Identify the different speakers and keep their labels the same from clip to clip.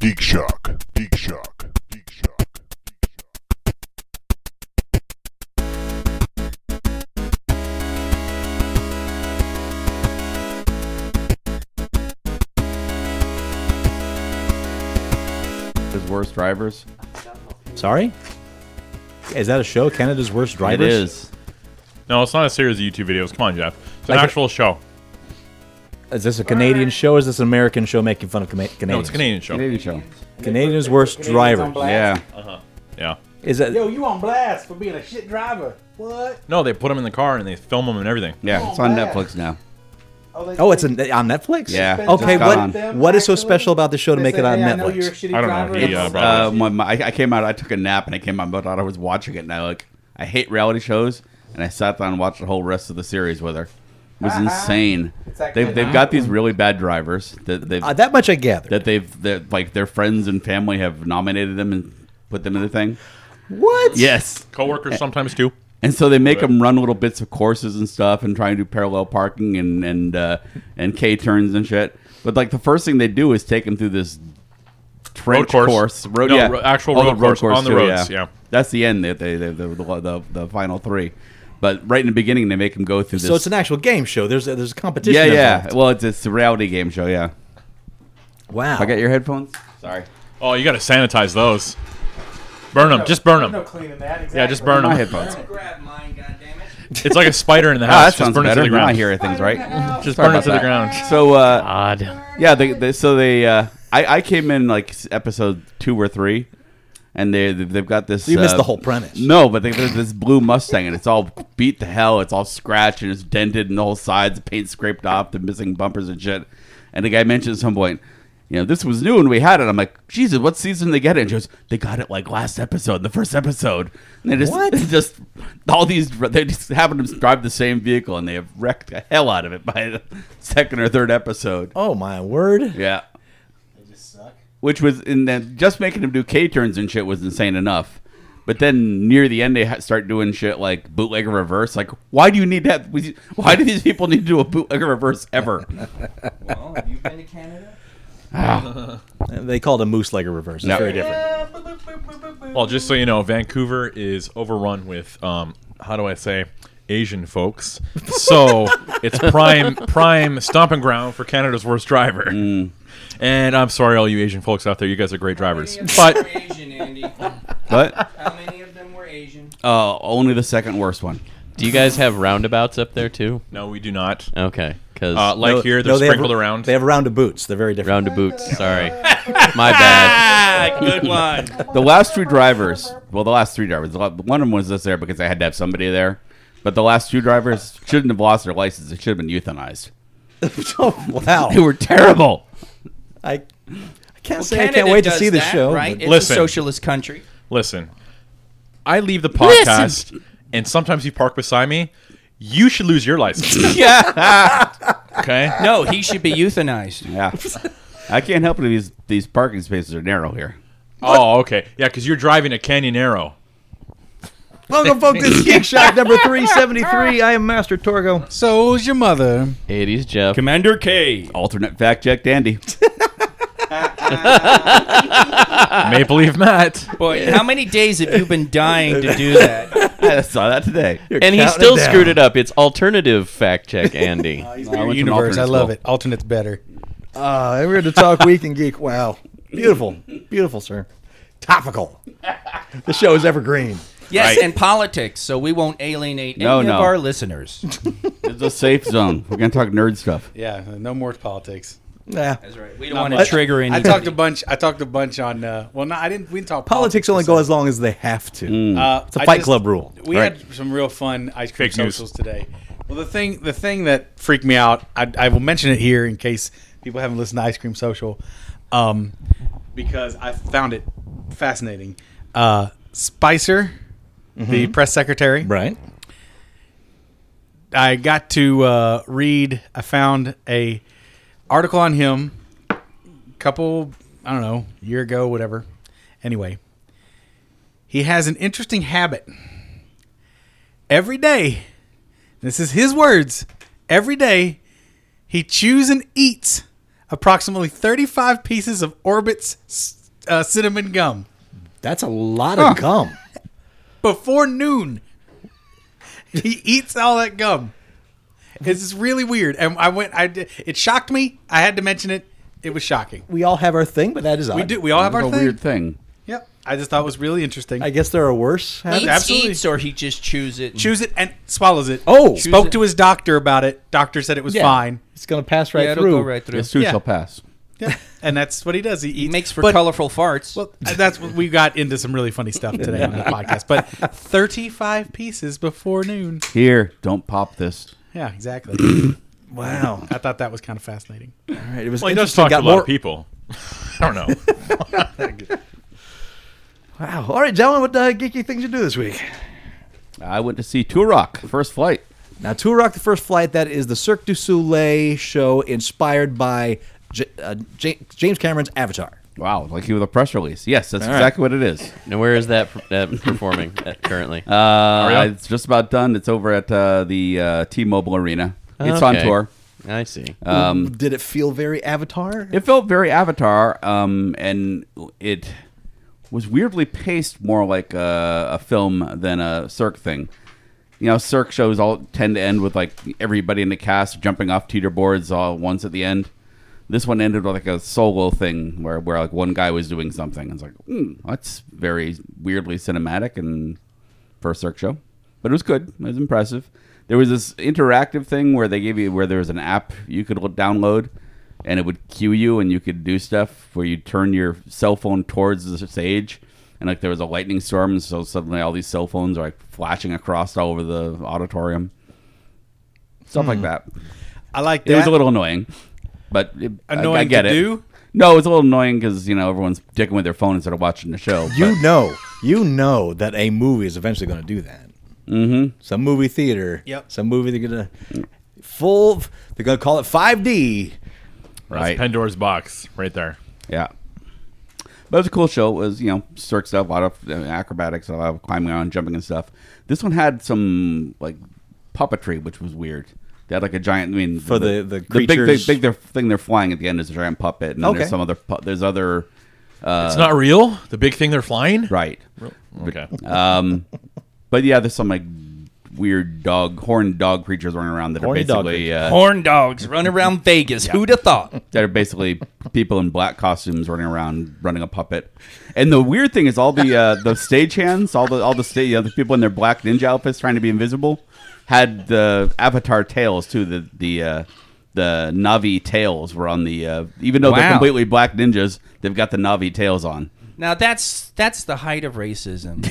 Speaker 1: Geek Shock. Geek Shock. Geek Shock.
Speaker 2: His worst drivers.
Speaker 3: Sorry? Is that a show? Canada's Worst Drivers?
Speaker 2: It is.
Speaker 4: No, it's not a series of YouTube videos. Come on, Jeff. It's an
Speaker 3: Like a-
Speaker 4: actual show.
Speaker 3: Is this a Canadian show? Or is this an American show making fun of Cana- Canadians?
Speaker 4: No, it's a Canadian show.
Speaker 2: Canadian show.
Speaker 3: Canada's Worst Drivers.
Speaker 2: Yeah.
Speaker 4: Uh-huh. Yeah.
Speaker 3: Is that?
Speaker 5: Yo, you on blast for being a shit driver. What?
Speaker 4: No, they put them in the car and they film them and everything.
Speaker 2: Yeah. It's on Netflix now.
Speaker 5: they-
Speaker 3: Oh, it's an, on Netflix.
Speaker 2: Yeah.
Speaker 3: Okay.
Speaker 2: It's
Speaker 3: What?
Speaker 2: gone.
Speaker 3: What is so special about the show to
Speaker 5: They
Speaker 3: make it
Speaker 5: said,
Speaker 3: on
Speaker 5: "Hey, I know you're a
Speaker 3: Netflix?
Speaker 5: shitty
Speaker 4: I don't know.
Speaker 5: driver."
Speaker 4: He,
Speaker 5: It's-
Speaker 4: uh, brought-
Speaker 2: Uh, my, my, I I came out. I took a nap and I came out. But I was watching it and I like I hate reality shows and I sat down and watched the whole rest of the series with her. It was
Speaker 6: Ah,
Speaker 2: insane.
Speaker 5: It's that
Speaker 2: They've,
Speaker 5: good,
Speaker 2: they've got these really bad drivers that they've
Speaker 3: Uh, that much I gathered.
Speaker 2: that they've that like their friends and family have nominated them and put them in the thing.
Speaker 3: what?
Speaker 2: Yes.
Speaker 4: Coworkers sometimes too.
Speaker 2: And so they make them run little bits of courses and stuff, and try and do parallel parking and and uh, and K turns and shit. But like the first thing they do is take them through this trench
Speaker 4: course.
Speaker 2: road,
Speaker 4: No,
Speaker 2: yeah.
Speaker 4: ro- actual
Speaker 2: Oh, the
Speaker 4: road course on the roads, yeah.
Speaker 2: that's the end. That they, they the, the, the the final three. But right in the beginning, they make them go through this.
Speaker 3: So it's an actual game show. There's a, there's a competition.
Speaker 2: yeah, yeah.
Speaker 3: involved.
Speaker 2: Well, it's it's a reality game show. Yeah.
Speaker 3: Wow.
Speaker 2: I got your headphones. Sorry.
Speaker 4: Oh, you got to sanitize those. Burn them. Just burn
Speaker 5: No
Speaker 4: them.
Speaker 5: cleaning that. Exactly.
Speaker 4: Yeah, just burn
Speaker 2: My
Speaker 4: them.
Speaker 2: headphones.
Speaker 6: Grab mine, goddammit.
Speaker 4: It's like a spider in the
Speaker 2: Ah,
Speaker 4: house.
Speaker 2: that
Speaker 4: just
Speaker 2: sounds
Speaker 4: burn it to
Speaker 2: better.
Speaker 4: the
Speaker 2: Now I
Speaker 4: ground.
Speaker 2: hear things right.
Speaker 4: Just
Speaker 2: Sorry
Speaker 4: burn
Speaker 2: about
Speaker 4: it to the
Speaker 2: that.
Speaker 4: ground.
Speaker 2: So uh,
Speaker 7: Odd.
Speaker 2: Yeah, they, they so they uh, I I came in like s- episode two or three, and they they've got this.
Speaker 3: you missed
Speaker 2: uh,
Speaker 3: the whole premise.
Speaker 2: No, but they, there's this blue Mustang, and it's all beat to hell. It's all scratched and it's dented, and the whole sides paint scraped off, the missing bumpers and shit. And the guy mentioned at some point. You know, this was new and we had it. I'm like, Jesus, what season did they get it? And she goes, they got it like last episode, the first episode. And they just,
Speaker 3: What?
Speaker 2: they just all these, they just happen to drive the same vehicle and they have wrecked the hell out of it by the second or third episode.
Speaker 3: Oh my word.
Speaker 2: Yeah. Which was in that just making him do K turns and shit was insane enough. But then near the end, they ha- start doing shit like bootlegger reverse. Like, why do you need that? we- Why do these people need to do a bootlegger reverse ever?
Speaker 6: Well, have you been to Canada?
Speaker 2: Ah.
Speaker 3: They called a moose leg a reverse. It's
Speaker 2: No.
Speaker 3: very different.
Speaker 4: Well, just so you know, Vancouver is overrun with um, how do I say Asian folks. So it's prime prime stomping ground for Canada's worst driver. And I'm sorry, all you Asian folks out there. You guys are great drivers,
Speaker 6: How
Speaker 4: but
Speaker 6: many of them were Asian, Andy?
Speaker 2: But
Speaker 6: How many of them were Asian?
Speaker 2: uh, only the second worst one.
Speaker 7: Do you guys have roundabouts up there too?
Speaker 4: no, we do not.
Speaker 7: Okay, because
Speaker 4: Uh, like
Speaker 3: No,
Speaker 4: here,
Speaker 3: no,
Speaker 4: they're
Speaker 3: they have-
Speaker 4: sprinkled around.
Speaker 3: They have round of boots. They're very different.
Speaker 7: round of boots. Sorry, my bad.
Speaker 2: Good one. the last two drivers. Well, the last three drivers. the la- One of them was just there because I had to have somebody there. But the last two drivers shouldn't have lost their license. They should have been euthanized.
Speaker 3: oh, wow.
Speaker 2: They were terrible.
Speaker 3: I, I can't say I can't wait to see the show.
Speaker 6: Right?
Speaker 3: but-
Speaker 6: It's
Speaker 4: Listen.
Speaker 6: a socialist country.
Speaker 4: Listen, I leave the podcast, and sometimes you park beside me. You should lose your license.
Speaker 6: Yeah.
Speaker 4: Okay.
Speaker 6: No, he should be euthanized.
Speaker 2: Yeah. I can't help it if these these parking spaces are narrow here.
Speaker 4: Oh, okay. Yeah, because you're driving a Canyon Arrow.
Speaker 3: Welcome, folks. This is Geek Shock number 373. I am Master Torgo.
Speaker 8: So's your mother.
Speaker 7: Eighties Jeff.
Speaker 6: Commander K.
Speaker 2: Alternate fact check, Dandy.
Speaker 4: Maple Leaf Matt.
Speaker 6: Boy, how many days have you been dying to do that?
Speaker 2: I saw that today.
Speaker 7: and he still screwed it up. It's alternative fact check, Andy.
Speaker 2: I went to an
Speaker 8: Universe,
Speaker 2: alternate
Speaker 8: I love
Speaker 2: school.
Speaker 8: it. Alternate's better.
Speaker 3: Uh, we're to talk Week and Geek. Wow. Beautiful. Beautiful, sir. Topical. The show is evergreen.
Speaker 6: Yes,
Speaker 4: Right.
Speaker 6: and politics, so we won't alienate
Speaker 2: No,
Speaker 6: any
Speaker 2: no.
Speaker 6: of our listeners.
Speaker 2: It's a safe zone. We're gonna talk nerd stuff.
Speaker 8: Yeah, no more politics.
Speaker 3: Nah.
Speaker 6: That's right. We don't want to trigger
Speaker 8: I
Speaker 6: any.
Speaker 8: talked a bunch. I talked a bunch on. Uh, well, no, I didn't. We didn't talk
Speaker 3: Politics Mm. only go as long as they have to.
Speaker 8: Uh,
Speaker 3: It's a
Speaker 8: I
Speaker 3: Fight
Speaker 8: just-
Speaker 3: Club rule.
Speaker 8: We
Speaker 2: Right.
Speaker 8: had some real fun ice cream
Speaker 4: Fake news.
Speaker 8: socials today. Well, the thing the thing that freaked me out, I, I will mention it here in case people haven't listened to Ice Cream Social, um, because I found it fascinating. Uh, Spicer, the press secretary,
Speaker 3: Right.
Speaker 8: I got to uh, read. I found a article on him, couple I don't know year ago, whatever. Anyway, he has an interesting habit. Every day, this is his words. Every day, he chews and eats approximately 35 pieces of Orbit's s- uh, cinnamon gum
Speaker 3: That's a lot of gum.
Speaker 8: before noon. He eats all that gum. It's just really weird. And I went. I did, it shocked me. I had to mention it. It was shocking.
Speaker 3: We all have our thing, but that is
Speaker 8: We do. We all have our
Speaker 2: a
Speaker 8: thing.
Speaker 2: weird thing.
Speaker 8: Yep. I just thought it was really interesting.
Speaker 3: I guess there are worse.
Speaker 6: Eats,
Speaker 3: habits.
Speaker 8: Absolutely.
Speaker 6: eats, or he just chews it. and-
Speaker 8: chews it and swallows it.
Speaker 3: Oh.
Speaker 8: spoke
Speaker 6: Chews it.
Speaker 8: to his doctor about it. Doctor said it was
Speaker 3: Yeah.
Speaker 8: fine,
Speaker 3: It's gonna pass right
Speaker 6: yeah, it'll
Speaker 3: through.
Speaker 6: go right through.
Speaker 2: This too
Speaker 8: Yeah.
Speaker 2: shall pass.
Speaker 8: and that's what he does. He eats.
Speaker 6: He makes for
Speaker 8: But-
Speaker 6: colorful farts.
Speaker 8: Well, that's what we got into some really funny stuff today on the podcast. But thirty-five pieces before noon.
Speaker 2: Here, don't pop this.
Speaker 8: Yeah, exactly.
Speaker 3: Wow.
Speaker 8: I thought that was kind of fascinating.
Speaker 3: All right. It was
Speaker 4: Well, he does
Speaker 3: interesting.
Speaker 4: talk to a
Speaker 3: Got
Speaker 4: lot
Speaker 3: more.
Speaker 4: of people. I don't know.
Speaker 3: Wow. All right, gentlemen, what uh, geeky things you do this week?
Speaker 2: I went to see Turok first flight.
Speaker 3: Now, Tour Rock the First Flight, that is the Cirque du Soleil show inspired by J- uh, J- James Cameron's Avatar.
Speaker 2: Wow, like he with a press release. Yes, that's
Speaker 3: All right.
Speaker 2: exactly what it is.
Speaker 7: Now, where is that per- uh, performing at currently?
Speaker 2: Uh,
Speaker 4: Mario?
Speaker 2: it's just about done. It's over at uh, the uh, T-Mobile Arena. It's on
Speaker 7: Okay.
Speaker 2: tour. Um,
Speaker 7: I see.
Speaker 3: Did it feel very Avatar?
Speaker 2: It felt very Avatar, um, and it was weirdly paced more like a, a film than a Cirque thing. You know, Cirque shows all tend to end with like everybody in the cast jumping off teeterboards all at once at the end. This one ended with like a solo thing where, where like one guy was doing something. It's like, mm, that's very weirdly cinematic and for a Cirque show, but it was good. It was impressive. There was this interactive thing where they gave you where there was an app you could l- download, and it would cue you, and you could do stuff where you turn your cell phone towards the stage, and like there was a lightning storm, and so suddenly all these cell phones are like flashing across all over the auditorium, stuff like that.
Speaker 8: Hmm. I like that.
Speaker 2: It was a little annoying, but it, I- I,
Speaker 8: Annoying
Speaker 2: get
Speaker 8: to
Speaker 2: it.
Speaker 8: do?
Speaker 2: No, it was a little annoying because you know everyone's dicking with their phone instead of watching the show.
Speaker 3: You
Speaker 2: but-
Speaker 3: know, you know that a movie is eventually going to do that. Mm-hmm. Some movie theater.
Speaker 8: Yep.
Speaker 3: Some movie they're going to full. They're going to call it 5D.
Speaker 2: right?
Speaker 4: Pandora's box right there.
Speaker 2: Yeah. But it was a cool show. It was, you know, circ stuff, a lot of uh, acrobatics, a lot of climbing around, jumping and stuff. This one had some, like, puppetry, which was weird. They had, like, a giant, I mean,
Speaker 3: For the- the
Speaker 2: big, big,
Speaker 3: creatures.
Speaker 2: big they're, thing they're flying at the end is a giant puppet. And then
Speaker 3: Okay.
Speaker 2: there's some other, pu- there's other, uh,
Speaker 4: it's not real. The big thing they're flying.
Speaker 2: right.
Speaker 4: Okay.
Speaker 2: Um, but yeah, there's some, like, weird dog, horned dog creatures running around that
Speaker 3: Horny
Speaker 2: are
Speaker 3: dog
Speaker 2: basically, uh,
Speaker 6: Horn dogs run around Vegas. Who'd have thought?
Speaker 2: that are basically people in black costumes running around running a puppet. And the weird thing is all the uh, the stagehands, all the all the stage, you know, the people in their black ninja outfits trying to be invisible, had the avatar tails too. The the uh, the Navi tails were on the uh, even though they're
Speaker 6: Wow.
Speaker 2: completely black ninjas, they've got the Navi tails on.
Speaker 6: Now that's that's the height of racism.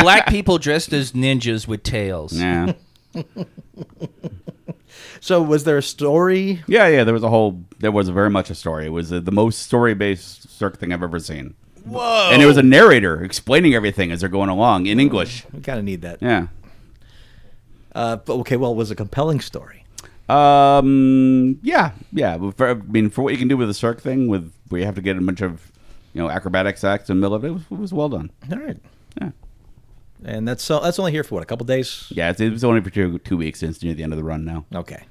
Speaker 6: Black people dressed as ninjas with tails.
Speaker 2: Yeah,
Speaker 3: So, was there a story?
Speaker 2: yeah, yeah. There was a whole. There was very much a story. It was uh, the most story based circ thing I've ever seen. Whoa! And there was a narrator explaining everything as they're going along in English.
Speaker 3: We kind of need that.
Speaker 2: Yeah.
Speaker 3: Uh, but okay, well, it was a compelling story.
Speaker 2: Um. Yeah. Yeah. Well, For, I mean, for what you can do with the Cirque thing, with where you have to get a bunch of, you know, acrobatics acts in the middle of it, it was, it was well done.
Speaker 3: All right.
Speaker 2: Yeah.
Speaker 3: And that's so that's only here for what a couple days.
Speaker 2: Yeah. It's, it was only for two, two weeks. and It's near the end of the run now.
Speaker 3: Okay.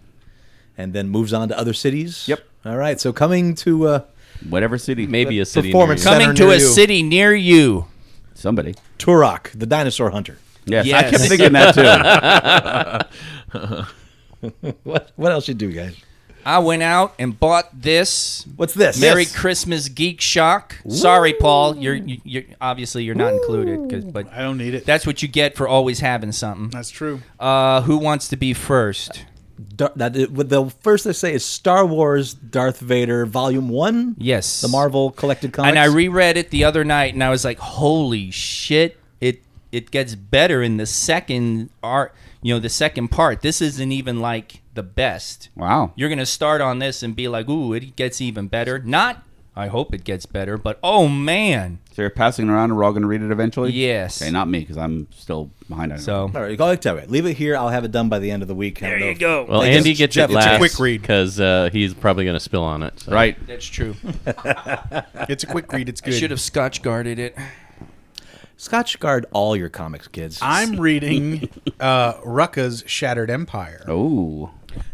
Speaker 3: And then moves on to other cities.
Speaker 2: Yep.
Speaker 3: All right. So coming to uh,
Speaker 2: Whatever city,
Speaker 7: Maybe a city. near
Speaker 3: performance
Speaker 7: you.
Speaker 3: center
Speaker 6: Coming to
Speaker 3: near
Speaker 6: a
Speaker 3: you.
Speaker 6: city near you.
Speaker 2: somebody.
Speaker 3: Turok, the dinosaur hunter.
Speaker 2: Yes, I
Speaker 6: Yes.
Speaker 2: kept thinking that too.
Speaker 3: What what else you do, guys?
Speaker 6: I went out and bought this.
Speaker 3: What's this?
Speaker 6: Merry
Speaker 3: Yes.
Speaker 6: Christmas, Geek Shock. Sorry, Paul. You're, you- you're obviously you're not included, 'cause- but
Speaker 8: I don't need it.
Speaker 6: that's what you get for always having something.
Speaker 8: that's true.
Speaker 6: Uh, who wants to be first?
Speaker 3: Dar- that it- what the first they say is Star Wars Darth Vader Volume One.
Speaker 6: Yes.
Speaker 3: the Marvel collected comics.
Speaker 6: And I reread it the other night, and I was like, "Holy shit! It it gets better in the second art. You know, the second part. This isn't even like the best.
Speaker 2: Wow.
Speaker 6: You're gonna start on this and be like, "Ooh, it gets even better." Not, I hope it gets better, but oh man,
Speaker 2: So you're passing it around, and we're all going to read it eventually.
Speaker 6: Yes.
Speaker 2: Okay, not me because I'm still behind. on it.
Speaker 6: so
Speaker 3: All right, go ahead, tell it. Leave it here. I'll have it done by the end of the week. There you go.
Speaker 7: Well, Andy gets
Speaker 3: Jeff,
Speaker 7: it
Speaker 3: it's a
Speaker 7: last
Speaker 8: quick read.
Speaker 7: because uh, he's probably going to spill on it. so.
Speaker 2: right.
Speaker 6: that's true.
Speaker 8: It's a quick read. It's
Speaker 6: I
Speaker 8: good.
Speaker 6: should have scotch guarded it.
Speaker 3: Scotch guard all your comics, kids.
Speaker 8: I'm reading uh, Rucka's Shattered Empire.
Speaker 2: Oh.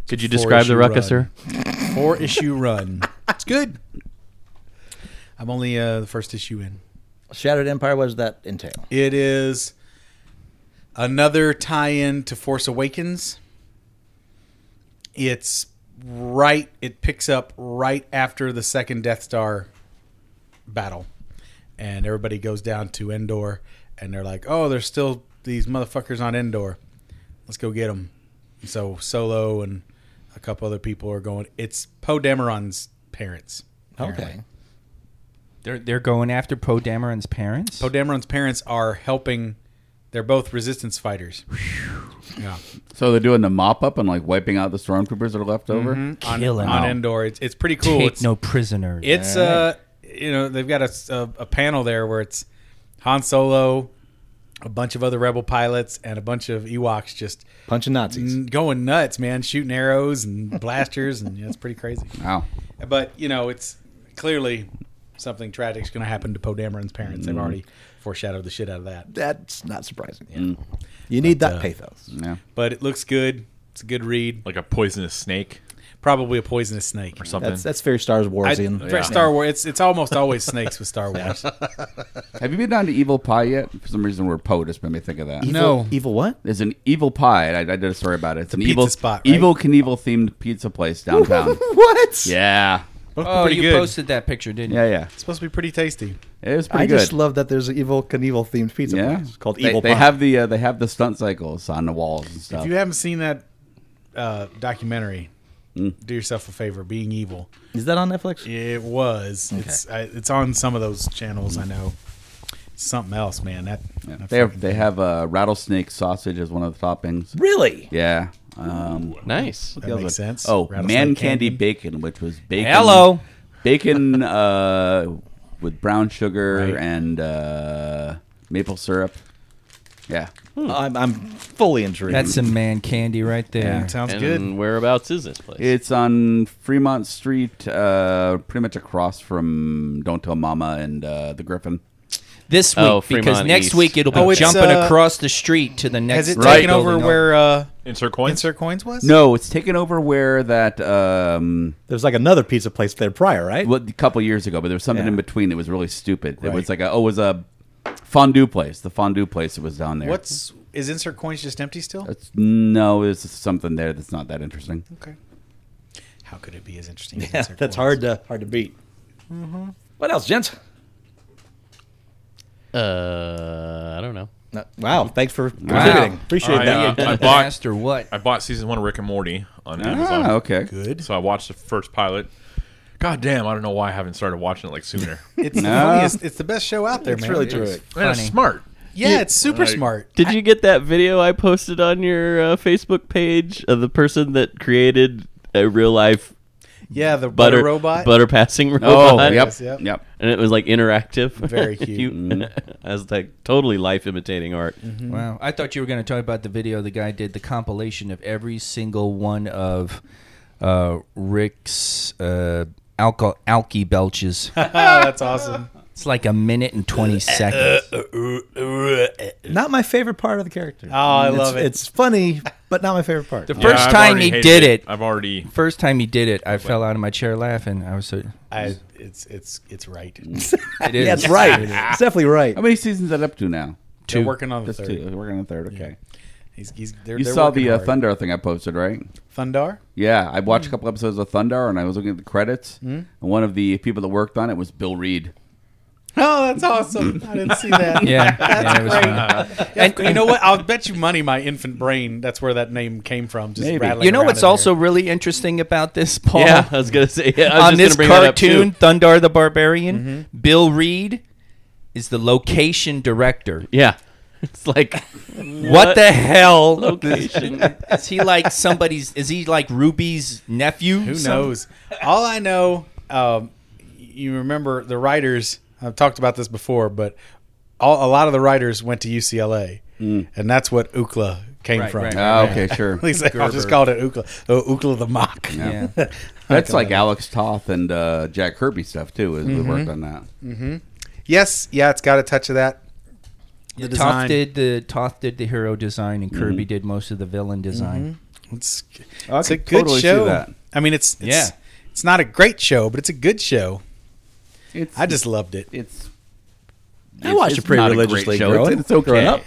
Speaker 7: Could you describe the
Speaker 8: issue
Speaker 7: ruckus,
Speaker 8: run.
Speaker 7: sir?
Speaker 8: Four issue run. It's good. I'm only uh, the first issue in.
Speaker 3: Shattered Empire. What does that entail?
Speaker 8: It is another tie-in to Force Awakens. It's right. It picks up right after the second Death Star battle, and everybody goes down to Endor, and they're like, "Oh, there's still these motherfuckers on Endor. Let's go get them." So Solo and a couple other people are going. It's Poe Dameron's parents. apparently.
Speaker 3: Okay.
Speaker 6: They're they're going after Poe Dameron's parents.
Speaker 8: Poe Dameron's parents are helping. They're both resistance fighters. Yeah.
Speaker 2: So they're doing the mop up and like wiping out the stormtroopers that are left over.
Speaker 8: Mm-hmm. On,
Speaker 6: Kill 'em.
Speaker 8: on Endor. It's, it's pretty cool.
Speaker 6: Mm-hmm. Take
Speaker 8: it's
Speaker 6: no prisoners.
Speaker 8: it's uh you know they've got a, s- a- a panel there where it's Han Solo, a bunch of other rebel pilots, and a bunch of Ewoks just
Speaker 3: Punching Nazis.
Speaker 8: n- going nuts, man, shooting arrows and blasters, and yeah, it's pretty crazy.
Speaker 2: Wow.
Speaker 8: But you know, it's clearly something tragic's going to happen to Poe Dameron's parents.
Speaker 6: Mm.
Speaker 8: They've already foreshadowed the shit out of that.
Speaker 3: That's not surprising. You need that pathos.
Speaker 2: Yeah.
Speaker 8: But it looks good. It's a good read.
Speaker 4: like a poisonous snake
Speaker 8: Probably a poisonous snake.
Speaker 4: or something.
Speaker 3: That's that's very Star
Speaker 8: I,
Speaker 3: Warsian.
Speaker 8: for Star Wars, it's it's almost always snakes with Star Wars.
Speaker 2: Have you been down to Evil Pie yet? For some reason, where Poe just made me think of that.
Speaker 3: Evil,
Speaker 8: No.
Speaker 3: Evil what?
Speaker 2: There's an Evil Pie. I, I did a story about it. It's an
Speaker 8: pizza
Speaker 2: evil
Speaker 8: spot, right?
Speaker 2: Evil Knievel themed pizza place downtown.
Speaker 3: what?
Speaker 2: yeah.
Speaker 6: oh,
Speaker 8: pretty
Speaker 6: you
Speaker 8: good.
Speaker 6: posted that picture, didn't you?
Speaker 2: Yeah. Yeah.
Speaker 8: It's supposed to be pretty tasty.
Speaker 2: It was pretty
Speaker 3: I
Speaker 2: good.
Speaker 3: just love that there's an Evil Knievel themed pizza
Speaker 2: yeah.
Speaker 3: place called
Speaker 2: They-
Speaker 3: Evil
Speaker 2: They,
Speaker 3: Pie.
Speaker 2: have the uh, they have the stunt cycles on the walls and
Speaker 8: If
Speaker 2: stuff.
Speaker 8: you haven't seen that uh, documentary, do yourself a favor. Being evil,
Speaker 3: Is that on Netflix?
Speaker 8: it was. It's I, it's on some of those channels. I know. Something else, man. That, that
Speaker 2: they have
Speaker 8: fucking-
Speaker 2: they have uh, rattlesnake sausage as one of the toppings.
Speaker 3: Really?
Speaker 2: Yeah. Um,
Speaker 7: Nice.
Speaker 8: that makes sense.
Speaker 2: Oh,
Speaker 8: Rattlesnake
Speaker 2: man candy bacon, which was bacon.
Speaker 6: Hello.
Speaker 2: Bacon uh, with brown sugar
Speaker 8: Right.
Speaker 2: and uh, maple syrup. Yeah.
Speaker 7: Hmm.
Speaker 2: Mm-hmm.
Speaker 3: I'm, I'm fully intrigued.
Speaker 6: That's some man candy right there.
Speaker 8: sounds
Speaker 7: and
Speaker 8: good.
Speaker 7: whereabouts is this place?
Speaker 2: It's on Fremont Street, uh, pretty much across from Don't Tell Mama and uh, the Griffin.
Speaker 6: This week,
Speaker 7: Oh,
Speaker 6: because
Speaker 7: Fremont
Speaker 6: next
Speaker 7: East.
Speaker 6: week it'll be
Speaker 8: Oh, it's,
Speaker 6: jumping
Speaker 8: uh,
Speaker 6: across the street to the next.
Speaker 8: Has it
Speaker 2: Right.
Speaker 8: taken over
Speaker 6: building up.
Speaker 8: where uh,
Speaker 4: insert coins.
Speaker 8: Insert Coins was?
Speaker 2: No, it's taken over where that um,
Speaker 3: There's like another pizza place there prior, right?
Speaker 2: what, a couple years ago, but there was something
Speaker 3: Yeah.
Speaker 2: in between that was really stupid. It was
Speaker 8: Right.
Speaker 2: like a, oh, it was a fondue place. The fondue place that was down there.
Speaker 8: What's is Insert Coins just empty still?
Speaker 2: It's- no? There's something there that's not that interesting.
Speaker 8: Okay. How could it be as interesting? as
Speaker 3: Yeah,
Speaker 8: Insert
Speaker 3: that's
Speaker 8: Coins?
Speaker 3: hard to hard to beat. What else, gents?
Speaker 7: uh, I don't know.
Speaker 3: No, wow, thanks for contributing. Appreciate
Speaker 4: I,
Speaker 3: that.
Speaker 4: uh, I bought
Speaker 6: Past or what?
Speaker 4: I bought season one of Rick and Morty on Amazon.
Speaker 2: Ah, okay.
Speaker 8: Good.
Speaker 4: So I watched the first pilot. God damn, I don't know why I haven't started watching it like sooner.
Speaker 8: It's the
Speaker 2: Nah.
Speaker 8: funniest. It's the best show out there, man.
Speaker 3: really
Speaker 8: It
Speaker 3: true.
Speaker 8: is.
Speaker 4: Man, it's smart.
Speaker 8: Yeah, it's super
Speaker 4: Like-
Speaker 8: smart.
Speaker 7: Did you get that video I posted on your uh, Facebook page of the person that created a real life
Speaker 8: Yeah, the
Speaker 7: butter,
Speaker 8: butter robot.
Speaker 7: butter passing
Speaker 2: Oh,
Speaker 7: robot?
Speaker 2: yep,
Speaker 8: Yep.
Speaker 2: yep,
Speaker 7: And it was like interactive.
Speaker 8: Very cute.
Speaker 7: You- I was like totally life imitating art.
Speaker 6: Wow. Mm-hmm. I thought you were going to talk about the video the guy did, the compilation of every single one of uh, Rick's uh, alco- alky belches.
Speaker 8: Oh, that's awesome.
Speaker 6: it's like a minute and 20 seconds.
Speaker 3: Not my favorite part of the character.
Speaker 8: Oh, I
Speaker 3: it's,
Speaker 8: love it.
Speaker 3: It's funny, but not my favorite part.
Speaker 6: The first
Speaker 4: I've
Speaker 6: time
Speaker 4: already
Speaker 6: he
Speaker 4: hated
Speaker 6: did it,
Speaker 4: I've already.
Speaker 6: first time he did it, I fell out of my chair laughing. I was so.
Speaker 8: I, it's it's it's right.
Speaker 6: It is.
Speaker 3: That's right. it's definitely right.
Speaker 2: How many seasons is that up to now?
Speaker 8: They're working on the
Speaker 2: Just
Speaker 8: third.
Speaker 2: two. We're on the third. Okay.
Speaker 8: He's, he's, they're,
Speaker 2: You
Speaker 8: they're
Speaker 2: saw
Speaker 8: working
Speaker 2: the uh,
Speaker 8: hard.
Speaker 2: Thunder thing I posted, right?
Speaker 8: Thundar. Hmm.
Speaker 2: Yeah, I watched a couple episodes of Thunder, and I was looking at the credits, and one of the people that worked on it was Bill Reed.
Speaker 8: Oh, that's awesome! I didn't see that.
Speaker 6: Yeah. yeah, it was fun.
Speaker 8: and you know what? I'll bet you money my infant brain. That's where that name came from. Just
Speaker 2: Maybe.
Speaker 8: rattling
Speaker 6: You know
Speaker 8: around
Speaker 6: what's
Speaker 8: in there.
Speaker 6: also really interesting about this, Paul?
Speaker 7: Yeah, I was gonna say. Yeah, I was just
Speaker 6: on
Speaker 7: gonna
Speaker 6: this
Speaker 7: bring that up, too. Mm-hmm.
Speaker 6: cartoon, Thundar the Barbarian, Bill Reed is the location director.
Speaker 7: Yeah, it's like
Speaker 6: What, the hell? Location. is he like somebody's? Is he like Ruby's nephew?
Speaker 8: Who knows? All I know, um, you remember the writers. I've talked about this before, but all, a lot of the writers went to UCLA, and that's what UCLA came
Speaker 6: Right,
Speaker 8: from.
Speaker 6: right,
Speaker 2: Mm.
Speaker 6: right.
Speaker 2: Ah, okay, sure.
Speaker 8: At least I just called it UCLA. Oh, UCLA the mock.
Speaker 6: Yeah.
Speaker 2: That's like Alex Toth and uh, Jack Kirby stuff too. Is we worked on that.
Speaker 8: Mm-hmm. Yes, yeah, it's got a touch of that.
Speaker 6: The
Speaker 8: design.
Speaker 6: Toth did the Toth did the hero design, and Kirby
Speaker 7: Mm-hmm.
Speaker 6: did most of the villain design.
Speaker 2: I
Speaker 8: It's, it's Mm-hmm. Oh, a
Speaker 2: could
Speaker 8: good
Speaker 2: totally see
Speaker 8: show.
Speaker 2: that.
Speaker 8: I mean, it's, it's
Speaker 6: Yeah.
Speaker 8: It's not a great show, but it's a good show.
Speaker 2: It's,
Speaker 8: I just loved it.
Speaker 2: it's.
Speaker 8: I watched it pretty
Speaker 2: not a great
Speaker 8: religiously
Speaker 2: show.
Speaker 8: growing-
Speaker 2: It's, it's okay.
Speaker 8: growing up.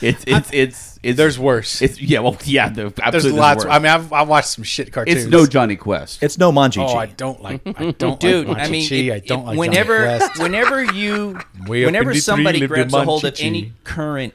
Speaker 2: It's it's it's it's
Speaker 8: There's worse.
Speaker 2: It's yeah. Well, yeah. The,
Speaker 8: There's
Speaker 2: absolutely
Speaker 8: lots.
Speaker 2: worse.
Speaker 8: I mean, I've, I watched some shit cartoons.
Speaker 2: it's no Johnny Quest.
Speaker 3: It's no Manji.
Speaker 8: Oh, I don't like. I don't
Speaker 6: Dude,
Speaker 8: like
Speaker 6: I mean,
Speaker 8: Machi-Chi.
Speaker 6: it-
Speaker 8: I don't
Speaker 6: it-
Speaker 8: like
Speaker 6: whenever,
Speaker 8: Johnny Quest.
Speaker 6: whenever you,
Speaker 4: Way up in
Speaker 6: whenever
Speaker 4: the tree
Speaker 6: somebody
Speaker 4: lived the
Speaker 6: grabs a hold of
Speaker 4: Manchichi.
Speaker 6: any current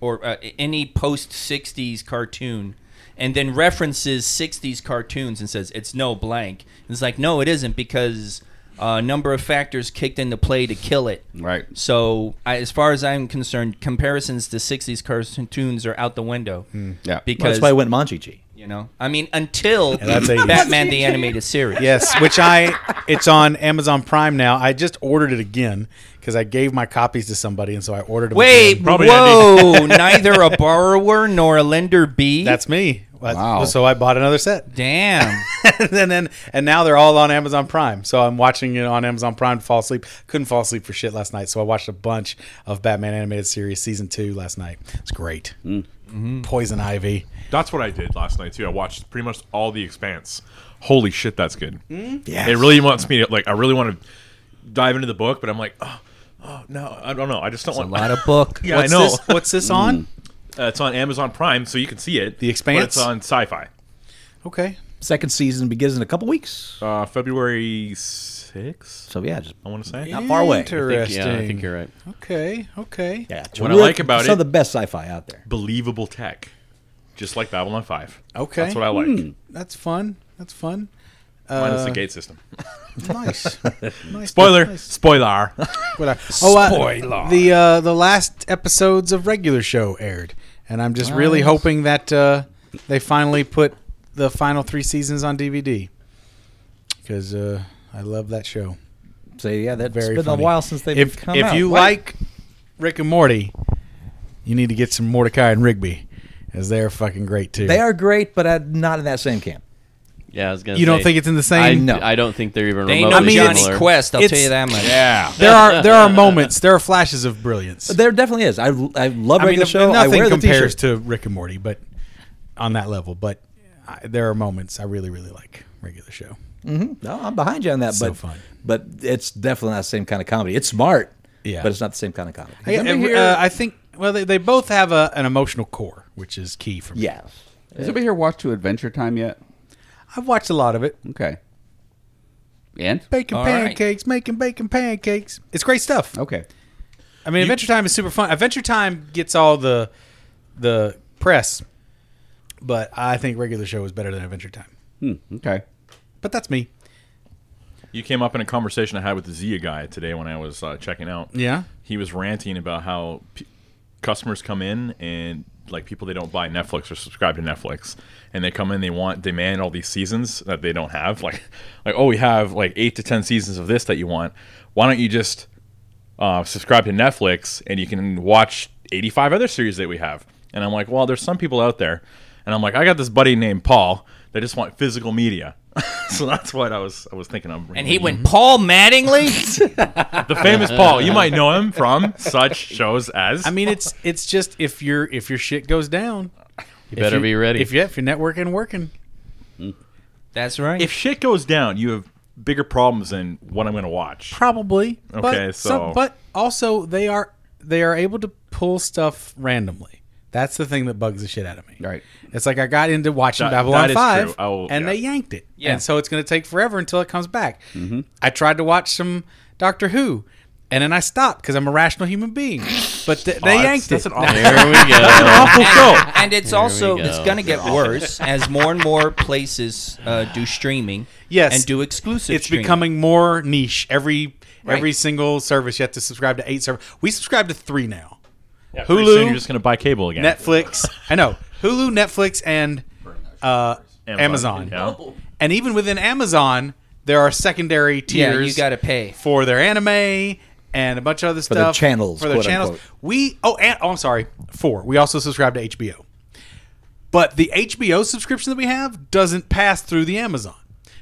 Speaker 6: or uh, any post '60s cartoon, and then references '60s cartoons and says it's no blank, it's like no, it isn't because a number of factors kicked into play to kill it.
Speaker 2: Right.
Speaker 6: So, I, as far as I'm concerned, comparisons to '60s cartoons are out the window.
Speaker 2: Hmm. Yeah.
Speaker 6: because
Speaker 3: That's why I went Manji.
Speaker 6: you know, I mean, until
Speaker 8: that's 80s.
Speaker 6: Batman the Animated Series.
Speaker 8: Yes, which I it's on Amazon Prime now. I just ordered it again because I gave my copies to somebody, and so I ordered them.
Speaker 6: Wait,
Speaker 8: again.
Speaker 4: Probably
Speaker 6: whoa! neither a borrower nor a lender be.
Speaker 8: that's me. That's-
Speaker 2: Wow.
Speaker 8: So I bought another set,
Speaker 6: damn.
Speaker 8: and then and now they're all on Amazon Prime. So I'm watching it on Amazon Prime to fall asleep. Couldn't fall asleep for shit last night, so I watched a bunch of Batman animated series season two last night. It's great. Mm-hmm. Poison Ivy.
Speaker 4: That's what I did last night too. I watched pretty much all the Expanse. Holy shit, that's good.
Speaker 8: Mm-hmm.
Speaker 3: Yeah.
Speaker 4: It really wants me to like. I really want to dive into the book, but I'm like, oh, oh no, I don't know. I just don't want.
Speaker 6: a lot of book.
Speaker 4: yeah,
Speaker 8: what's
Speaker 4: I know.
Speaker 8: This, what's this on?
Speaker 4: Uh, it's on Amazon Prime, so you can see it.
Speaker 8: The
Speaker 4: but
Speaker 8: Expanse?
Speaker 4: it's on Sci-Fi.
Speaker 8: Okay.
Speaker 3: Second season begins in a couple weeks.
Speaker 4: Uh, February sixth,
Speaker 3: So yeah, just
Speaker 4: I want to say.
Speaker 3: not far away.
Speaker 8: Interesting.
Speaker 7: Yeah, I think you're right.
Speaker 8: Okay. Okay.
Speaker 3: Yeah, it's
Speaker 4: What I like about
Speaker 3: some of
Speaker 4: it-
Speaker 3: the best sci-fi out there.
Speaker 4: Believable tech, just like Babylon Five.
Speaker 8: Okay. Hmm.
Speaker 4: That's what I like.
Speaker 8: That's fun. That's fun. Uh,
Speaker 4: Minus the gate system.
Speaker 8: Nice. nice
Speaker 4: Spoiler.
Speaker 8: nice.
Speaker 4: Spoiler.
Speaker 8: Spoiler. Oh, uh, the uh, the last episodes of regular show aired, and I'm just really hoping that uh, they finally put the final three seasons on DVD because uh, I love that show.
Speaker 3: So yeah, that's
Speaker 8: Very
Speaker 3: been
Speaker 8: funny.
Speaker 3: a while since they've
Speaker 8: if
Speaker 3: come
Speaker 8: if
Speaker 3: out.
Speaker 8: you
Speaker 3: Why-
Speaker 8: like Rick and Morty, you need to get some Mordecai and Rigby, as they're fucking great too.
Speaker 3: they are great, but I'm not in that same camp.
Speaker 7: Yeah, I was gonna.
Speaker 8: You don't
Speaker 7: say,
Speaker 8: think it's in the
Speaker 7: I,
Speaker 8: same?
Speaker 3: No.
Speaker 7: I don't think they're even.
Speaker 6: They ain't no
Speaker 7: remotely
Speaker 8: I mean,
Speaker 6: Johnny
Speaker 7: similar.
Speaker 6: Quest. I'll
Speaker 8: it's-
Speaker 6: tell you that much.
Speaker 4: yeah.
Speaker 8: There are there are moments. There are flashes of brilliance.
Speaker 3: There definitely is. I, I love
Speaker 8: I mean,
Speaker 3: regular show. I
Speaker 8: nothing
Speaker 3: wear the
Speaker 8: compares
Speaker 3: t-shirt.
Speaker 8: to Rick and Morty, but on that level. But I, there are moments I really, really like regular show.
Speaker 3: Mm-hmm. No, I'm behind you on that.
Speaker 8: So
Speaker 3: but
Speaker 8: fun.
Speaker 3: but it's definitely not the same kind of comedy. It's smart,
Speaker 8: Yeah.
Speaker 3: but it's not the same kind of comedy.
Speaker 8: I, uh, I think well, they, they both have a, an emotional core, which is key for me.
Speaker 3: yeah,
Speaker 2: Has anybody here watched To Adventure Time yet?
Speaker 8: I've watched a lot of it.
Speaker 2: Okay. And
Speaker 8: Baking
Speaker 6: All right.
Speaker 8: pancakes, making bacon pancakes. It's great stuff.
Speaker 2: okay.
Speaker 8: I mean, Adventure Time is super fun. Adventure Time gets all the the press, but I think regular show is better than Adventure Time.
Speaker 2: Hmm, okay.
Speaker 8: But that's me.
Speaker 4: You came up in a conversation I had with the Zia guy today when I was uh, checking out.
Speaker 8: Yeah.
Speaker 4: He was ranting about how p- customers come in and like people they don't buy Netflix or subscribe to Netflix, and they come in they want demand all these seasons that they don't have. Like, like oh we have like eight to ten seasons of this that you want. Why don't you just uh, subscribe to Netflix and you can watch 85 other series that we have. And I'm like, well, there's some people out there. And I'm like, I got this buddy named Paul that just want physical media. so that's what I was I was thinking of.
Speaker 6: And he went Paul Mattingly.
Speaker 4: the famous Paul. You might know him from such shows as
Speaker 8: I mean, it's it's just if your if your shit goes down,
Speaker 7: You better
Speaker 8: If you-
Speaker 7: be ready.
Speaker 8: If you if your network ain't working,
Speaker 6: That's right.
Speaker 4: if shit goes down, you have bigger problems than what I'm going to watch.
Speaker 8: probably.
Speaker 4: Okay,
Speaker 8: but
Speaker 4: so-
Speaker 8: but also they are they are able to pull stuff randomly. That's the thing that bugs the shit out of me.
Speaker 2: Right.
Speaker 8: It's like I got into watching
Speaker 4: That-
Speaker 8: Babylon
Speaker 4: that is
Speaker 8: Five,
Speaker 4: true. I will-
Speaker 8: and
Speaker 4: yeah.
Speaker 8: they yanked it.
Speaker 6: Yeah. Mm-hmm.
Speaker 8: And so it's going to take forever until it comes back. I tried to watch some Doctor Who, and then I stopped because I'm a rational human being. But th- they
Speaker 4: that's-
Speaker 8: yanked
Speaker 4: that's
Speaker 8: it.
Speaker 4: an awful-
Speaker 7: there we go.
Speaker 4: Awful show.
Speaker 6: and it's also
Speaker 7: go.
Speaker 6: it's gonna get worse as more and more places uh, do streaming.
Speaker 8: Yes.
Speaker 6: and do exclusive.
Speaker 8: it's
Speaker 6: streaming.
Speaker 8: becoming more niche every every
Speaker 6: Right.
Speaker 8: single service you have to subscribe to eight service we subscribe to three now
Speaker 4: Yeah,
Speaker 8: Hulu,
Speaker 4: pretty soon you're just going to buy cable again.
Speaker 8: netflix i know hulu netflix and uh, amazon,
Speaker 4: Yeah.
Speaker 8: and even within amazon there are secondary
Speaker 6: Yeah,
Speaker 8: tiers
Speaker 6: you got to pay.
Speaker 8: for their anime and a bunch of other
Speaker 3: the
Speaker 8: stuff
Speaker 3: channels,
Speaker 8: for their
Speaker 3: quote,
Speaker 8: channels
Speaker 3: unquote.
Speaker 8: we oh and oh i'm sorry four we also subscribe to hbo but the hbo subscription that we have doesn't pass through the amazon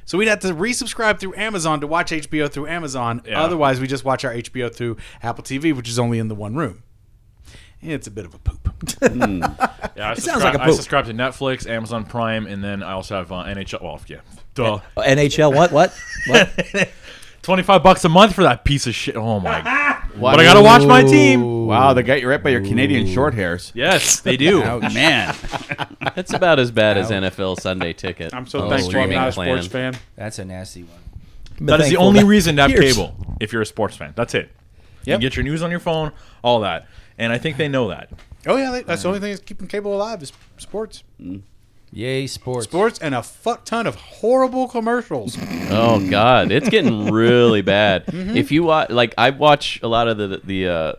Speaker 8: so we'd have to resubscribe through amazon to watch hbo through amazon
Speaker 4: Yeah.
Speaker 8: otherwise we just watch our hbo through apple tv which is only in the one room It's a bit of a poop.
Speaker 4: Yeah, I
Speaker 3: sounds
Speaker 4: subscri-
Speaker 3: like a
Speaker 4: I
Speaker 3: poop.
Speaker 4: subscribe to Netflix, Amazon Prime, and then I also have uh, NHL. Well, yeah, duh.
Speaker 3: Oh, NHL, what? What? what?
Speaker 4: twenty-five bucks a month for that piece of shit. Oh my!
Speaker 2: Wow.
Speaker 4: but I gotta watch my team.
Speaker 2: Wow, they got you right by your Canadian short hairs.
Speaker 4: Yes, they do.
Speaker 2: Oh man,
Speaker 7: That's about as bad as NFL Sunday Ticket.
Speaker 9: I'm so
Speaker 7: Oh,
Speaker 9: thankful I'm
Speaker 7: streaming
Speaker 9: not a
Speaker 7: plan.
Speaker 9: sports fan.
Speaker 6: That's a nasty one.
Speaker 4: That is the
Speaker 3: Thankful
Speaker 4: only
Speaker 3: that-
Speaker 4: reason to have
Speaker 3: Cheers.
Speaker 4: cable if you're a sports fan. That's it. You can get your news on your phone, all that, and I think they know that.
Speaker 9: Oh yeah, they- that's the only thing that's keeping cable alive is sports,
Speaker 6: Mm. Yay, sports.
Speaker 9: sports, and a fuck ton of horrible commercials.
Speaker 7: Oh
Speaker 3: Mm.
Speaker 7: God, it's getting really bad.
Speaker 3: Mm-hmm.
Speaker 7: If you watch, like, I watch a lot of the the uh,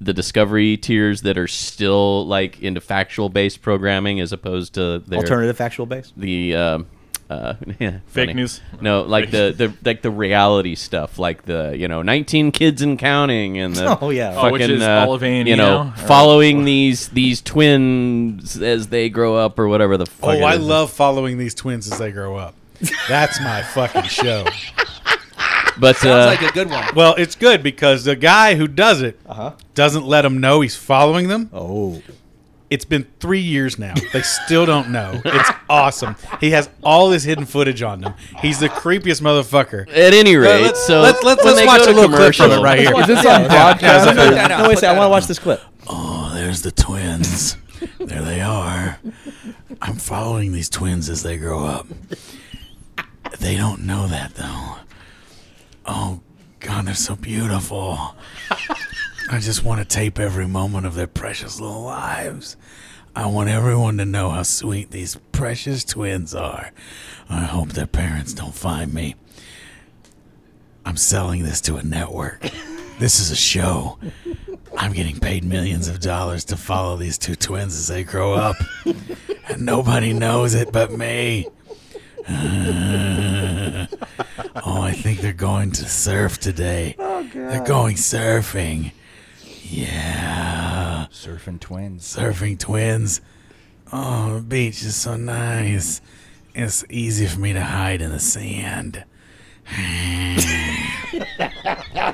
Speaker 7: the Discovery tiers that are still like into factual based programming as opposed to their
Speaker 3: Alternative factual base.
Speaker 7: the um, uh, yeah,
Speaker 4: Fake
Speaker 7: funny.
Speaker 4: news.
Speaker 7: No, like the, the like the reality stuff, like the you know, nineteen kids and counting, and the
Speaker 3: Oh, yeah.
Speaker 4: Oh, which
Speaker 7: fucking,
Speaker 4: is
Speaker 7: uh,
Speaker 4: all of A&E
Speaker 7: you know,
Speaker 4: now?
Speaker 7: following these these twins as they grow up or whatever the fuck.
Speaker 8: Oh,
Speaker 7: it
Speaker 8: I
Speaker 7: is.
Speaker 8: love following these twins as they grow up. That's my fucking show.
Speaker 7: But uh,
Speaker 6: Sounds like a good one.
Speaker 8: Well, it's good because the guy who does it doesn't let them know he's following them.
Speaker 3: Oh.
Speaker 8: It's been three years now. They still don't know. It's awesome. He has all his hidden footage on them. He's the creepiest motherfucker.
Speaker 7: at any rate,
Speaker 8: Uh, let's-
Speaker 7: so
Speaker 8: let's- let's-
Speaker 7: when
Speaker 8: let's
Speaker 7: they go
Speaker 8: watch a
Speaker 7: to
Speaker 8: little clip from it
Speaker 7: commercial-
Speaker 8: right here.
Speaker 2: is this on broadcast?
Speaker 3: No, wait a second. I want to watch this clip.
Speaker 8: Oh, There's the twins. there they are. I'm following these twins as they grow up. They don't know that though. Oh God, they're so beautiful. I just want to tape every moment of their precious little lives. I want everyone to know how sweet these precious twins are. I hope their parents don't find me. I'm selling this to a network. This is a show. I'm getting paid millions of dollars to follow these two twins as they grow up. and nobody knows it but me. oh, I think they're going to surf today.
Speaker 6: Oh,
Speaker 8: They're going surfing. Yeah.
Speaker 6: Surfing twins.
Speaker 8: Surfing twins. Oh, the beach is so nice. It's easy for me to hide in the sand.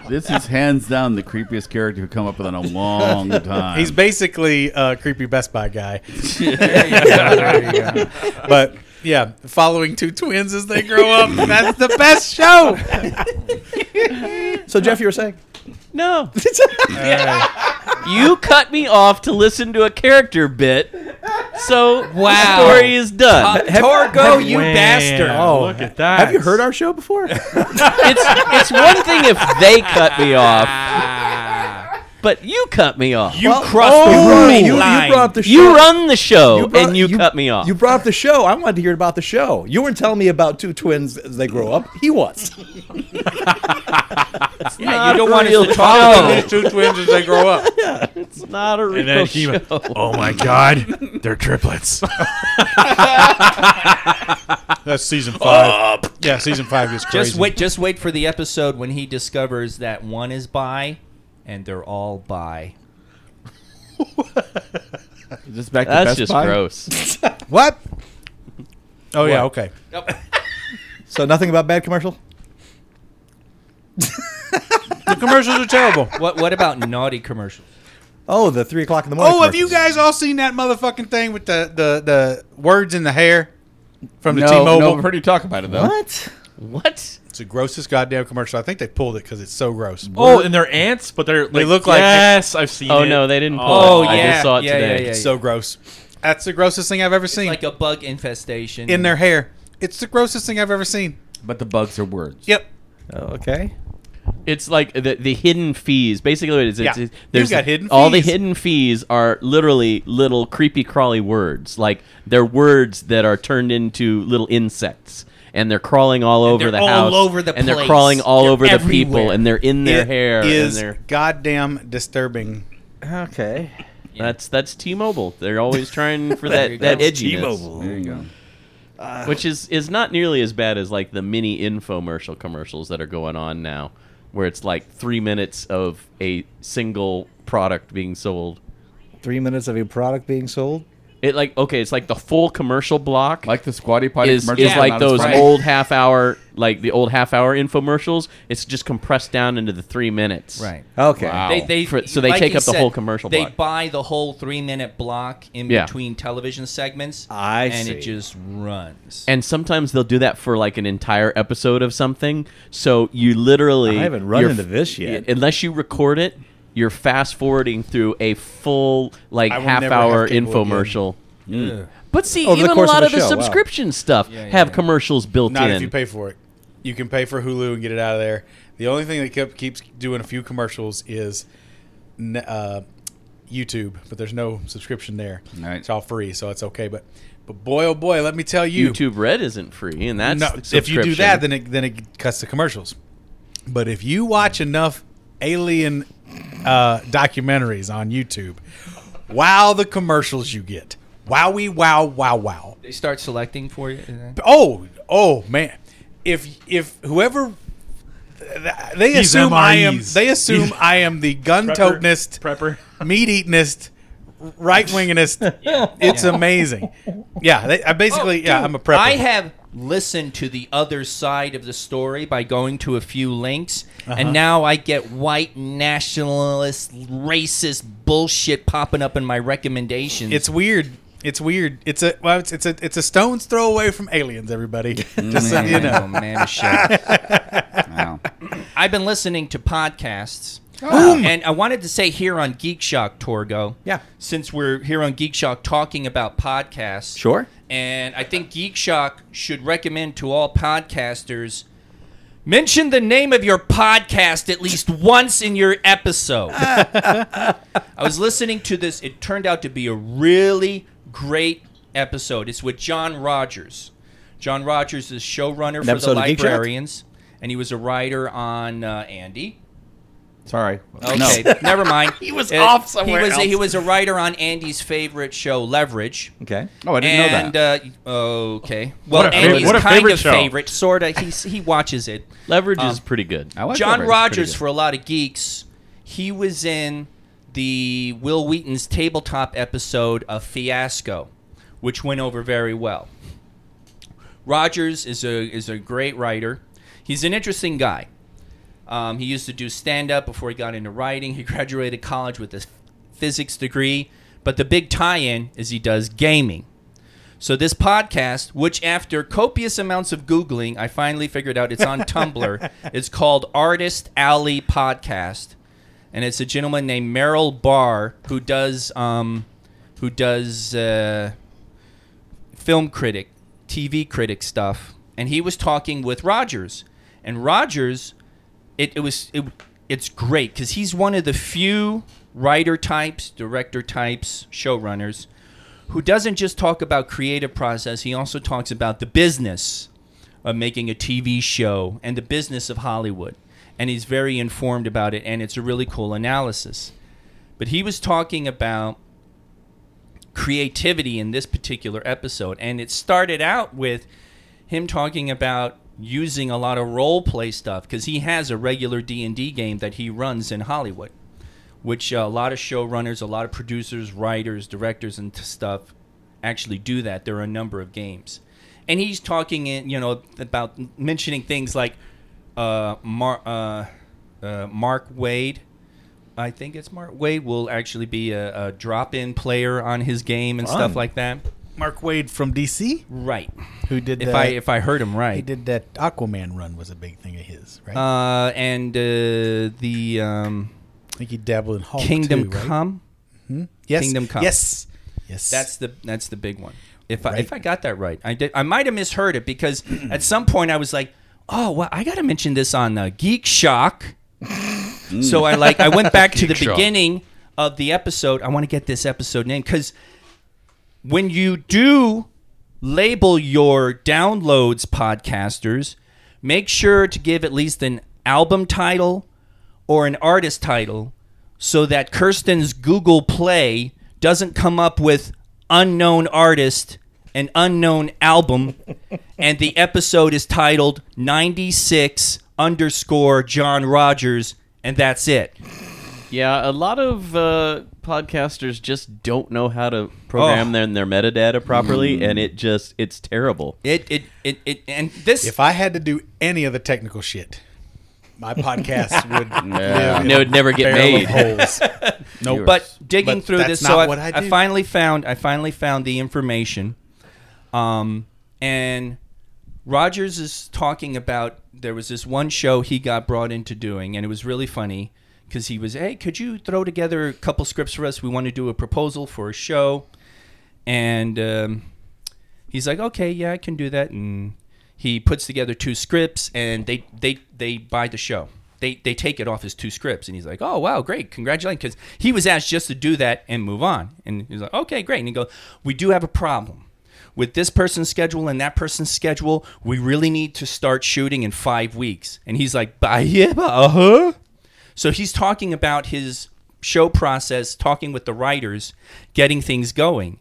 Speaker 2: This is hands down the creepiest character who've come up with in a long time.
Speaker 8: basically a creepy Best Buy guy.
Speaker 6: There you go.
Speaker 8: but yeah, following two twins as they grow up, that's the best show.
Speaker 3: So, Jeff, you were saying?
Speaker 7: No. you cut me off to listen to a character bit. So
Speaker 6: Wow.
Speaker 7: the story is done.
Speaker 6: Torgo, you
Speaker 4: Man,
Speaker 6: bastard.
Speaker 4: Look at that.
Speaker 3: Oh. Have you heard our show before?
Speaker 7: It's it's one thing if they cut me off.
Speaker 8: Ah.
Speaker 7: But you cut me off. You,
Speaker 6: You crossed the
Speaker 3: oh, you,
Speaker 6: running
Speaker 3: you
Speaker 6: line.
Speaker 3: brought up the show.
Speaker 7: run the show
Speaker 3: brought-
Speaker 7: and you, cut me off.
Speaker 3: You brought up the show. I wanted to hear about the show. You weren't telling me about two twins as they grow up. He was.
Speaker 6: Yeah, you don't want
Speaker 7: real
Speaker 6: us to talk about
Speaker 9: These two twins as they grow up.
Speaker 7: it's not a real
Speaker 4: And then he,
Speaker 7: show.
Speaker 4: oh my god, they're triplets.
Speaker 9: That's season five. Yeah, season five is crazy.
Speaker 6: Just wait. Just wait for the episode when he discovers that one is bi, and they're all bi.
Speaker 2: Is this back to
Speaker 7: That's
Speaker 2: Best
Speaker 7: just
Speaker 2: Buy?
Speaker 7: gross.
Speaker 8: What? Oh yeah, okay.
Speaker 3: So nothing about bad commercial.
Speaker 8: The commercials are terrible.
Speaker 6: What? What about naughty commercials?
Speaker 3: Oh, the three o'clock in the morning.
Speaker 8: Oh, have you
Speaker 3: commercials.
Speaker 8: guys all seen that motherfucking thing with the the, the words in the hair from the
Speaker 2: No, no,
Speaker 8: T-Mobile?
Speaker 2: I've heard you talk about it though.
Speaker 3: What?
Speaker 7: what?
Speaker 8: It's the grossest goddamn commercial. I think they pulled it because it's so gross.
Speaker 4: oh, and they're ants, but they're
Speaker 8: They
Speaker 4: like,
Speaker 8: look like-
Speaker 4: yes, I've seen.
Speaker 7: Oh
Speaker 4: it.
Speaker 7: no, they didn't pull
Speaker 6: Oh,
Speaker 7: it. I
Speaker 6: yeah,
Speaker 7: just saw it
Speaker 6: yeah,
Speaker 7: today.
Speaker 6: yeah, yeah.
Speaker 8: It's so gross. That's the grossest thing I've ever seen
Speaker 6: Like a bug infestation
Speaker 8: in their hair. It's the grossest thing I've ever seen.
Speaker 2: But the bugs are words.
Speaker 8: Yep.
Speaker 3: Oh, okay.
Speaker 7: It's like the the hidden fees. Basically, what it is, it's,
Speaker 8: Yeah.
Speaker 7: it's- there's
Speaker 8: You've got hidden
Speaker 7: all the
Speaker 8: fees.
Speaker 7: hidden fees are literally little creepy crawly words. Like they're words that are turned into little insects, and they're crawling all over
Speaker 6: they're
Speaker 7: the
Speaker 6: all
Speaker 7: house,
Speaker 6: over the
Speaker 7: and they're
Speaker 6: place.
Speaker 7: crawling all
Speaker 6: They're
Speaker 7: over the people,
Speaker 6: everywhere.
Speaker 7: and they're in their
Speaker 8: It
Speaker 7: hair.
Speaker 8: is
Speaker 7: and they're,
Speaker 8: goddamn disturbing.
Speaker 3: Okay.
Speaker 7: that's that's T-Mobile. They're always trying for
Speaker 6: you
Speaker 7: that
Speaker 6: go.
Speaker 7: that edginess, Uh,
Speaker 2: There you go.
Speaker 7: which is is not nearly as bad as like the mini infomercial commercials that are going on now, where it's like three minutes of a single product being sold.
Speaker 3: Three minutes of a product being sold.
Speaker 7: It like okay, it's like the full commercial block
Speaker 3: Like the squatty potty
Speaker 7: is,
Speaker 3: commercial,
Speaker 7: is
Speaker 3: not
Speaker 7: like
Speaker 3: as
Speaker 7: those
Speaker 3: funny.
Speaker 7: old half hour, like the old half hour infomercials. It's just compressed down into the three minutes.
Speaker 6: Right.
Speaker 2: Okay.
Speaker 7: They, they, so they
Speaker 6: like
Speaker 7: take
Speaker 6: he
Speaker 7: up the
Speaker 6: said,
Speaker 7: whole commercial
Speaker 6: They
Speaker 7: block.
Speaker 6: buy the whole three minute block in
Speaker 7: Yeah.
Speaker 6: between television segments.
Speaker 2: I
Speaker 6: and
Speaker 2: see.
Speaker 6: it just runs.
Speaker 7: and sometimes they'll do that for like an entire episode of something. So you literally
Speaker 2: I haven't run
Speaker 7: you're-
Speaker 2: into this yet.
Speaker 7: Unless you record it, you're fast forwarding through a full like
Speaker 8: I will
Speaker 7: half
Speaker 8: never have
Speaker 7: hour
Speaker 8: cable again.
Speaker 7: infomercial. But see,
Speaker 2: Mm. Over the
Speaker 7: even a
Speaker 2: course of
Speaker 7: lot
Speaker 2: a
Speaker 7: of the
Speaker 2: show, wow.
Speaker 7: subscription stuff have commercials built
Speaker 8: Not
Speaker 7: in.
Speaker 8: if you pay for it. You can pay for Hulu and get it out of there. The only thing that kept, keeps doing a few commercials is ne- uh, YouTube, but there's no subscription there.
Speaker 3: Right.
Speaker 8: It's all free, so it's okay. But but boy, oh boy, let me tell you,
Speaker 7: YouTube Red isn't free, and that's
Speaker 8: no,
Speaker 7: the
Speaker 8: if you do
Speaker 7: subscription.
Speaker 8: that, then it then it cuts the commercials. But if you watch enough alien uh, documentaries on YouTube, wow, the commercials you get, wowie, wow, wow, wow.
Speaker 6: they start selecting for you. uh,
Speaker 8: Oh, oh man! If if whoever they
Speaker 9: These
Speaker 8: assume I am,
Speaker 9: MREs.
Speaker 8: they assume I am the gun totingest,
Speaker 9: prepper.
Speaker 8: meat eatingest, right wingingest. It's amazing. Yeah, they, I basically
Speaker 6: Oh,
Speaker 8: yeah,
Speaker 6: dude,
Speaker 8: I'm a prepper.
Speaker 6: I have listened to the other side of the story by going to a few links,
Speaker 8: Uh-huh.
Speaker 6: and now I get white nationalist, racist bullshit popping up in my recommendations.
Speaker 8: It's weird. It's weird. It's a well, it's, it's a it's a stone's throw away from aliens. Everybody, just so
Speaker 6: man,
Speaker 8: you know.
Speaker 6: oh, man, Michelle.
Speaker 3: Wow.
Speaker 6: I've been listening to podcasts. And I wanted to say here on Geek Shock, Torgo.
Speaker 2: Yeah.
Speaker 6: Since we're here on Geek Shock talking about podcasts.
Speaker 2: Sure.
Speaker 6: And I think Geek Shock should recommend to all podcasters mention the name of your podcast at least once in your episode.
Speaker 2: Ah.
Speaker 6: I was listening to this, it turned out to be a really great episode. It's with John Rogers. John Rogers is showrunner for the
Speaker 2: episode of Geek Shock?
Speaker 6: librarians, and he was a writer on uh, Andy.
Speaker 3: Sorry.
Speaker 6: Okay,
Speaker 3: No.
Speaker 6: never mind. Uh,
Speaker 7: He was off somewhere
Speaker 6: He was, A, he
Speaker 7: else.
Speaker 6: was a writer on Andy's favorite show, Leverage.
Speaker 2: Okay.
Speaker 3: Oh, I didn't know
Speaker 6: and,
Speaker 3: that.
Speaker 6: Uh, okay. Well,
Speaker 9: a fav-
Speaker 6: Andy's
Speaker 9: what a
Speaker 6: kind
Speaker 9: favorite
Speaker 6: of
Speaker 9: show.
Speaker 6: favorite, sorta. He he watches it.
Speaker 7: Leverage
Speaker 6: Um,
Speaker 7: is pretty good.
Speaker 3: I like
Speaker 6: John
Speaker 3: that version. It's pretty
Speaker 6: Rogers,
Speaker 3: good.
Speaker 6: for a lot of geeks, he was in the Will Wheaton's tabletop episode of Fiasco, which went over very well. Rogers is a is a great writer. He's an interesting guy. Um, he used to do stand up before he got into writing. He graduated college with a physics degree, but the big tie in is he does gaming. So this podcast, which after copious amounts of googling, I finally figured out it's on Tumblr. It's called Artist Alley Podcast, and it's a gentleman named Merrill Barr who does um, who does uh, film critic, TV critic stuff, and he was talking with Rogers, and Rogers, it, it was it, it's great because he's one of the few writer types, director types, showrunners who doesn't just talk about creative process he also talks about the business of making a tv show and the business of hollywood and he's very informed about it and it's a really cool analysis but he was talking about creativity in this particular episode and it started out with him talking about using a lot of role play stuff because he has a regular d&d game that he runs in hollywood which uh, a lot of showrunners, a lot of producers, writers, directors, and t- stuff actually do that. There are a number of games, and he's talking in you know about mentioning things like uh, Mar- uh, uh, Mark Wade. I think it's Mark Wade will actually be a, a drop-in player on his game and stuff like that.
Speaker 8: Mark Wade from DC,
Speaker 6: Right.
Speaker 8: who did
Speaker 6: If
Speaker 8: that,
Speaker 6: I if I heard him right.
Speaker 8: he did that Aquaman run was a big thing of his, right?
Speaker 6: Uh, and uh, the um,
Speaker 8: I think he dabbled in Hulk
Speaker 6: Kingdom
Speaker 8: too, right? Hmm?
Speaker 6: Come.
Speaker 8: yes,
Speaker 6: Kingdom Come.
Speaker 8: yes, yes.
Speaker 6: That's the that's the big one. If I,
Speaker 8: Right.
Speaker 6: if I got that right, I did. I might have misheard it because at some point I was like, "Oh, well, I got to mention this on uh, Geek Shock." So I like I went back to the
Speaker 7: Shock.
Speaker 6: beginning of the episode. I want to get this episode name because when you do label your downloads, podcasters, make sure to give at least an album title or an artist title so that Kirsten's Google Play doesn't come up with unknown artist and unknown album, and the episode is titled 96 underscore John Rogers, and that's it.
Speaker 7: Yeah, a lot of uh, podcasters just don't know how to
Speaker 8: Oh.
Speaker 7: program their, their metadata properly, and
Speaker 2: Mm.
Speaker 7: it just it's terrible.
Speaker 6: It, it, it, it, and this.
Speaker 9: If I had to do any of the technical shit, my podcast would live in
Speaker 7: No, it would never get
Speaker 9: barrel of
Speaker 7: made.
Speaker 9: holes.
Speaker 7: No,
Speaker 6: but digging
Speaker 9: But
Speaker 6: through
Speaker 9: that's
Speaker 6: this,
Speaker 9: not
Speaker 6: so I,
Speaker 9: what I
Speaker 6: I,
Speaker 9: do.
Speaker 6: finally found I finally found the information. Um, and Rogers is talking about there was this one show he got brought into doing, and it was really funny because he was, hey, could you throw together a couple scripts for us? We want to do a proposal for a show, and um, he's like, okay, yeah, I can do that, and he puts together two scripts, and they they they buy the show. They, they take it off his two scripts and he's like oh wow great congratulations because he was asked just to do that and move on and he's like okay great and he goes we do have a problem with this person's schedule and that person's schedule, we really need to start shooting in five weeks. And he's like, "Bah, yeah, uh huh. So he's talking about his show process, talking with the writers, getting things going.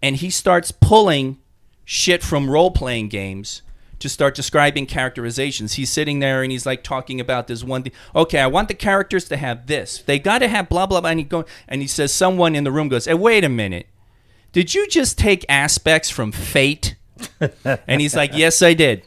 Speaker 6: And he starts pulling shit from role playing games to start describing characterizations. He's sitting there and he's like talking about this one thing. Okay, I want the characters to have this. They got to have blah, blah, blah. And he, go, and he says, someone in the room goes, hey, wait a minute did you just take aspects from fate and he's like yes i did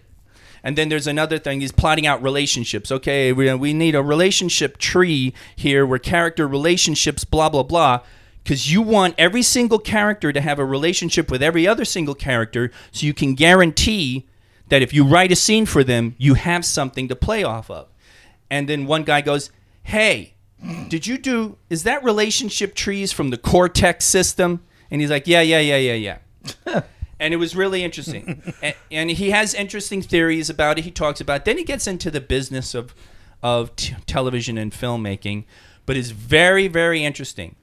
Speaker 6: and then there's another thing he's plotting out relationships okay we, we need a relationship tree here where character relationships blah blah blah because you want every single character to have a relationship with every other single character so you can guarantee that if you write a scene for them you have something to play off of and then one guy goes hey did you do is that relationship trees from the cortex system and he's like yeah yeah yeah yeah yeah and it was really interesting and, and he has interesting theories about it he talks about then he gets into the business of of t- television and filmmaking but it's very very interesting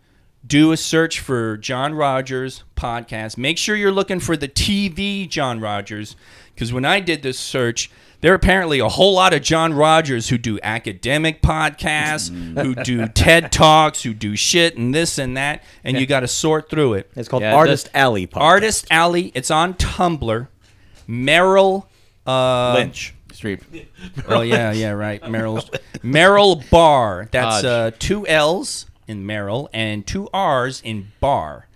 Speaker 6: do a search for John Rogers podcast. Make sure you're looking for the TV John Rogers because when I did this search, there are apparently a whole lot of John Rogers who do academic podcasts, who do TED Talks, who do shit and this and that, and you got to sort through it.
Speaker 3: It's called
Speaker 7: Yeah, it
Speaker 3: Artist Alley Podcast.
Speaker 6: Artist Alley, it's on Tumblr. Meryl uh,
Speaker 3: Lynch.
Speaker 2: Streep.
Speaker 6: Oh yeah, yeah, right. Merrill Merrill Bar. That's
Speaker 7: Hodge.
Speaker 6: uh, two L's in Merrill and two R's in Bar.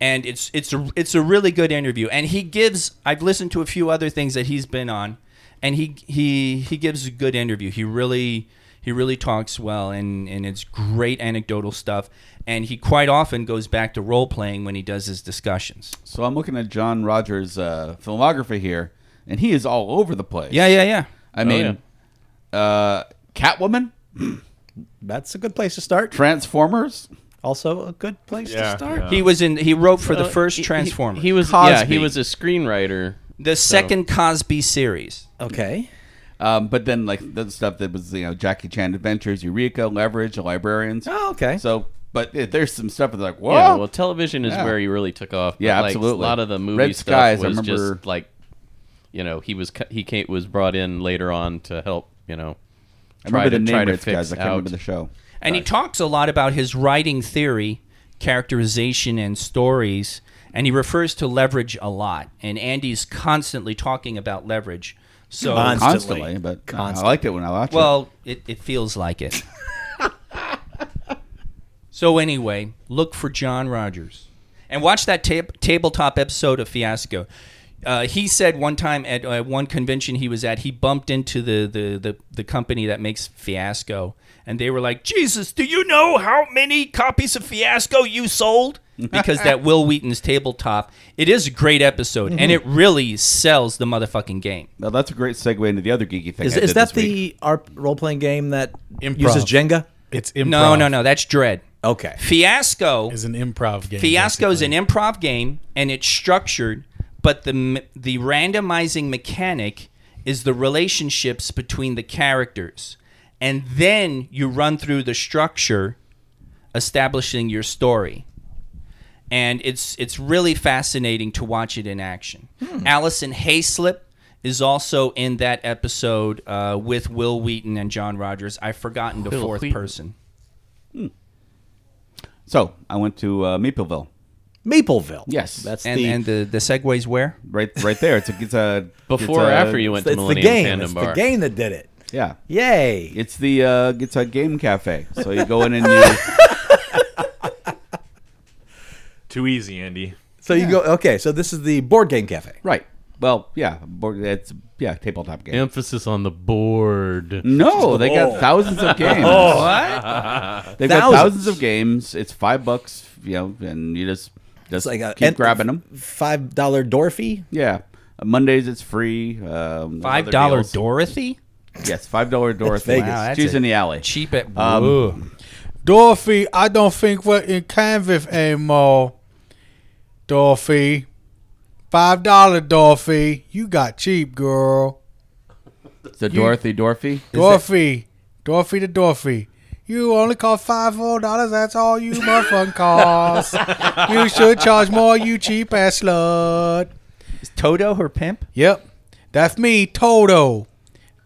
Speaker 6: And it's it's a, it's a really good interview. And he gives I've listened to a few other things that he's been on, and he he he gives a good interview. He really he really talks well, and and it's great anecdotal stuff. And he quite often goes back to role playing when he does his discussions.
Speaker 2: So I'm looking at John Rogers' uh, filmography here, and he is all over the place.
Speaker 6: Yeah, yeah, yeah.
Speaker 2: I mean,
Speaker 7: Oh,
Speaker 2: uh, Catwoman,
Speaker 3: That's a good place to start.
Speaker 2: Transformers.
Speaker 3: Also, a good place to start.
Speaker 6: He was in. He wrote for the first
Speaker 7: Uh, He- he-
Speaker 6: Transformer.
Speaker 7: He, was yeah,
Speaker 2: Cosby.
Speaker 7: he was a screenwriter.
Speaker 6: the second Cosby series.
Speaker 3: Okay.
Speaker 2: Um, but then like the stuff that was you know Jackie Chan Adventures, Eureka, Leverage, The Librarians.
Speaker 3: Oh, okay.
Speaker 2: So, but it, there's some stuff that's like whoa.
Speaker 7: Yeah, well, television is
Speaker 2: Yeah.
Speaker 7: where he really took off. but,
Speaker 2: Yeah,
Speaker 7: like,
Speaker 2: absolutely.
Speaker 7: A lot of the movie
Speaker 2: Red
Speaker 7: stuff
Speaker 2: Skies, I
Speaker 7: was
Speaker 2: remember-
Speaker 7: just like, you know, he was cu- he came, was brought in later on to help. You know,
Speaker 2: I remember the name
Speaker 7: to
Speaker 2: of it,
Speaker 7: fix
Speaker 2: guys. I can't remember
Speaker 7: out-
Speaker 2: the show.
Speaker 6: And he talks a lot about his writing theory, characterization, and stories. And he refers to leverage a lot. And Andy's constantly talking about leverage. So,
Speaker 3: Constantly.
Speaker 2: Constantly, but uh, I liked it when I watched it.
Speaker 6: well, it, it feels like it. so, anyway, look for John Rogers and watch that ta- tabletop episode of Fiasco. Uh, he said one time at uh, one convention he was at, he bumped into the, the, the, the company that makes Fiasco, and they were like, Jesus, do you know how many copies of Fiasco you sold? Because that Will Wheaton's tabletop, it is a great episode,
Speaker 2: Mm-hmm.
Speaker 6: and it really sells the motherfucking game.
Speaker 2: Now that's a great segue into the other geeky thing.
Speaker 3: Is,
Speaker 2: I
Speaker 3: is
Speaker 2: did
Speaker 3: that
Speaker 2: this week.
Speaker 3: the role playing game that
Speaker 9: Improv.
Speaker 3: uses Jenga? Oh,
Speaker 9: It's improv.
Speaker 6: No, no, no, that's Dread.
Speaker 3: Okay.
Speaker 6: Fiasco
Speaker 9: It's an improv game.
Speaker 6: Fiasco is
Speaker 9: basically.
Speaker 6: an improv game, and it's structured, but the m- the randomizing mechanic is the relationships between the characters, and then you run through the structure, establishing your story, and it's it's really fascinating to watch it in action. Allison Hayslip is also in that episode uh, with Will Wheaton and John Rogers. I've forgotten the
Speaker 7: Will
Speaker 6: fourth
Speaker 7: Wheaton.
Speaker 6: person.
Speaker 2: So I went to uh, Mapleville.
Speaker 3: Mapleville.
Speaker 2: Yes.
Speaker 3: That's
Speaker 6: And
Speaker 3: the.
Speaker 6: and the the segues where?
Speaker 2: Right, right there. It's a, it's a
Speaker 7: Before or
Speaker 2: it's a-
Speaker 7: after you went
Speaker 3: it's
Speaker 7: to
Speaker 3: the
Speaker 7: Millennium
Speaker 3: game.
Speaker 7: Fandom
Speaker 3: It's
Speaker 7: Bar.
Speaker 3: the game that did it.
Speaker 2: Yeah,
Speaker 3: Yay.
Speaker 2: it's the uh, it's a game cafe. So you go in and you
Speaker 4: Too easy, Andy.
Speaker 3: So you go, okay, so this is the board game cafe.
Speaker 2: right. Well, yeah, board, it's yeah tabletop game.
Speaker 7: Emphasis on the board.
Speaker 2: No, they got thousands of games.
Speaker 7: Oh.
Speaker 2: what? They've got
Speaker 3: Thousands.
Speaker 2: thousands of games. It's five bucks, you know, and you just just
Speaker 3: like a-
Speaker 2: keep
Speaker 3: and-
Speaker 2: grabbing them.
Speaker 3: $5 door fee.
Speaker 2: Yeah, Mondays it's free. Um,
Speaker 6: Five
Speaker 2: other
Speaker 6: dollar
Speaker 2: deals.
Speaker 6: Dorothy.
Speaker 2: Yes, five dollar Dorothy.
Speaker 3: Vegas.
Speaker 6: Wow, that's
Speaker 2: She's
Speaker 6: a
Speaker 2: in the alley.
Speaker 6: Cheap at
Speaker 2: Um,
Speaker 9: Dorothy, I don't think we're in Canvas anymore. Dorothy, five dollar Dorothy, you got cheap, girl.
Speaker 2: the Dorothy Dorothy.
Speaker 9: Dorothy, Dorothy to Dorothy, you only cost five four dollars. That's all you motherfucking cost. you should charge more, you cheap ass slut.
Speaker 6: Is Toto her pimp.
Speaker 9: Yep, that's me, Toto.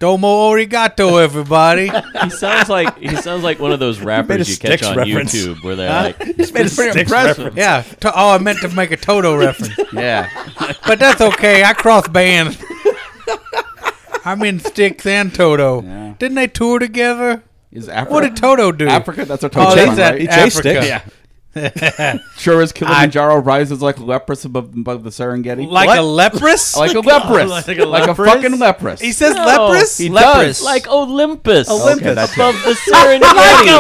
Speaker 9: Domo arigato, everybody.
Speaker 7: He sounds like he sounds like one of those rappers
Speaker 3: a
Speaker 7: you catch
Speaker 3: Styx
Speaker 7: on
Speaker 3: reference.
Speaker 7: YouTube where they're like,
Speaker 3: It's made a
Speaker 2: pretty
Speaker 3: sticks
Speaker 2: impressive.
Speaker 3: reference.
Speaker 9: yeah. To- oh, I meant to make a Toto reference.
Speaker 2: Yeah,
Speaker 9: But that's okay. I cross band. I'm in Styx and Toto.
Speaker 2: Yeah.
Speaker 9: Didn't they tour together?
Speaker 2: is Africa?
Speaker 9: What did Toto do?
Speaker 2: Africa? That's what Toto.
Speaker 9: Oh,
Speaker 2: Oh,
Speaker 9: that's at
Speaker 2: right?
Speaker 9: Africa.
Speaker 3: Sticks.
Speaker 2: Sure as Kilimanjaro rises like leprous above, above the Serengeti.
Speaker 9: Like
Speaker 2: What?
Speaker 9: a leprous?
Speaker 2: like a leprous, like a, fucking leprous.
Speaker 9: he says
Speaker 7: No,
Speaker 9: leprous?
Speaker 7: he
Speaker 6: Leprous.
Speaker 7: like Olympus,
Speaker 2: Olympus. Okay, that's
Speaker 7: above the Serengeti.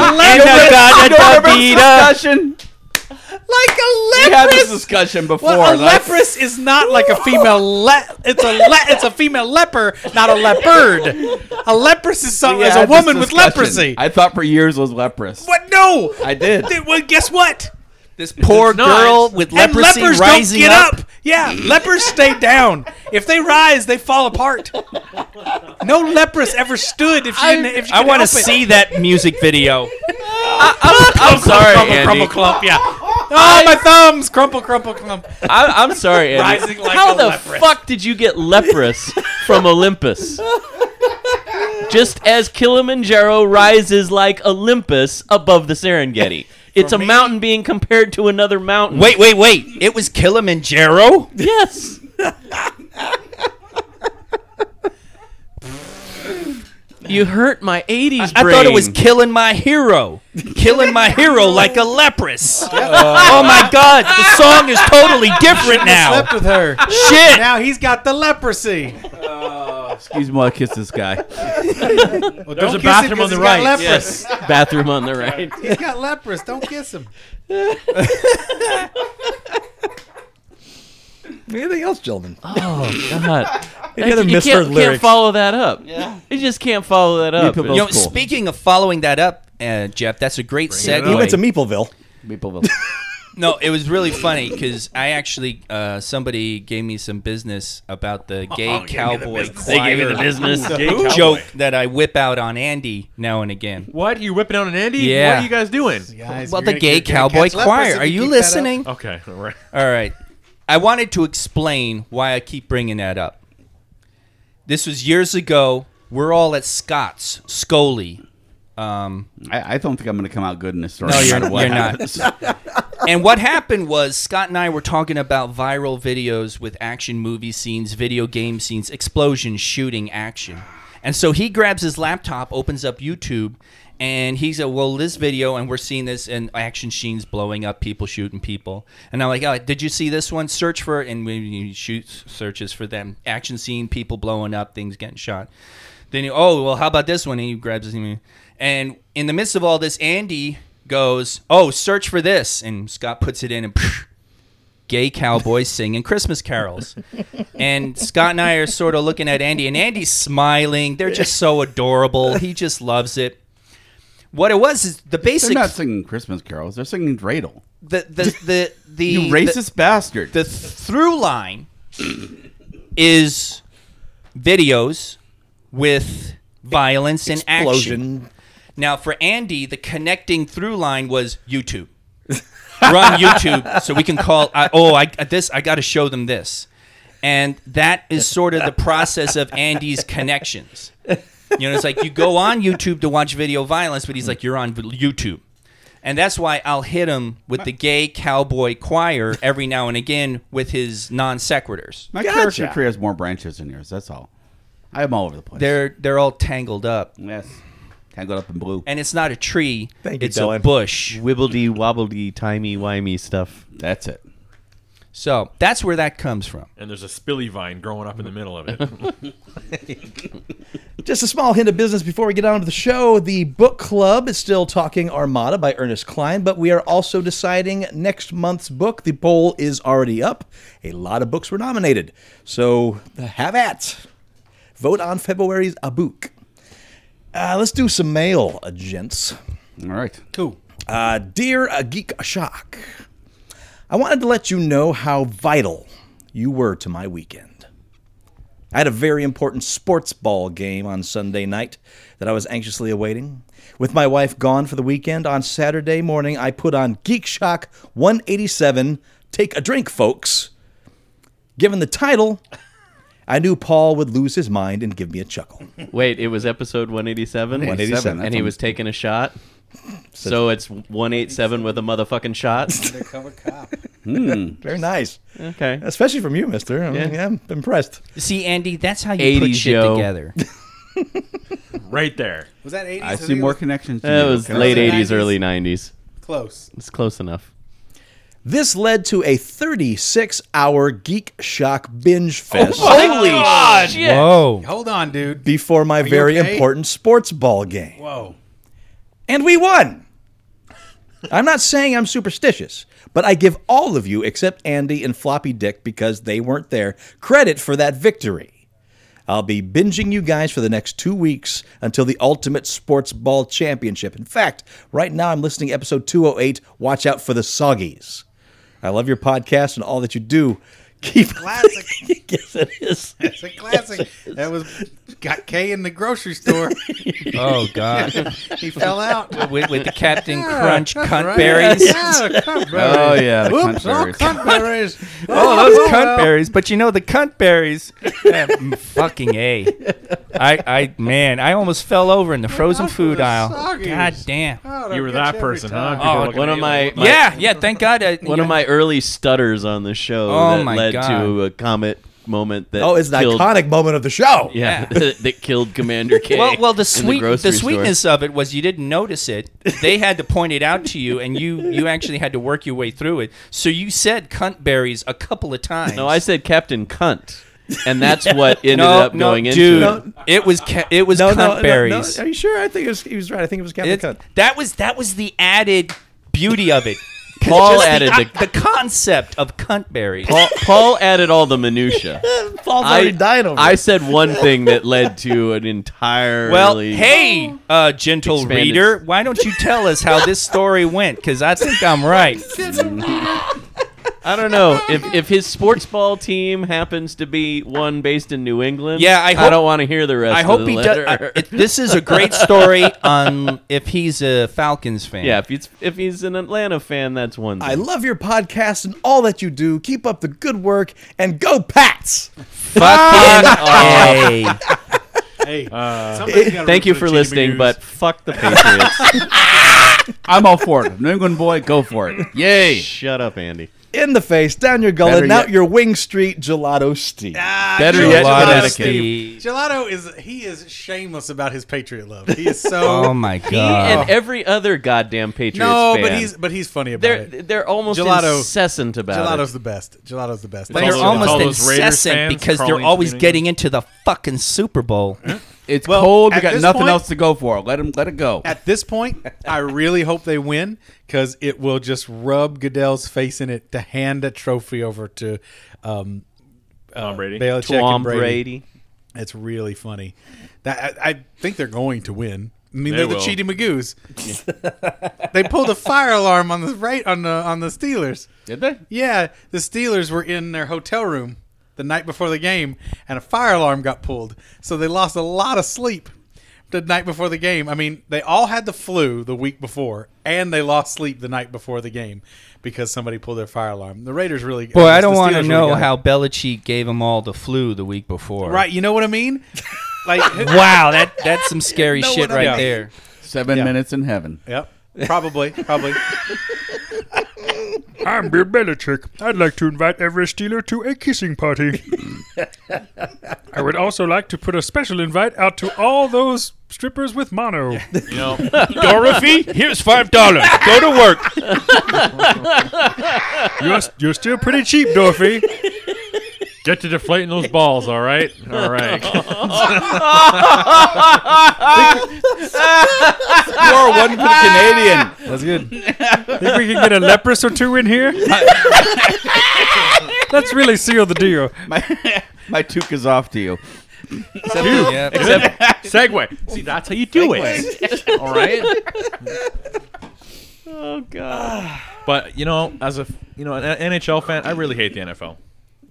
Speaker 2: discussion.
Speaker 9: like a
Speaker 2: We had
Speaker 9: leprous?
Speaker 2: this discussion before.
Speaker 9: well, a
Speaker 2: like-
Speaker 9: leprous is not like a female le- it's a le- it's a female leper, not a leopard. A leprous is some-
Speaker 2: we
Speaker 9: is a
Speaker 2: had
Speaker 9: woman
Speaker 2: this
Speaker 9: with
Speaker 2: discussion.
Speaker 9: leprosy.
Speaker 2: I thought for years was leprous.
Speaker 9: what no?
Speaker 2: I did.
Speaker 9: Th- well, guess what?
Speaker 6: This poor
Speaker 9: not.
Speaker 6: girl with leprosy
Speaker 9: and lepers
Speaker 6: rising
Speaker 9: don't get
Speaker 6: up.
Speaker 9: up. Yeah, lepers stay down. If they rise, they fall apart. No leprous ever stood. If she didn't, if she
Speaker 6: I
Speaker 9: could
Speaker 6: want to
Speaker 9: help it.
Speaker 6: see that music video.
Speaker 7: I'm sorry,
Speaker 9: crumple,
Speaker 7: Andy.
Speaker 9: crumple, clump. Yeah. Oh, my thumbs, crumple, crumple, clump.
Speaker 7: I, I'm sorry, Andy.
Speaker 9: Rising like
Speaker 7: How
Speaker 9: a
Speaker 7: the
Speaker 9: leprous.
Speaker 7: fuck did you get leprous from Olympus? Just as Kilimanjaro rises like Olympus above the Serengeti. It's a mountain being compared to another mountain.
Speaker 6: Wait, wait, wait! It was Kilimanjaro.
Speaker 7: Yes. you hurt my 80s
Speaker 6: I
Speaker 7: brain.
Speaker 6: thought it was killing my hero, killing my hero like a leprous. oh my god, the song is totally different now.
Speaker 9: Slept with her.
Speaker 6: Shit!
Speaker 9: Now he's got the leprosy.
Speaker 2: Excuse me while I kiss this guy.
Speaker 9: Well, There's
Speaker 4: a bathroom on the right.
Speaker 9: Got leprous.
Speaker 7: Yes. Bathroom on the right.
Speaker 9: He's got leprous. Don't kiss him.
Speaker 2: Oh,
Speaker 3: Anything else, gentlemen?
Speaker 7: Oh God!
Speaker 3: Any other
Speaker 7: you
Speaker 3: misheard
Speaker 7: can't, can't
Speaker 3: lyrics?
Speaker 7: follow that up. Yeah, you just can't follow that up.
Speaker 2: people
Speaker 6: You know,
Speaker 2: That's cool.
Speaker 6: speaking of following that up, uh, Jeff, that's a great segue.
Speaker 3: He went to Meepleville.
Speaker 2: Meepleville.
Speaker 6: No, it was really funny because I actually uh, somebody gave me some business about the
Speaker 4: Oh,
Speaker 6: gay cowboy
Speaker 7: they gave you the
Speaker 6: choir
Speaker 7: business.
Speaker 6: joke that I whip out on Andy now and again.
Speaker 4: What? You whipping out an Andy?
Speaker 6: Yeah.
Speaker 4: What are you guys doing?
Speaker 9: Guys,
Speaker 6: Well,
Speaker 9: you're
Speaker 6: the
Speaker 9: gonna-
Speaker 6: gay
Speaker 9: you're gonna
Speaker 6: cowboy
Speaker 9: catch leprosy
Speaker 6: choir.
Speaker 9: if
Speaker 6: Are
Speaker 9: you
Speaker 6: you
Speaker 9: keep that up.
Speaker 6: listening? All
Speaker 4: Okay. all right.
Speaker 6: right. I wanted to explain why I keep bringing that up. This was years ago. We're all at Scott's, Scully. Um,
Speaker 2: I, I don't think I'm going to come out good in this story.
Speaker 6: No,
Speaker 2: no
Speaker 6: you're-
Speaker 2: matter what
Speaker 6: you're not.
Speaker 2: happens.
Speaker 6: and what happened was Scott and I were talking about viral videos with action movie scenes, video game scenes, explosion, shooting, action. And so he grabs his laptop, opens up YouTube, and he's a well, this video, and we're seeing this and action scenes blowing up, people shooting people. And I'm like, oh, did you see this one? Search for it, and when you shoot searches for them, action scene, people blowing up, things getting shot. Then you, oh well, how about this one? And he grabs his and in the midst of all this, Andy goes, oh, search for this, and Scott puts it in, and gay cowboys singing Christmas carols, and Scott and I are sort of looking at Andy, and Andy's smiling. They're just so adorable. He just loves it. What it was is the
Speaker 2: They're
Speaker 6: basic
Speaker 2: not singing Christmas carols. They're singing dreidel.
Speaker 6: the the the, the
Speaker 2: You racist bastard.
Speaker 6: the, the through line is videos with violence and action.
Speaker 3: Explosion.
Speaker 6: Now, for Andy, the connecting through line was YouTube. Run YouTube so we can call. I, oh, I this I got to show them this, and that is sort of the process of Andy's connections. You know, it's like you go on YouTube to watch video violence, but he's like, you're on YouTube. And that's why I'll hit him with the gay cowboy choir every now and again with his non sequiturs.
Speaker 2: My
Speaker 3: Gotcha.
Speaker 2: character tree has more branches than yours. That's all. I'm all over the place.
Speaker 6: They're they're all tangled up,
Speaker 2: yes, tangled up in blue.
Speaker 6: and it's not a tree.
Speaker 3: Thank you,
Speaker 6: it's a
Speaker 3: Dylan.
Speaker 6: bush.
Speaker 7: Wibbledy wobbledy timey wimey stuff.
Speaker 2: That's it.
Speaker 6: So that's where that comes from.
Speaker 4: And there's a spilly vine growing up in the middle of it.
Speaker 3: Just a small hint of business before we get on to the show. The book club is still talking Armada by Ernest Klein, but we are also deciding next month's book. The poll is already up. A lot of books were nominated. So have at. Vote on February's a book. Uh, let's do some mail, uh, gents.
Speaker 2: All right.
Speaker 8: Cool.
Speaker 3: Uh, dear uh, Geek Shock, I wanted to let you know how vital you were to my weekend. I had a very important sports ball game on Sunday night that I was anxiously awaiting. With my wife gone for the weekend, on Saturday morning I put on Geek Shock 187 Take a Drink, folks. Given the title, I knew Paul would lose his mind and give me a chuckle.
Speaker 7: Wait, it was episode 187?
Speaker 3: 187,
Speaker 7: And he was taking a shot. So it's 187 with a motherfucking shot.
Speaker 8: Undercover cop.
Speaker 3: Very nice.
Speaker 7: Hmm. Okay.
Speaker 3: Especially from you, mister. I mean,
Speaker 7: Yeah.
Speaker 3: I'm impressed.
Speaker 6: See, Andy, that's how you put
Speaker 7: 80s,
Speaker 6: shit
Speaker 7: yo.
Speaker 6: together.
Speaker 4: right there.
Speaker 8: Was that 80s?
Speaker 2: I
Speaker 8: think
Speaker 2: see
Speaker 8: it
Speaker 2: more
Speaker 8: was
Speaker 2: connections. to
Speaker 7: That
Speaker 2: you.
Speaker 7: was
Speaker 2: Okay.
Speaker 7: late 80s,
Speaker 8: 90s.
Speaker 7: early 90s.
Speaker 8: close.
Speaker 7: It's close enough.
Speaker 3: This led to a 36 hour Geek Shock binge fest
Speaker 7: Holy shit!
Speaker 6: Whoa.
Speaker 8: Hold on, dude.
Speaker 3: before my very
Speaker 8: okay?
Speaker 3: important sports ball game.
Speaker 8: Whoa.
Speaker 3: And we won! I'm not saying I'm superstitious, but I give all of you, except Andy and Floppy Dick, because they weren't there, credit for that victory. I'll be binging you guys for the next two weeks until the Ultimate Sports Ball Championship. In fact, right now I'm listening to episode 208. Watch out for the Soggies. I love your podcast and all that you do. Keep
Speaker 8: Classic.
Speaker 3: yes, it is.
Speaker 8: It's a classic. That was got K in the grocery store.
Speaker 6: Oh God.
Speaker 8: he fell out.
Speaker 6: with, with the Captain Crunch
Speaker 8: that's
Speaker 6: cunt
Speaker 8: right.
Speaker 6: berries.
Speaker 8: Yeah, cunt berries.
Speaker 2: Oh yeah, the
Speaker 8: Oops, all
Speaker 2: Cuntberries.
Speaker 8: cunt berries.
Speaker 6: Oh, those cunt berries. But you know the cunt berries. Eh, mm, fucking a. I I man, I almost fell over in the frozen
Speaker 8: That's for
Speaker 6: food
Speaker 8: the
Speaker 6: aisle.
Speaker 8: soggies.
Speaker 6: God damn.
Speaker 8: Oh,
Speaker 4: You were
Speaker 8: they'll catch
Speaker 4: that
Speaker 8: you every
Speaker 4: person, huh?
Speaker 8: time.
Speaker 4: People
Speaker 6: Oh,
Speaker 4: looking
Speaker 7: one
Speaker 4: at
Speaker 7: of
Speaker 4: you
Speaker 7: my-
Speaker 4: like-
Speaker 6: yeah, yeah. Thank God. I,
Speaker 7: One of my early stutters on the show
Speaker 6: Oh
Speaker 7: that
Speaker 6: my
Speaker 7: led
Speaker 6: God.
Speaker 7: to a comet moment that
Speaker 3: Oh, it's an
Speaker 7: killed,
Speaker 3: iconic moment of the show.
Speaker 7: Yeah, that killed Commander K.
Speaker 6: Well, well,
Speaker 7: in
Speaker 6: the sweet, the,
Speaker 7: grocery store.
Speaker 6: sweetness of it was you didn't notice it. They had to point it out to you, and you you actually had to work your way through it. So you said cunt berries a couple of times.
Speaker 7: No, I said Captain Cunt, and that's what ended
Speaker 6: no,
Speaker 7: up
Speaker 6: no,
Speaker 7: going
Speaker 6: dude,
Speaker 7: into it.
Speaker 6: it was ca- it was
Speaker 3: Oh,
Speaker 6: cunt berries.
Speaker 3: Are you sure? I think it was, he was right. I think it was Captain
Speaker 6: It's-
Speaker 3: Cunt.
Speaker 6: that was that was the added beauty of it.
Speaker 7: Paul
Speaker 6: Just
Speaker 7: added the,
Speaker 6: the, the concept of cunt berries.
Speaker 7: Paul, Paul added all the minutia.
Speaker 3: Paul's
Speaker 7: I,
Speaker 3: already died over.
Speaker 7: I
Speaker 3: it.
Speaker 7: said one thing that led to an entirely
Speaker 6: Well, hey, uh, gentle
Speaker 7: Expanded.
Speaker 6: reader, why don't you tell us how this story went? Because I think I'm right.
Speaker 7: I don't know if if his sports ball team happens to be one based in New England.
Speaker 6: Yeah, I
Speaker 7: I
Speaker 6: hope-
Speaker 7: don't want to hear the rest.
Speaker 6: I
Speaker 7: of
Speaker 6: hope
Speaker 7: the
Speaker 6: he does.
Speaker 7: letter.
Speaker 6: I- it- This is a great story on if he's a Falcons fan.
Speaker 7: yeah, if he's if he's an Atlanta fan, that's one. Thing.
Speaker 3: I love your podcast and all that you do. Keep up the good work and go Pats.
Speaker 6: Fucking A.
Speaker 8: Hey,
Speaker 7: Uh, Thank you for listening, but fuck the Patriots.
Speaker 2: I'm all for it. New England boy, go for it. Yay!
Speaker 7: Shut up, Andy.
Speaker 3: In the face, down your gullet,
Speaker 2: Better
Speaker 3: and out
Speaker 2: yet-
Speaker 3: your Wing Street gelato Steve.
Speaker 2: Better
Speaker 8: Gelato
Speaker 2: yet,
Speaker 8: Steve.
Speaker 2: Connecticut.
Speaker 8: Gelato is he is shameless about his Patriot love. He is so
Speaker 6: Oh my
Speaker 7: He and
Speaker 6: god.
Speaker 7: every other goddamn Patriots
Speaker 8: no,
Speaker 7: fan.
Speaker 8: but he's but he's funny about
Speaker 7: they're
Speaker 8: it.
Speaker 7: they're almost
Speaker 8: Gelato-
Speaker 7: incessant about
Speaker 8: Gelato's
Speaker 7: it.
Speaker 8: the best. Gelato's the best.
Speaker 6: They're
Speaker 4: all those-
Speaker 6: almost
Speaker 4: all those Raiders
Speaker 6: incessant
Speaker 4: fans
Speaker 6: because they're
Speaker 4: crawling to
Speaker 6: always
Speaker 4: New England.
Speaker 6: getting into the fucking Super Bowl.
Speaker 7: Hmm?
Speaker 2: It's
Speaker 8: Well,
Speaker 2: cold. We
Speaker 8: at
Speaker 2: got
Speaker 8: this
Speaker 2: nothing
Speaker 8: point-
Speaker 2: else to go for. Let him. Let it go.
Speaker 8: At this point, I really hope they win because it will just rub Goodell's face in it to hand a trophy over to um,
Speaker 4: Tom Brady.
Speaker 8: Belichick
Speaker 7: Tom
Speaker 8: and Brady.
Speaker 7: Brady.
Speaker 8: It's really funny. That I, I think they're going to win. I mean,
Speaker 4: They
Speaker 8: they are the
Speaker 4: will.
Speaker 8: cheating magoos. they pulled a fire alarm on the right on the on the Steelers.
Speaker 2: Did they?
Speaker 8: Yeah, the Steelers were in their hotel room the night before the game, and a fire alarm got pulled, so they lost a lot of sleep the night before the game. I mean, they all had the flu the week before, and they lost sleep the night before the game because somebody pulled their fire alarm. The Raiders really.
Speaker 6: Boy, I
Speaker 8: the
Speaker 6: don't want
Speaker 8: Steelers
Speaker 6: to
Speaker 8: really
Speaker 6: know
Speaker 8: got it.
Speaker 6: how Belichick gave them all the flu the week before.
Speaker 8: Right, you know what I mean? Like,
Speaker 6: Wow, that that's some scary
Speaker 8: what
Speaker 6: shit
Speaker 8: I
Speaker 6: right
Speaker 8: mean.
Speaker 6: there.
Speaker 2: Seven
Speaker 8: Yeah.
Speaker 2: minutes in heaven.
Speaker 8: Yep. Probably. Probably.
Speaker 10: I'm Bill Belichick. I'd like to invite every Steeler to a kissing party. I would also like to put a special invite out to all those strippers with mono.
Speaker 4: You know,
Speaker 10: Dorothy, here's five dollars. Go to work. you're, you're still pretty cheap, Dorothy.
Speaker 4: get to deflating those balls, all right? All right.
Speaker 8: Or oh one for the Canadian. That's good.
Speaker 10: Think we can get a leprous or two in here? Let's really seal the deal.
Speaker 2: My, my toque is off to you.
Speaker 4: Segway. See, that's how you do it. All right.
Speaker 7: Oh god.
Speaker 4: But you know, as a you know an NHL fan, I really hate the NFL.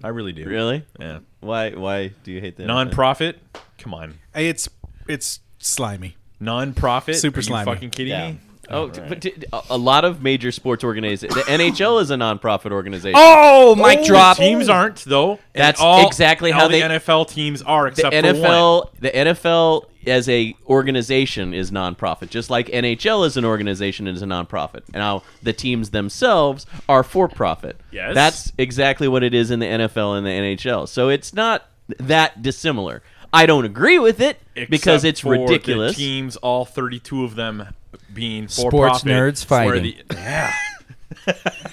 Speaker 4: I really do.
Speaker 7: Really?
Speaker 4: Yeah.
Speaker 7: Why? Why do you hate that?
Speaker 4: Nonprofit. Come on.
Speaker 8: It's it's slimy.
Speaker 4: Nonprofit.
Speaker 8: Super
Speaker 4: Are you
Speaker 8: slimy.
Speaker 4: Fucking kidding me?
Speaker 7: Oh, t- but t- a- a lot of major sports organizations. The NHL is a nonprofit organization.
Speaker 4: Oh,
Speaker 7: mic drop.
Speaker 4: Teams aren't though. And
Speaker 7: That's
Speaker 4: all-
Speaker 7: exactly
Speaker 4: all
Speaker 7: how
Speaker 4: the
Speaker 7: they-
Speaker 4: NFL teams are,
Speaker 7: the
Speaker 4: except for one.
Speaker 7: NFL, the NFL as a organization is nonprofit, just like NHL as an organization is a nonprofit. Now the teams themselves are for profit.
Speaker 4: Yes.
Speaker 7: that's exactly what it is in the NFL and the NHL. So it's not that dissimilar. I don't agree with it because
Speaker 4: Except
Speaker 7: it's
Speaker 4: for the
Speaker 7: ridiculous.
Speaker 4: teams, all 32 of them, being for
Speaker 11: Sports
Speaker 4: profit,
Speaker 11: nerds
Speaker 4: where
Speaker 11: fighting.
Speaker 4: the-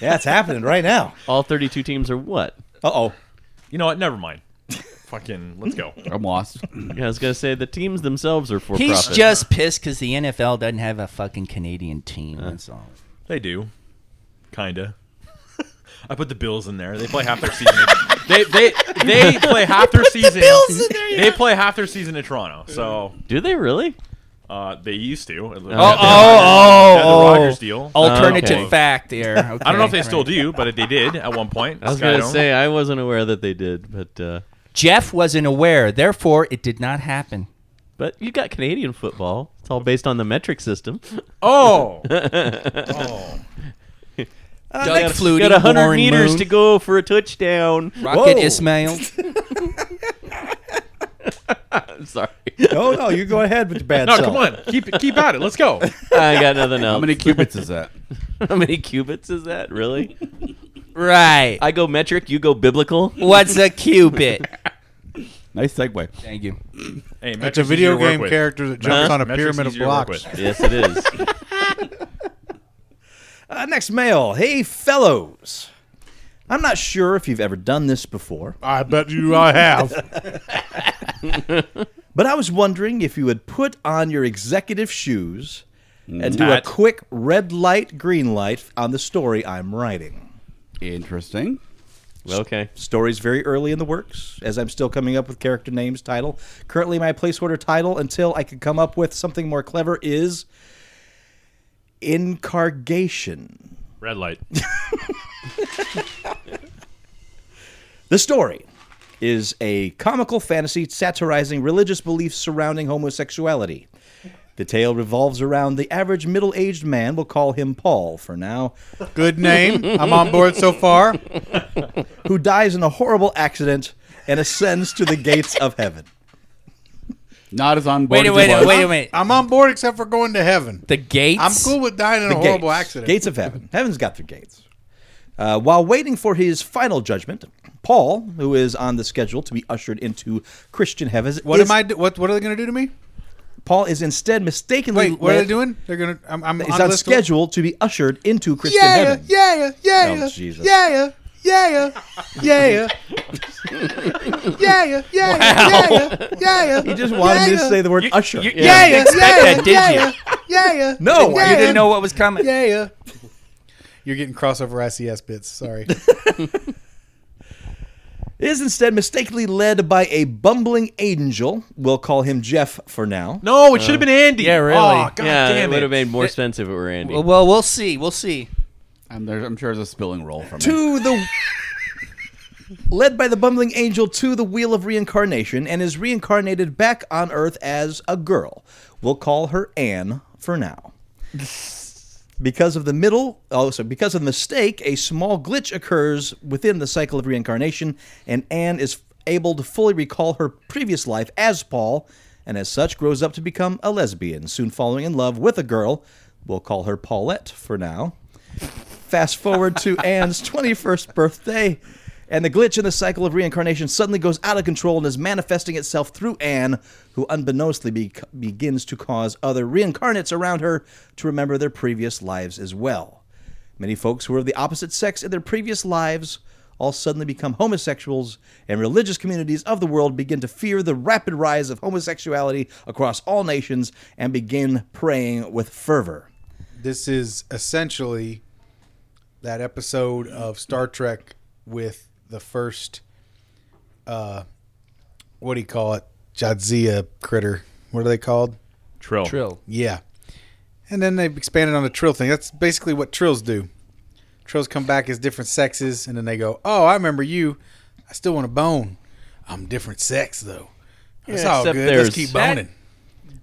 Speaker 3: Yeah, it's happening right now.
Speaker 7: All thirty-two teams are what?
Speaker 3: Uh oh.
Speaker 4: you know what? Never mind. Fucking, let's go.
Speaker 2: I'm lost.
Speaker 7: Yeah, I was gonna say the teams themselves are for
Speaker 6: He's
Speaker 7: profit.
Speaker 6: just pissed because the NFL doesn't have a fucking Canadian team.
Speaker 7: Uh.
Speaker 6: That's all.
Speaker 4: They do, kinda. I put the Bills in there. They play half their season. they they they play half their season. They play half their season in Toronto. So
Speaker 7: Do they really?
Speaker 4: uh, they used to. Oh,
Speaker 6: oh,
Speaker 4: the
Speaker 6: oh.
Speaker 4: Rogers deal.
Speaker 6: Alternative
Speaker 7: Okay.
Speaker 6: fact there.
Speaker 4: I don't know if they
Speaker 6: Okay,
Speaker 4: still
Speaker 6: right.
Speaker 4: do, but they did at one point.
Speaker 7: I was
Speaker 4: Sky
Speaker 7: gonna
Speaker 4: Dome.
Speaker 7: say uh, I wasn't aware that they did, but uh,
Speaker 6: Jeff wasn't aware, therefore it did not happen.
Speaker 7: but you got Canadian football. It's all based on the metric system.
Speaker 4: Oh,
Speaker 3: Oh.
Speaker 6: Doug Flutie,
Speaker 7: got hundred
Speaker 6: Warren
Speaker 7: meters
Speaker 6: Moon,
Speaker 7: to go for a touchdown.
Speaker 6: Rocket
Speaker 3: Whoa.
Speaker 6: Ismail.
Speaker 7: I'm sorry,
Speaker 3: No, no, you go ahead with the bad
Speaker 4: no!
Speaker 3: self.
Speaker 4: Come on, keep it- keep at it. Let's go.
Speaker 7: I got nothing else.
Speaker 2: How many cubits is that?
Speaker 7: How many cubits is that really?
Speaker 6: right.
Speaker 7: I go metric, you go biblical.
Speaker 6: What's a cubit?
Speaker 2: Nice segue.
Speaker 6: Thank you.
Speaker 4: Hey,
Speaker 8: It's a video game character that jumps on a pyramid of blocks.
Speaker 7: Yes, it is.
Speaker 3: Uh, next mail. Hey, fellows. I'm not sure if you've ever done this before,
Speaker 8: I bet you I have.
Speaker 3: but I was wondering if you would put on your executive shoes and do a
Speaker 4: Pat.
Speaker 3: quick red light, green light on the story I'm writing.
Speaker 2: Interesting.
Speaker 7: okay.
Speaker 3: Stories very early in the works, as I'm still coming up with character names, title. Currently, my placeholder title, until I could come up with something more clever, is Incargation.
Speaker 4: Red light.
Speaker 3: The story is a comical fantasy satirizing religious beliefs surrounding homosexuality. The tale revolves around the average middle aged man, we'll call him Paul for now,
Speaker 8: Good name. I'm on board so far.
Speaker 3: who dies in a horrible accident and ascends to the gates of heaven.
Speaker 2: Not as on board.
Speaker 6: Wait a
Speaker 2: as
Speaker 6: wait
Speaker 2: it
Speaker 6: a
Speaker 2: was.
Speaker 6: wait a minute.
Speaker 8: I'm on board except for going to heaven.
Speaker 6: The gates.
Speaker 8: I'm cool with dying in a
Speaker 3: The
Speaker 8: horrible
Speaker 3: gates.
Speaker 8: accident.
Speaker 3: Gates of heaven. Heaven's got their gates. Uh, while waiting for his final judgment, Paul, who is on the schedule to be ushered into Christian heaven,
Speaker 8: What
Speaker 3: is,
Speaker 8: am I? Do- what What are they going to do to me?
Speaker 3: Paul is instead mistakenly.
Speaker 8: Wait, what are
Speaker 3: led-
Speaker 8: they doing? They're going to. I'm, I'm
Speaker 3: Is
Speaker 8: the
Speaker 3: on
Speaker 8: list of-
Speaker 3: schedule to be ushered into Christian
Speaker 8: Yeah,
Speaker 3: heaven.
Speaker 8: yeah, yeah, yeah,
Speaker 3: Oh, Jesus.
Speaker 8: yeah, yeah, yeah, yeah, yeah, yeah, yeah, yeah, yeah.
Speaker 3: He just wanted me to say the word usher.
Speaker 8: yeah, yeah,
Speaker 6: expect
Speaker 8: yeah,
Speaker 6: that, did
Speaker 8: yeah,
Speaker 6: you?
Speaker 8: yeah, yeah, yeah.
Speaker 3: No,
Speaker 8: yeah,
Speaker 3: you
Speaker 6: You didn't know what was coming.
Speaker 8: Yeah, yeah. You're getting crossover ICS bits. Sorry.
Speaker 3: is instead mistakenly led by a bumbling angel. We'll call him Jeff for now.
Speaker 4: No, it should have been Andy. Yeah,
Speaker 6: really.
Speaker 4: Oh, God
Speaker 7: yeah, it
Speaker 4: damn
Speaker 7: would have
Speaker 4: it.
Speaker 7: made more sense if it were Andy.
Speaker 6: Well, well, we'll see. We'll see.
Speaker 2: I'm, there, I'm sure there's a spilling roll from it.
Speaker 3: To the led by the bumbling angel to the wheel of reincarnation and is reincarnated back on Earth as a girl. We'll call her Anne for now. Because of the middle, also because of the mistake, a small glitch occurs within the cycle of reincarnation, and Anne is able to fully recall her previous life as Paul, and as such grows up to become a lesbian, soon falling in love with a girl. We'll call her Paulette for now. Fast forward to Anne's 21st birthday, and the glitch in the cycle of reincarnation suddenly goes out of control and is manifesting itself through Anne, who unbeknownstly be- begins to cause other reincarnates around her to remember their previous lives as well. Many folks who were of the opposite sex in their previous lives all suddenly become homosexuals, and religious communities of the world begin to fear the rapid rise of homosexuality across all nations and begin praying with fervor.
Speaker 8: This is essentially that episode of Star Trek with the first, uh, what do you call it? Jadzia critter. What are they called?
Speaker 1: Trill.
Speaker 6: Trill.
Speaker 8: Yeah. And then they've expanded on the trill thing. That's basically what trills do. Trills come back as different sexes, and then they go, "Oh, I remember you. I still want a bone. I'm different sex though. It's all
Speaker 7: except
Speaker 8: Oh, good.
Speaker 7: there's-
Speaker 8: Let's keep boning."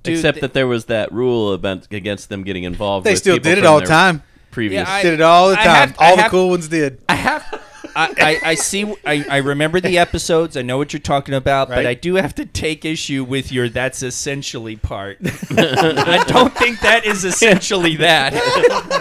Speaker 6: Dude,
Speaker 7: Except
Speaker 6: th-
Speaker 7: that there was that rule about against them getting involved.
Speaker 8: They
Speaker 7: with
Speaker 8: still
Speaker 7: people
Speaker 8: did it
Speaker 7: from
Speaker 8: all the
Speaker 7: their
Speaker 8: time.
Speaker 7: Previous.
Speaker 6: Yeah, I-
Speaker 8: did it all the
Speaker 6: I
Speaker 8: time.
Speaker 6: have- I
Speaker 8: all the
Speaker 6: have-
Speaker 8: cool ones did.
Speaker 6: I have. I, I, I see. I, I remember the episodes. I know what you're talking about, but
Speaker 8: Right.
Speaker 6: I do have to take issue with your "that's essentially" part. I don't think that is essentially that.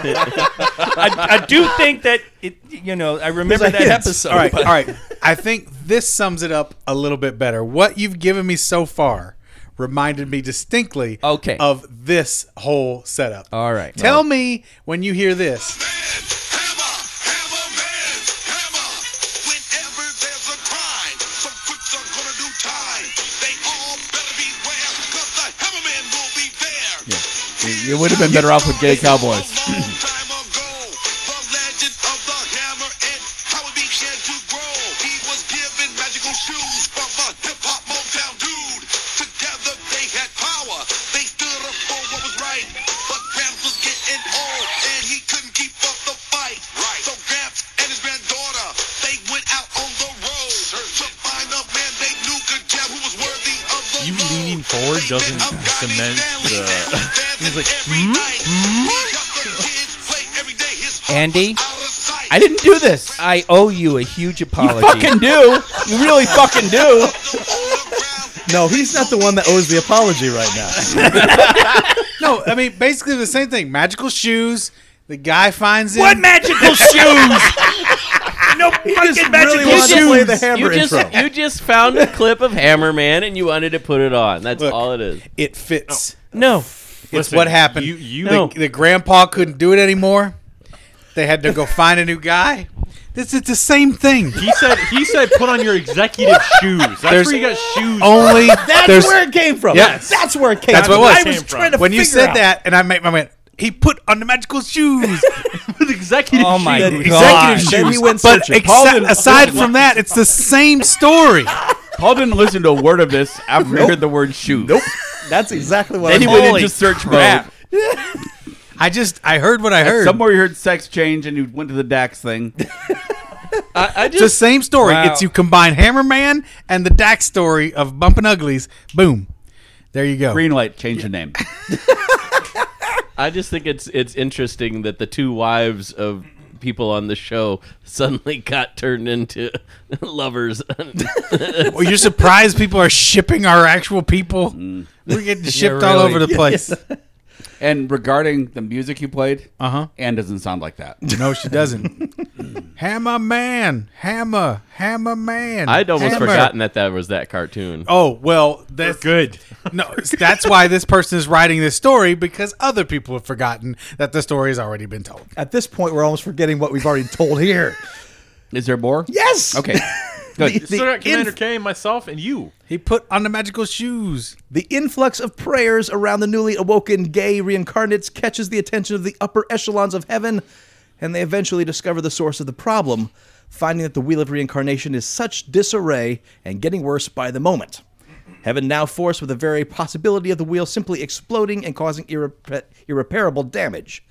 Speaker 6: I, I do think that it. You know, I remember that episode.
Speaker 8: All right,
Speaker 6: but-
Speaker 8: all right. I think this sums it up a little bit better. What you've given me so far reminded me distinctly
Speaker 6: Okay.
Speaker 8: of this whole setup.
Speaker 6: All right.
Speaker 8: Tell me when you hear this.
Speaker 2: You would have been better off with gay cowboys.
Speaker 1: You leaning forward doesn't cement the.
Speaker 4: He's like,
Speaker 6: Andy,
Speaker 2: I didn't do this.
Speaker 6: I owe you a huge apology.
Speaker 2: Fucking do. You really fucking do.
Speaker 3: No, he's not the one that owes the apology right now.
Speaker 8: No, I mean basically the same thing. Magical shoes. The guy finds it.
Speaker 6: magical shoes?
Speaker 3: Fucking magic really wanted to play the hammer
Speaker 7: you just,
Speaker 3: intro.
Speaker 7: you just found a clip of Hammer Man and you wanted to put it on. That's
Speaker 8: Look.
Speaker 7: all it is.
Speaker 8: It
Speaker 2: Oh,
Speaker 8: fits.
Speaker 7: No.
Speaker 8: It's what happened.
Speaker 1: you- you-
Speaker 8: the,
Speaker 7: No.
Speaker 8: the grandpa couldn't do it anymore. They had to go find a new guy. This is the same thing.
Speaker 1: He said. He said, "Put on your executive shoes." That's where you got shoes.
Speaker 8: Only
Speaker 3: That's
Speaker 8: there's
Speaker 3: where it came from.
Speaker 8: Yes.
Speaker 3: That's where it came
Speaker 8: That's
Speaker 3: from.
Speaker 8: what it was.
Speaker 3: I was
Speaker 1: Came
Speaker 3: trying
Speaker 1: from.
Speaker 3: to
Speaker 8: when you
Speaker 3: figure
Speaker 8: said
Speaker 3: out.
Speaker 8: that, and I made my went. He put on the magical shoes.
Speaker 1: executive
Speaker 6: Oh my
Speaker 1: shoes.
Speaker 6: god!
Speaker 8: executive
Speaker 3: Then
Speaker 8: shoes.
Speaker 3: he went
Speaker 8: but
Speaker 3: searching.
Speaker 8: exce-
Speaker 2: Paul didn't-
Speaker 8: aside from that, it's the same story.
Speaker 2: Paul didn't listen to a word of this after he heard the word shoe. Nope.
Speaker 3: That's exactly what
Speaker 2: Then
Speaker 3: I
Speaker 2: he
Speaker 3: was
Speaker 2: went into search mode.
Speaker 8: I just I heard what I heard.
Speaker 2: Somewhere he heard sex change and he went to the Dax thing.
Speaker 7: I, I
Speaker 8: it's the
Speaker 7: just
Speaker 8: same story.
Speaker 6: Wow.
Speaker 8: It's you combine Hammerman and the Dax story of Bumpin' Uglies. Boom. There you go.
Speaker 2: Green light, change the name.
Speaker 7: I just think it's it's interesting that the two wives of people on the show suddenly got turned into lovers.
Speaker 8: Well, you're surprised people are shipping our actual people.
Speaker 1: Mm.
Speaker 8: We're getting shipped all
Speaker 7: really.
Speaker 8: over the place.
Speaker 2: And regarding the music you played,
Speaker 8: Uh huh.
Speaker 2: Anne doesn't sound like that.
Speaker 8: No, she doesn't. hammer man, hammer, hammer man.
Speaker 7: I'd almost
Speaker 8: Hammer.
Speaker 7: forgotten that that was that cartoon.
Speaker 8: Oh well, that's
Speaker 1: Good.
Speaker 8: No, that's why this person is writing this story because other people have forgotten that the story has already been told.
Speaker 3: At this point, we're almost forgetting what we've already told here.
Speaker 2: Is there more?
Speaker 3: Yes.
Speaker 2: Okay.
Speaker 3: The,
Speaker 1: So I
Speaker 3: the,
Speaker 1: got Commander
Speaker 3: inf-
Speaker 1: K, myself, and you.
Speaker 8: He put on the magical shoes.
Speaker 3: the influx of prayers around the newly awoken gay reincarnates catches the attention of the upper echelons of heaven, and they eventually discover the source of the problem, finding that the wheel of reincarnation is such disarray and getting worse by the moment. Heaven now forced with the very possibility of the wheel simply exploding and causing irrep- irreparable damage.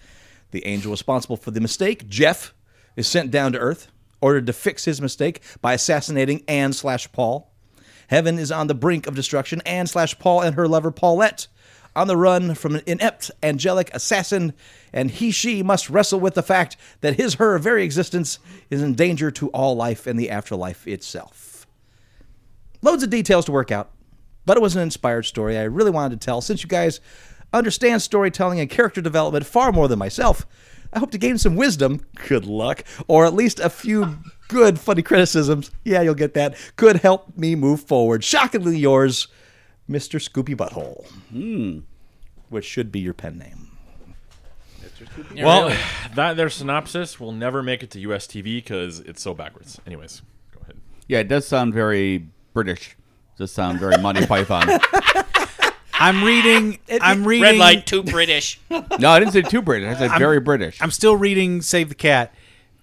Speaker 3: The angel responsible for the mistake, Jeff, is sent down to Earth, ordered to fix his mistake by assassinating Anne slash Paul. Heaven is on the brink of destruction. Anne slash Paul and her lover Paulette on the run from an inept angelic assassin, and he she must wrestle with the fact that his her very existence is in danger to all life and the afterlife itself. Loads of details to work out, but it was an inspired story I really wanted to tell since you guys understand storytelling and character development far more than myself. I hope to gain some wisdom, good luck, or at least a few good, funny criticisms. Yeah, you'll get that. Could help me move forward. Shockingly yours, Mr. Scoopy Butthole.
Speaker 8: Hmm.
Speaker 3: Which should be your pen name.
Speaker 4: Well, that their synopsis will never make it to US TV because it's so backwards. Anyways, go ahead.
Speaker 2: Yeah, it does sound very British. does sound very Monty Python.
Speaker 8: I'm reading. I'm reading.
Speaker 6: Red light, too British.
Speaker 2: No, I didn't say too British. I said very British.
Speaker 8: I'm still reading Save the Cat.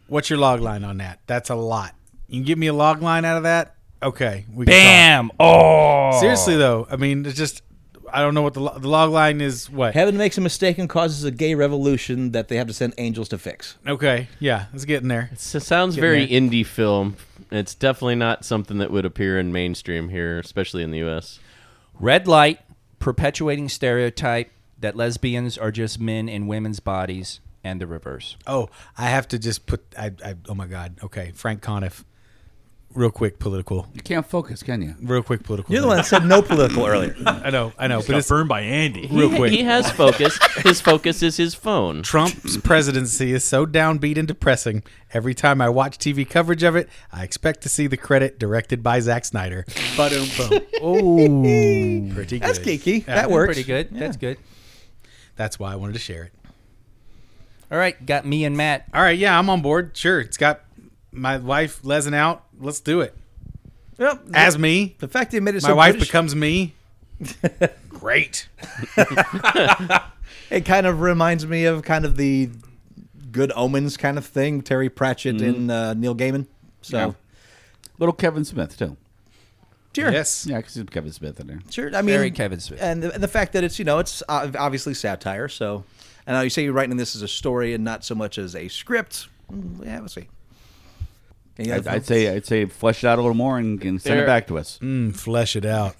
Speaker 8: What's your log line on that? That's a lot. You can give me a log line out of that? Okay. We can
Speaker 6: Bam! Oh,
Speaker 8: talk. Seriously though, Oh, I mean, it's just I don't know what the lo- the log line is. What?
Speaker 3: Heaven makes a mistake and causes a gay revolution that they have to send angels to fix.
Speaker 8: Okay. Yeah, it's getting there.
Speaker 7: So it sounds very indie film. It's definitely not something that would appear in mainstream here, especially in the U.S.
Speaker 6: red light, perpetuating stereotype that lesbians are just men in women's bodies, and the reverse.
Speaker 8: Oh, I have to just put. I, I oh my god. Okay, Frank Conniff. Real quick political.
Speaker 2: You can't focus, can you?
Speaker 8: Real quick political.
Speaker 3: You're the one that said no political earlier.
Speaker 8: I know. I know. But
Speaker 4: Got
Speaker 8: it's
Speaker 4: burned by Andy.
Speaker 8: real quick.
Speaker 7: He has focus. His focus is his phone.
Speaker 8: Trump's presidency is so downbeat and depressing. Every time I watch TV coverage of it, I expect to see the credit directed by Zack Snyder. Boom, boom. Oh, pretty good.
Speaker 3: That's geeky. that
Speaker 8: Yeah.
Speaker 3: works.
Speaker 6: Pretty good. That's good.
Speaker 8: That's why I wanted to share it.
Speaker 6: All right, got me and Matt.
Speaker 8: All right, yeah, I'm on board. Sure, it's got my wife lezzing out. Let's do it.
Speaker 3: Well,
Speaker 8: As me,
Speaker 3: the fact they made it
Speaker 8: my
Speaker 3: so
Speaker 8: wife
Speaker 3: British,
Speaker 8: becomes me. Great.
Speaker 3: it kind of reminds me of kind of the Good Omens kind of thing, Terry Pratchett and uh, Neil Gaiman. So
Speaker 2: Mm-hmm. Yeah. Little Kevin Smith too.
Speaker 3: sure,
Speaker 8: Yes.
Speaker 2: Yeah, I can see Kevin Smith in there.
Speaker 3: sure. I mean,
Speaker 6: Very Kevin Smith.
Speaker 3: and the, and the fact that it's you know it's ob- obviously satire. So, and you say you're writing this as a story and not so much as a script. Mm, Yeah, we'll see. Any
Speaker 2: I'd,
Speaker 3: other
Speaker 2: I'd say I'd say flesh it out a little more and, and send it
Speaker 7: There-
Speaker 2: back to us.
Speaker 8: Mm, flesh it out.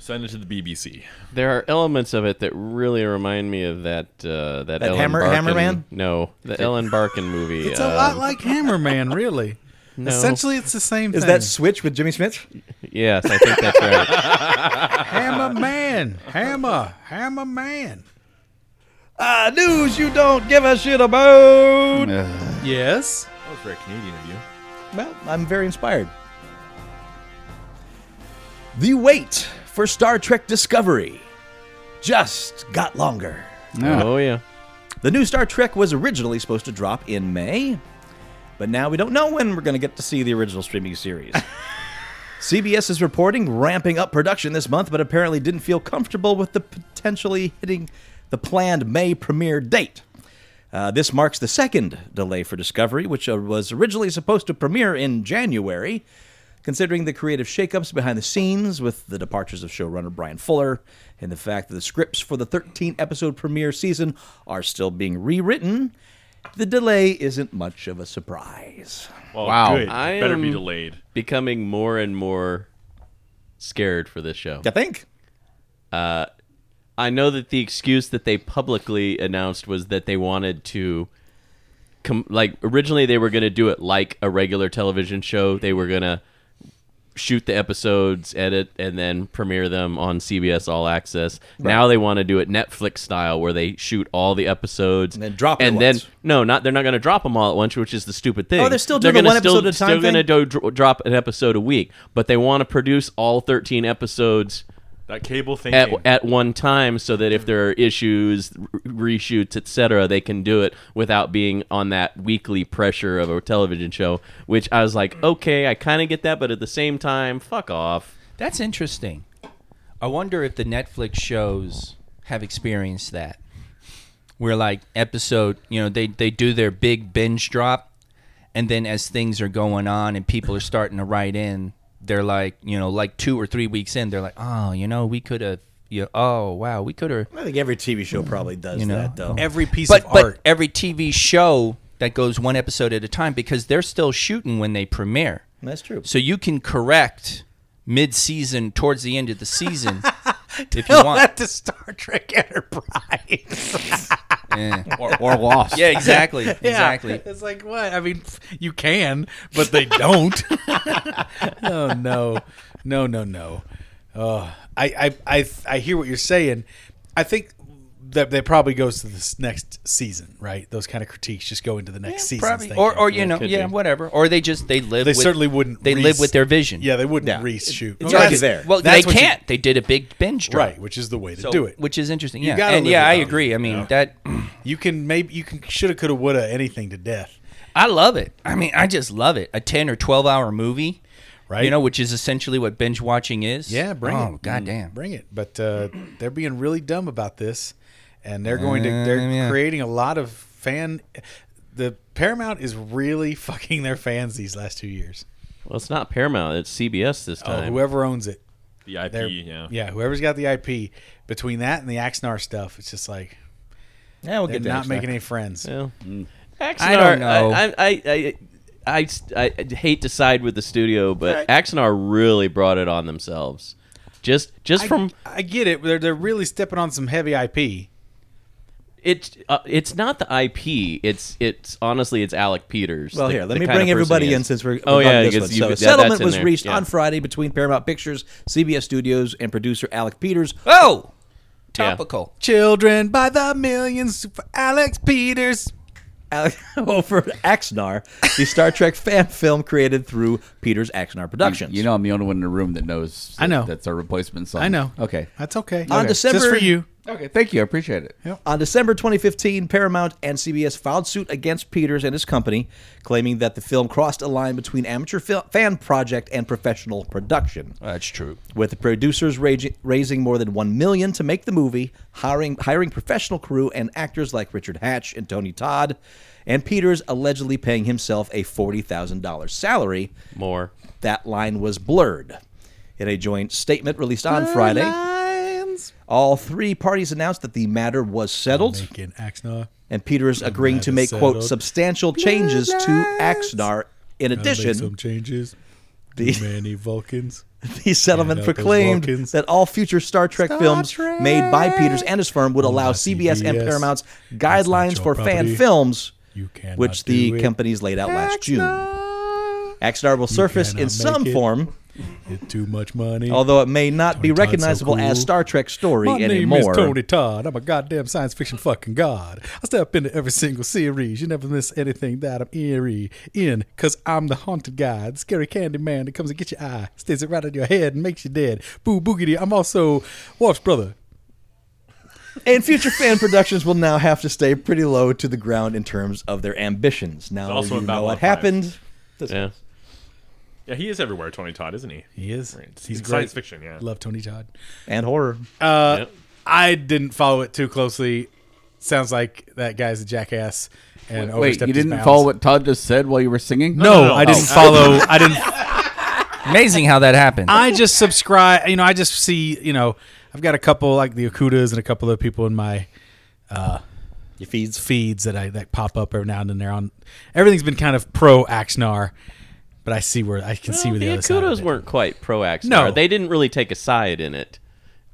Speaker 4: Send it to the BBC.
Speaker 7: There are elements of it that really remind me of that uh, that, Ellen
Speaker 3: Hammer-
Speaker 7: Barkin,
Speaker 3: Hammerman?
Speaker 7: No, the Ellen Barkin movie.
Speaker 8: It's
Speaker 7: um,
Speaker 8: a lot like Hammerman, really.
Speaker 7: no.
Speaker 8: Essentially, it's the same
Speaker 3: Is
Speaker 8: thing.
Speaker 3: that Switch with Jimmy Smith?
Speaker 7: Yes, I think that's right.
Speaker 8: Hammer Man? Hammer, Hammer Man. Ah,
Speaker 3: Uh, news you don't give a shit about.
Speaker 8: Yes.
Speaker 4: That was very Canadian of you.
Speaker 3: Well, I'm very inspired. The wait for Star Trek Discovery just got longer.
Speaker 7: Oh yeah.
Speaker 3: The new Star Trek was originally supposed to drop in May, but now we don't know when we're going to get to see the original streaming series. CBS is reporting ramping up production this month, but apparently didn't feel comfortable with the potentially hitting the planned May premiere date. Uh, this marks the second delay for Discovery, which uh, was originally supposed to premiere in January. Considering the creative shakeups behind the scenes, with the departures of showrunner Brian Fuller, and the fact that the scripts for the 13 episode premiere season are still being rewritten, the delay isn't much of a surprise.
Speaker 4: Well,
Speaker 2: Wow.
Speaker 4: good.
Speaker 7: I
Speaker 4: Better be
Speaker 7: am-
Speaker 4: delayed.
Speaker 7: Becoming more and more scared for this show. Uh,
Speaker 3: I think.
Speaker 7: I know that the excuse that they publicly announced was that they wanted to com- like originally they were going to do it like a regular television show. They were going to shoot the episodes, edit and then premiere them on CBS All Access. Now they want to do it Netflix style where they shoot all the episodes
Speaker 3: And then drop it
Speaker 7: And
Speaker 3: once.
Speaker 7: then no, not they're not going to drop them all at once, which is the stupid thing.
Speaker 3: Oh, they're still doing the
Speaker 7: gonna
Speaker 3: one episode at a time
Speaker 7: Still going to
Speaker 3: thing?
Speaker 7: do, dro- drop an episode a week, but they want to produce all 13 episodes
Speaker 4: That cable thing. Mm.
Speaker 7: at, at one time so that if there are issues r- reshoots etc they can do it without being on that weekly pressure of a television show which i was like okay i kind of get that but at the same time fuck off
Speaker 6: That's interesting. I wonder if the Netflix shows have experienced that. Where like episode, you know, they they do their big binge drop and then as things are going on and people are starting to write in, they're like, you know, like 2 or 3 weeks in, they're like, "Oh, you know, we could have you oh, wow, we could have
Speaker 3: I think every TV show probably does
Speaker 6: You know.
Speaker 3: that, though.
Speaker 8: Every piece
Speaker 6: but,
Speaker 8: of
Speaker 6: but
Speaker 8: art.
Speaker 6: every TV show that goes one episode at a time because they're still shooting when they premiere.
Speaker 3: That's true.
Speaker 6: So you can correct mid-season towards the end of the season if you want.
Speaker 8: to Star Trek Enterprise.
Speaker 6: Eh.
Speaker 2: or lost.
Speaker 6: Yeah, exactly. Exactly.
Speaker 8: It's like what? I mean, f- you can, but they don't. oh no, no, no, no. Oh, I, I, I, I hear what you're saying. I think that that probably goes to this next season, right? Those kind of critiques just go into the next season.
Speaker 6: Probably, or or you know, yeah, whatever. Or they just they live.
Speaker 8: They
Speaker 6: with,
Speaker 8: certainly wouldn't.
Speaker 6: They
Speaker 8: res-
Speaker 6: live with their vision.
Speaker 8: Yeah, they wouldn't
Speaker 3: Yeah.
Speaker 8: reshoot.
Speaker 3: It's already
Speaker 8: That's-
Speaker 3: there.
Speaker 6: Well,
Speaker 8: that's
Speaker 6: they
Speaker 8: what you-
Speaker 6: can't. they did a big binge drop.
Speaker 8: right, which is the way to
Speaker 6: So-
Speaker 8: do it.
Speaker 6: which is interesting. Yeah,
Speaker 8: gotta
Speaker 6: and
Speaker 8: live
Speaker 6: yeah, I
Speaker 8: with them,
Speaker 6: agree. I mean that
Speaker 8: You can maybe you can shoulda coulda woulda anything to death.
Speaker 6: I love it. I mean, I just love it. A ten or twelve hour movie,
Speaker 8: Right.
Speaker 6: You know, which is essentially what binge watching is.
Speaker 8: Yeah, bring
Speaker 6: oh,
Speaker 8: it. Mm.
Speaker 6: goddamn.
Speaker 8: Bring it. But uh, they're being really dumb about this, and they're going to they're
Speaker 6: Um, yeah.
Speaker 8: creating a lot of fan. The Paramount is really fucking their fans these last two years.
Speaker 7: Well, it's not Paramount. It's CBS this
Speaker 8: Oh,
Speaker 7: time.
Speaker 8: whoever owns it,
Speaker 4: The IP,
Speaker 8: they're-
Speaker 7: Oh.
Speaker 4: yeah.
Speaker 8: yeah, whoever's got the IP between that and the Axnar stuff, it's just like
Speaker 3: Yeah, we'll
Speaker 8: they're
Speaker 3: get there.
Speaker 8: not
Speaker 3: It's
Speaker 8: making any friends.
Speaker 7: Well,
Speaker 3: Mm.
Speaker 7: Axonar,
Speaker 6: I don't know.
Speaker 7: I, I, I, I, I, I hate to side with the studio, but Axonar really brought it on themselves. Just, just from
Speaker 8: I, I get it. They're they're really stepping on some heavy IP.
Speaker 7: it's, uh, it's not the IP. It's, it's honestly, it's Alec Peters.
Speaker 3: Well,
Speaker 7: the-
Speaker 3: here, let
Speaker 7: the
Speaker 3: me
Speaker 7: kind
Speaker 3: bring
Speaker 7: of person he
Speaker 3: everybody
Speaker 7: is.
Speaker 3: in since we're,
Speaker 7: Oh
Speaker 3: we're
Speaker 7: yeah,
Speaker 3: on this
Speaker 7: because
Speaker 3: one.
Speaker 7: you-
Speaker 3: So,
Speaker 7: yeah,
Speaker 3: a
Speaker 7: that's
Speaker 3: settlement
Speaker 7: in
Speaker 3: was
Speaker 7: there.
Speaker 3: reached
Speaker 7: Yeah.
Speaker 3: on Friday between Paramount Pictures, CBS Studios, and producer Alec Peters.
Speaker 6: Oh, topical.
Speaker 8: Children by the millions for Alex Peters.
Speaker 3: Alec over Axnar, the Star Trek fan film created through Peters Axnar Productions.
Speaker 2: You know, I'm the only one in the room that knows.
Speaker 8: I know.
Speaker 2: that's our replacement song.
Speaker 8: I know.
Speaker 2: Okay.
Speaker 8: That's okay.
Speaker 3: On December-
Speaker 8: just for you.
Speaker 2: Okay. Thank you. I appreciate it.
Speaker 3: On December 2015, Paramount and CBS filed suit against Peters and his company, claiming that the film crossed a line between amateur fil- fan project and professional production.
Speaker 6: That's true.
Speaker 3: With the producers raging, raising more than one million to make the movie, hiring hiring professional crew and actors like Richard Hatch and Tony Todd, and Peters allegedly paying himself a forty thousand dollars salary,
Speaker 7: More.
Speaker 3: that line was blurred. In a joint statement released on Friday, all three parties announced that the matter was settled
Speaker 8: Making Axnar.
Speaker 3: and Peters agreeing to make quote
Speaker 8: settled.
Speaker 3: substantial changes to Axnar. In addition,
Speaker 8: changes.
Speaker 3: the,
Speaker 8: Many Vulcans.
Speaker 3: the settlement
Speaker 8: Hand out those
Speaker 3: proclaimed
Speaker 8: Vulcans.
Speaker 3: that all future Star Trek films made by Peters and his firm would allow
Speaker 8: not
Speaker 3: CBS and
Speaker 8: CBS.
Speaker 3: Paramount's
Speaker 8: That's not
Speaker 3: guidelines for
Speaker 8: your
Speaker 3: fan
Speaker 8: property.
Speaker 3: films,
Speaker 8: You cannot
Speaker 3: which the
Speaker 8: do it.
Speaker 3: companies laid out last June. Axnar will surface in
Speaker 8: cannot
Speaker 3: some
Speaker 8: make it.
Speaker 3: form,
Speaker 8: It's too much money.
Speaker 3: although it may not be
Speaker 8: Tony Todd's so
Speaker 3: recognizable as
Speaker 8: cool.
Speaker 3: Star Trek story
Speaker 8: My
Speaker 3: anymore.
Speaker 8: name is Tony Todd. I'm a goddamn science fiction fucking god. I step into every single series. You never miss anything that I'm eerie in, cause I'm the haunted guy, the scary candy man that comes and gets your eye, stays it right in your head and makes you dead. Boo boogity. I'm also Worf's brother.
Speaker 3: And future fan productions will now have to stay pretty low to the ground in terms of their ambitions. Now
Speaker 4: also
Speaker 3: you
Speaker 4: about
Speaker 3: know what
Speaker 4: Love Live.
Speaker 3: happened.
Speaker 7: Yeah.
Speaker 4: Yeah, he is everywhere, Tony Todd, isn't he?
Speaker 8: He is.
Speaker 4: Right. He's He's science great. fiction, yeah.
Speaker 8: Love Tony Todd.
Speaker 3: And horror.
Speaker 8: Uh,
Speaker 7: Yeah.
Speaker 8: I didn't follow it too closely. Sounds like that guy's a jackass and
Speaker 2: Wait,
Speaker 8: overstepped
Speaker 2: you
Speaker 8: his
Speaker 2: didn't
Speaker 8: bounds.
Speaker 2: follow what Todd just said while you were singing?
Speaker 8: No,
Speaker 4: no,
Speaker 8: I
Speaker 4: no.
Speaker 8: didn't follow. I didn't.
Speaker 6: Amazing how that happened.
Speaker 8: I just subscribe. You know, I just see. You know, I've got a couple like the Okudas and a couple of people in my uh,
Speaker 3: Your feeds.
Speaker 8: feeds that I that pop up every now and then. They're on. Everything's been kind of pro Axnar, but I see where I can see where the,
Speaker 7: the
Speaker 8: other side.
Speaker 7: Akudos
Speaker 8: Of it.
Speaker 7: weren't quite pro Axonar.
Speaker 8: No.
Speaker 7: they didn't really take a side in it,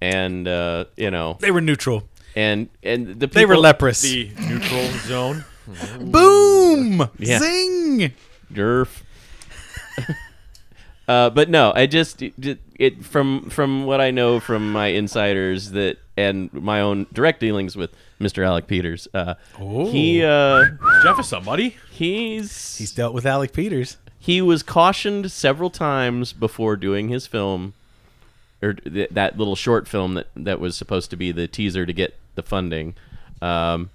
Speaker 7: and uh, you know,
Speaker 8: They were neutral.
Speaker 7: and and the people,
Speaker 8: They were leprous.
Speaker 4: The neutral zone.
Speaker 8: Boom!
Speaker 7: Yeah.
Speaker 8: Zing!
Speaker 7: Derf. uh, but no, I just it, it from from what I know from my insiders that and my own direct dealings with Mr. Alec Peters. Uh, he uh,
Speaker 4: Jeff is somebody.
Speaker 7: he's,
Speaker 8: He's dealt with Alec Peters.
Speaker 7: he was cautioned several times before doing his film or th- that little short film that that was supposed to be the teaser to get the funding. Um,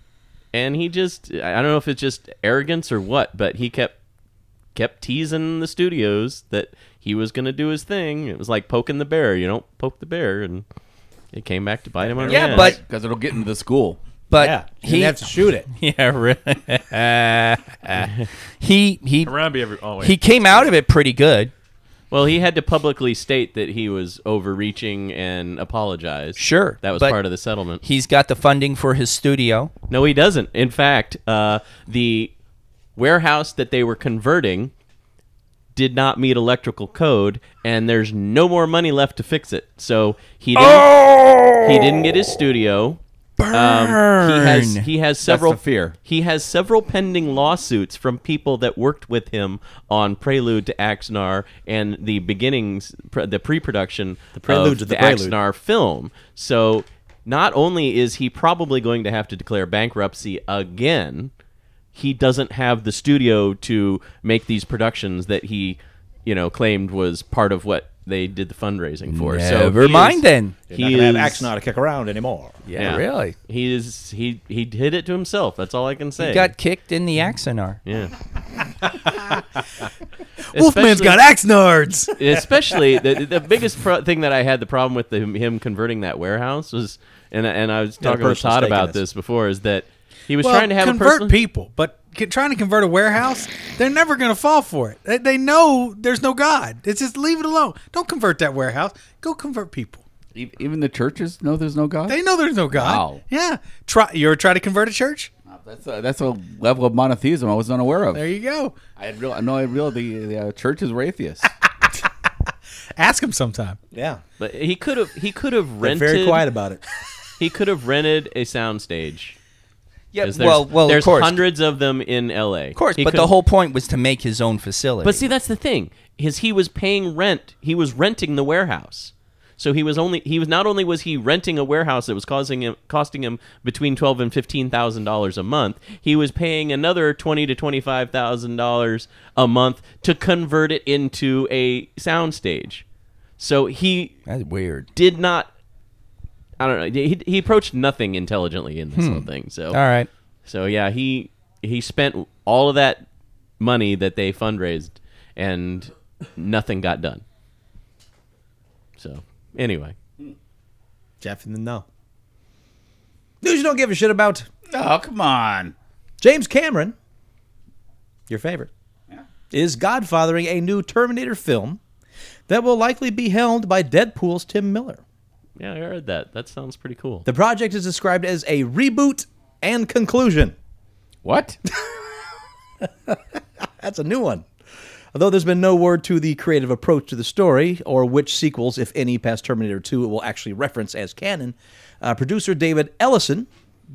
Speaker 7: and he just I don't know if it's just arrogance or what, but he kept kept teasing the studios that he was going to do his thing. It was like poking the bear. You don't poke the bear, and it came back to bite him on the
Speaker 6: Yeah,
Speaker 7: ass.
Speaker 6: but-
Speaker 2: because it'll get into the school.
Speaker 6: but
Speaker 8: Yeah. You
Speaker 6: he
Speaker 8: didn't have to shoot it.
Speaker 6: yeah really. he he
Speaker 4: Harambe every. Oh, wait.
Speaker 6: he came out of it pretty good.
Speaker 7: well, he had to publicly state that he was overreaching and apologize.
Speaker 6: Sure,
Speaker 7: that was
Speaker 6: but-
Speaker 7: part of the settlement.
Speaker 6: He's got the funding for his studio.
Speaker 7: No, he doesn't. In fact, uh, the warehouse that they were converting did not meet electrical code, and there's no more money left to fix it. So he didn't. He didn't get his studio. Um, he has
Speaker 6: Oh!
Speaker 7: he has several
Speaker 2: the fear.
Speaker 7: He has several pending lawsuits from people that worked with him on Prelude to Axnar and the beginnings, pre, the pre-production the
Speaker 3: Prelude
Speaker 7: of
Speaker 3: to the
Speaker 7: the
Speaker 3: Prelude.
Speaker 7: Axnar film. So Not only is he probably going to have to declare bankruptcy again, he doesn't have the studio to make these productions that he, you know, claimed was part of what they did the fundraising for. so
Speaker 6: Never
Speaker 7: he is-
Speaker 6: mind then.
Speaker 3: You're not
Speaker 7: He
Speaker 3: gonna have
Speaker 7: is-
Speaker 3: axe now to kick around anymore.
Speaker 7: yeah,
Speaker 6: really.
Speaker 7: He is he he did it to himself. That's all I can say.
Speaker 6: He got kicked in the Axonar.
Speaker 7: yeah.
Speaker 8: Wolfman's
Speaker 7: Especially-
Speaker 8: got axe nards.
Speaker 7: especially the, the biggest pro- thing that I had the problem with the, him converting that warehouse was, and I- and I was
Speaker 3: a
Speaker 7: talking with
Speaker 3: personal
Speaker 7: Todd
Speaker 3: stake in
Speaker 7: about
Speaker 3: this.
Speaker 7: this before, is that he was
Speaker 8: Well,
Speaker 7: trying to have
Speaker 8: convert
Speaker 7: a personal.
Speaker 8: people, but c- trying to convert a warehouse, they're never going to fall for it. They, they know there's no God. It's just leave it alone. Don't convert that warehouse. Go convert people.
Speaker 2: E- Even the churches know there's no God.
Speaker 8: They know there's no God.
Speaker 2: Wow.
Speaker 8: Yeah. Try. You ever try to convert a church?
Speaker 2: that's a, that's a level of monotheism I was unaware of.
Speaker 8: There you go.
Speaker 2: I had real, no, I real the, the uh, churches were atheists.
Speaker 8: Ask him sometime.
Speaker 3: Yeah,
Speaker 7: But he could have he could have
Speaker 3: they're
Speaker 7: rented.
Speaker 3: very quiet about it.
Speaker 7: He could have rented a soundstage.
Speaker 6: Yeah,
Speaker 7: 'Cause there's-
Speaker 6: well, well,
Speaker 7: there's
Speaker 6: of course,
Speaker 7: hundreds of them in L.A.
Speaker 6: of course.
Speaker 7: He
Speaker 6: But
Speaker 7: could-
Speaker 6: the whole point was to make his own facility.
Speaker 7: But see, that's the thing is he was paying rent. He was renting the warehouse. So he was only he was not only was he renting a warehouse that was causing him costing him between twelve and fifteen thousand dollars a month. He was paying another twenty to twenty five thousand dollars a month to convert it into a soundstage. So he
Speaker 6: that's weird.
Speaker 7: did not. I don't know. He, he approached nothing intelligently in this
Speaker 6: Hmm.
Speaker 7: whole thing. So
Speaker 6: All right.
Speaker 7: Oh. so yeah, he he spent all of that money that they fundraised, and nothing got done. So anyway,
Speaker 3: Jeff in the know. News you don't give a shit about.
Speaker 2: oh come on!
Speaker 3: James Cameron, your favorite, is godfathering a new Terminator film that will likely be helmed by Deadpool's Tim Miller.
Speaker 7: yeah, I heard that. That sounds pretty cool.
Speaker 3: The project is described as a reboot and conclusion.
Speaker 2: What?
Speaker 3: That's a new one. Although there's been no word to the creative approach to the story or which sequels, if any, past Terminator 2 it will actually reference as canon, uh, producer David Ellison,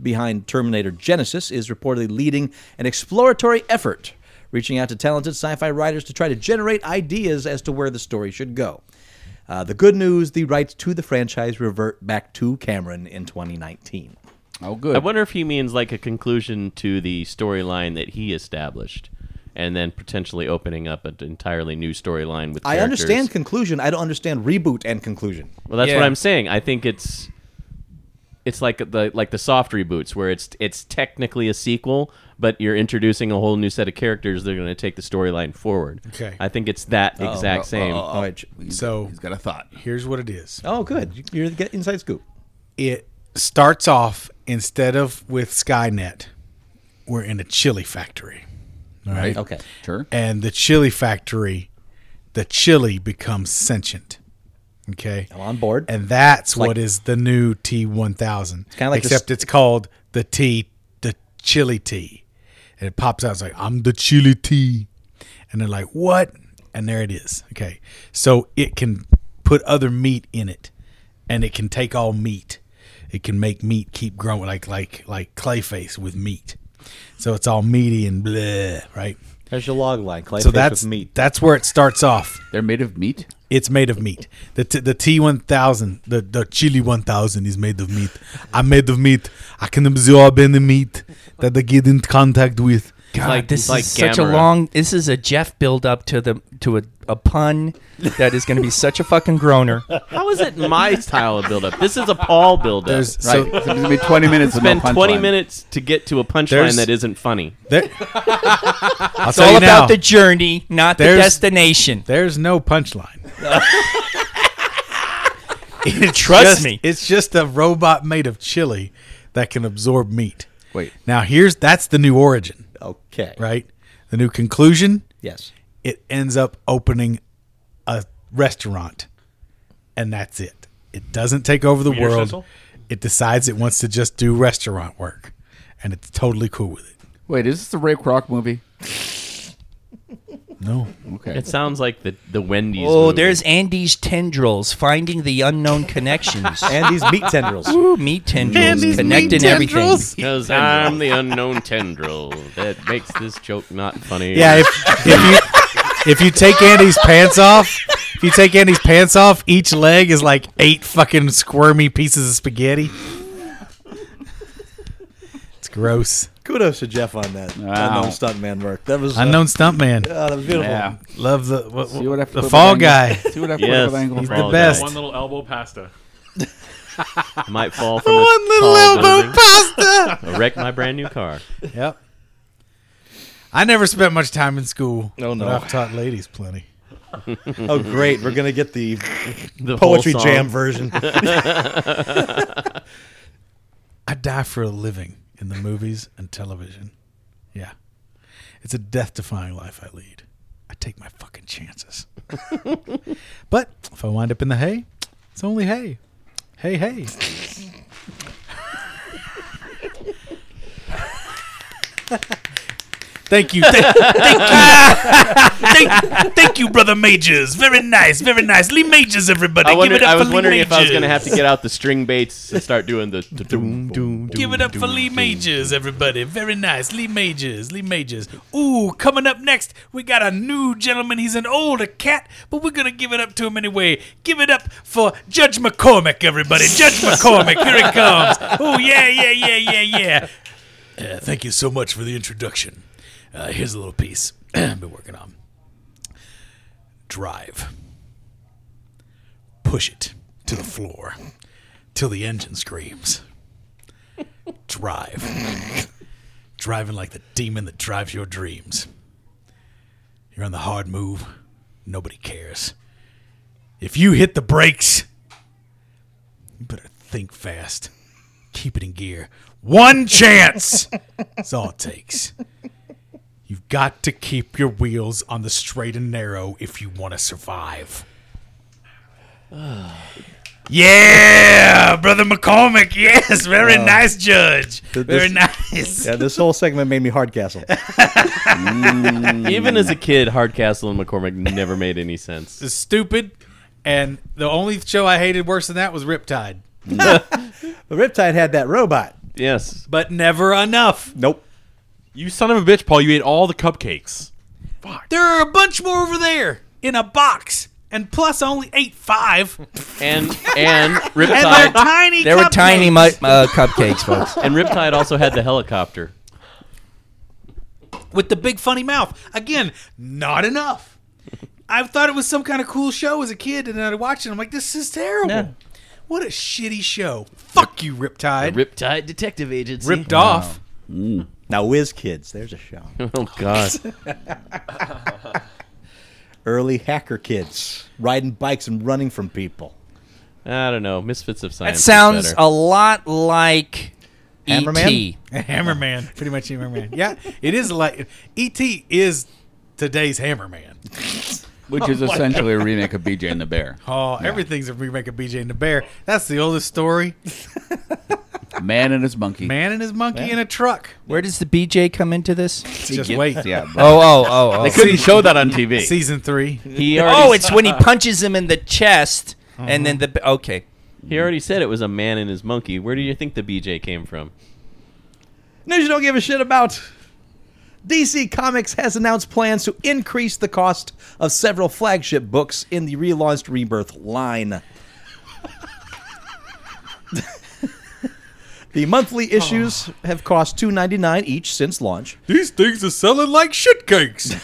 Speaker 3: behind Terminator Genesis, is reportedly leading an exploratory effort, reaching out to talented sci fi writers to try to generate ideas as to where the story should go. Uh, the good news the rights to the franchise revert back to Cameron in 2019.
Speaker 2: Oh good.
Speaker 7: I wonder if he means like a conclusion to the storyline that he established, and then potentially opening up an entirely new storyline with.
Speaker 3: I
Speaker 7: characters.
Speaker 3: understand conclusion. I don't understand reboot and conclusion.
Speaker 7: Well, that's
Speaker 6: Yeah.
Speaker 7: what I'm saying. I think it's it's like the like the soft reboots where it's it's technically a sequel, but you're introducing a whole new set of characters that are going to take the storyline forward.
Speaker 8: Okay.
Speaker 7: I think it's that
Speaker 2: Oh,
Speaker 7: exact same.
Speaker 3: All right.
Speaker 8: So
Speaker 2: He's got a thought.
Speaker 8: here's what it is.
Speaker 3: Oh, good. You're the inside scoop.
Speaker 8: It starts off instead of with Skynet, we're in a chili factory. All right.
Speaker 3: Okay.
Speaker 2: Sure.
Speaker 8: and the chili factory, the chili becomes sentient. Okay.
Speaker 3: I'm on board.
Speaker 8: And that's what is the new T1000.
Speaker 3: kinda like the
Speaker 8: except it's called the T, the chili T. And it pops out. It's like, I'm the chili T. And they're like, what? And there it is. Okay. So it can put other meat in it and it can take all meat. It can make meat keep growing like like like clayface with meat. So it's all meaty and bleh, right?
Speaker 3: There's your log line, Clay.
Speaker 8: so that's that's where it starts off.
Speaker 2: They're made of meat.
Speaker 8: It's made of meat. The t- the T one thousand, the the chili one thousand is made of meat. I'm made of meat. I can absorb any meat that I get in contact with.
Speaker 6: God, like this
Speaker 7: like
Speaker 6: is such a
Speaker 7: Gamera.
Speaker 6: long. This is a Jeff build up to the to a, a pun that is going to be such a fucking groaner.
Speaker 7: How is it my style of buildup? This is a Paul buildup.
Speaker 8: There's
Speaker 2: Right.
Speaker 8: so
Speaker 2: So, it's gonna be twenty minutes.
Speaker 7: Spend
Speaker 2: and no
Speaker 7: 20
Speaker 2: punchline.
Speaker 7: minutes to get to a punchline
Speaker 8: There's-
Speaker 7: that isn't funny.
Speaker 8: there, I'll
Speaker 6: It's
Speaker 8: tell
Speaker 6: all
Speaker 8: you
Speaker 6: about
Speaker 8: now,
Speaker 6: the journey, not the
Speaker 8: There's-
Speaker 6: destination.
Speaker 8: there's no punchline.
Speaker 6: Trust
Speaker 8: Just-
Speaker 6: me.
Speaker 8: it's just a robot made of chili that can absorb meat.
Speaker 2: Wait.
Speaker 8: Now here's that's the new origin,
Speaker 3: okay.
Speaker 8: right? The new conclusion.
Speaker 3: Yes.
Speaker 8: it ends up opening a restaurant and that's it it doesn't take over the
Speaker 4: Wiener
Speaker 8: world
Speaker 4: Schnitzel?
Speaker 8: it decides it wants to just do restaurant work and it's totally cool with it
Speaker 2: Wait, is this the Ray Kroc movie?
Speaker 8: no
Speaker 2: Okay.
Speaker 7: It sounds like the, the Wendy's.
Speaker 6: Oh,
Speaker 7: movie.
Speaker 6: there's Andy's tendrils finding the unknown connections.
Speaker 3: And these meat tendrils.
Speaker 6: Ooh, meat tendrils connecting everything.
Speaker 7: Because I'm the unknown tendril that makes this joke not funny.
Speaker 8: yeah if, if you if you take andy's pants off if you take andy's pants off each leg is like eight fucking squirmy pieces of spaghetti Gross.
Speaker 3: Kudos to Jeff on that
Speaker 2: Wow.
Speaker 3: unknown stuntman work. That was uh,
Speaker 8: Unknown stuntman.
Speaker 3: Oh, that was beautiful.
Speaker 2: Yeah.
Speaker 8: Love the what,
Speaker 2: See what I
Speaker 8: the
Speaker 2: put
Speaker 8: fall
Speaker 2: with
Speaker 8: guy.
Speaker 2: angle? See what I put
Speaker 7: Yes,
Speaker 2: with angle?
Speaker 7: he's
Speaker 8: He's
Speaker 7: the
Speaker 8: the
Speaker 7: Fall guy.
Speaker 8: best.
Speaker 4: One little elbow pasta.
Speaker 7: Might fall from one little elbow pasta. Wreck my brand new car.
Speaker 8: Yep. I never spent much time in school.
Speaker 3: Oh, no.
Speaker 8: but I've taught ladies plenty.
Speaker 3: Oh, great. We're going to get the
Speaker 7: The whole
Speaker 3: poetry
Speaker 7: song.
Speaker 3: jam version.
Speaker 8: I die for a living in the movies and television. Yeah. It's a death defying life I lead. I take my fucking chances. but if I wind up in the hay, it's only hay. Hey, hey. thank you. Thank, thank you. thank, thank you, Brother Majors. Very nice. Very nice. Lee Majors, everybody.
Speaker 7: I,
Speaker 8: Give
Speaker 7: wondered,
Speaker 8: it up
Speaker 7: I was
Speaker 8: for Lee
Speaker 7: wondering if I was going to
Speaker 8: Majors.
Speaker 7: have to get out the string baits and start doing the. doom, doom,
Speaker 8: Give it up for Lee Majors, everybody. Very nice. Lee Majors, Lee Majors. Ooh, coming up next, we got a new gentleman. He's an older cat, but we're going to give it up to him anyway. Give it up for Judge McCormick, everybody. Judge McCormick, here he comes. Ooh, yeah, yeah, yeah, yeah, yeah. Uh, thank you so much for the introduction. Uh, here's a little piece I've been working on Drive. Push it to the floor till the engine screams drive. Driving like the demon that drives your dreams. You're on the hard move. Nobody cares. If you hit the brakes, you better think fast. Keep it in gear. One chance! That's all it takes. You've got to keep your wheels on the straight and narrow if you want to survive. Yeah, brother McCormick. Yes, very nice, Judge. Very nice.
Speaker 3: yeah, this whole segment made me hardcastle.
Speaker 7: Even as a kid, Hardcastle and McCormick never made any sense.
Speaker 8: It's stupid, and the only show I hated worse than that was Riptide.
Speaker 3: But Riptide had that robot.
Speaker 7: Yes,
Speaker 8: But never enough.
Speaker 3: Nope.
Speaker 4: You son of a bitch, Paul. You ate all the cupcakes.
Speaker 8: There are a bunch more over there in a box, and plus I only ate five.
Speaker 7: and and
Speaker 8: And they're
Speaker 7: Riptide
Speaker 8: tiny.
Speaker 6: There were tiny mu-
Speaker 8: cupcakes.
Speaker 6: uh, cupcakes, folks.
Speaker 7: and Riptide also had the helicopter.
Speaker 8: with the big funny mouth. Again, not enough. I thought it was some kind of cool show as a kid, and then I watched it. I'm like, this is terrible. What a shitty show. Fuck you, Riptide.
Speaker 7: Riptide Detective Agency.
Speaker 8: Ripped off.
Speaker 3: Now, Whiz Kids. There's a show.
Speaker 7: Mm. Oh God.
Speaker 3: Early hacker kids riding bikes and running from people.
Speaker 7: I don't know. Misfits of Science.
Speaker 6: That
Speaker 7: is
Speaker 6: sounds
Speaker 7: better.
Speaker 6: a lot like E
Speaker 3: Hammerman?
Speaker 6: E.T.
Speaker 8: Hammerman, pretty much Hammerman. Yeah, it is like E.T. is today's Hammerman.
Speaker 3: Oh
Speaker 2: Which is essentially a remake of BJ and the Bear.
Speaker 8: Oh, everything's a remake of BJ and the Bear. That's the oldest story.
Speaker 2: Man and his monkey.
Speaker 8: Man and his monkey in a truck.
Speaker 6: Where does the BJ come into this?
Speaker 8: Just wait.
Speaker 2: Yeah. but
Speaker 6: Oh, oh, oh, oh.
Speaker 2: They couldn't show that on TV.
Speaker 8: Season three.
Speaker 7: He already,
Speaker 6: Oh, it's when he punches him in the chest,
Speaker 3: Uh-huh.
Speaker 6: and then the okay.
Speaker 7: he already said it was a man and his monkey. Where do you think the BJ came from?
Speaker 3: News you don't give a shit about. DC Comics has announced plans to increase the cost of several flagship books in the relaunched Rebirth line. the monthly issues have cost $2.99 each since launch,
Speaker 4: Oh. These things are selling like shitcakes.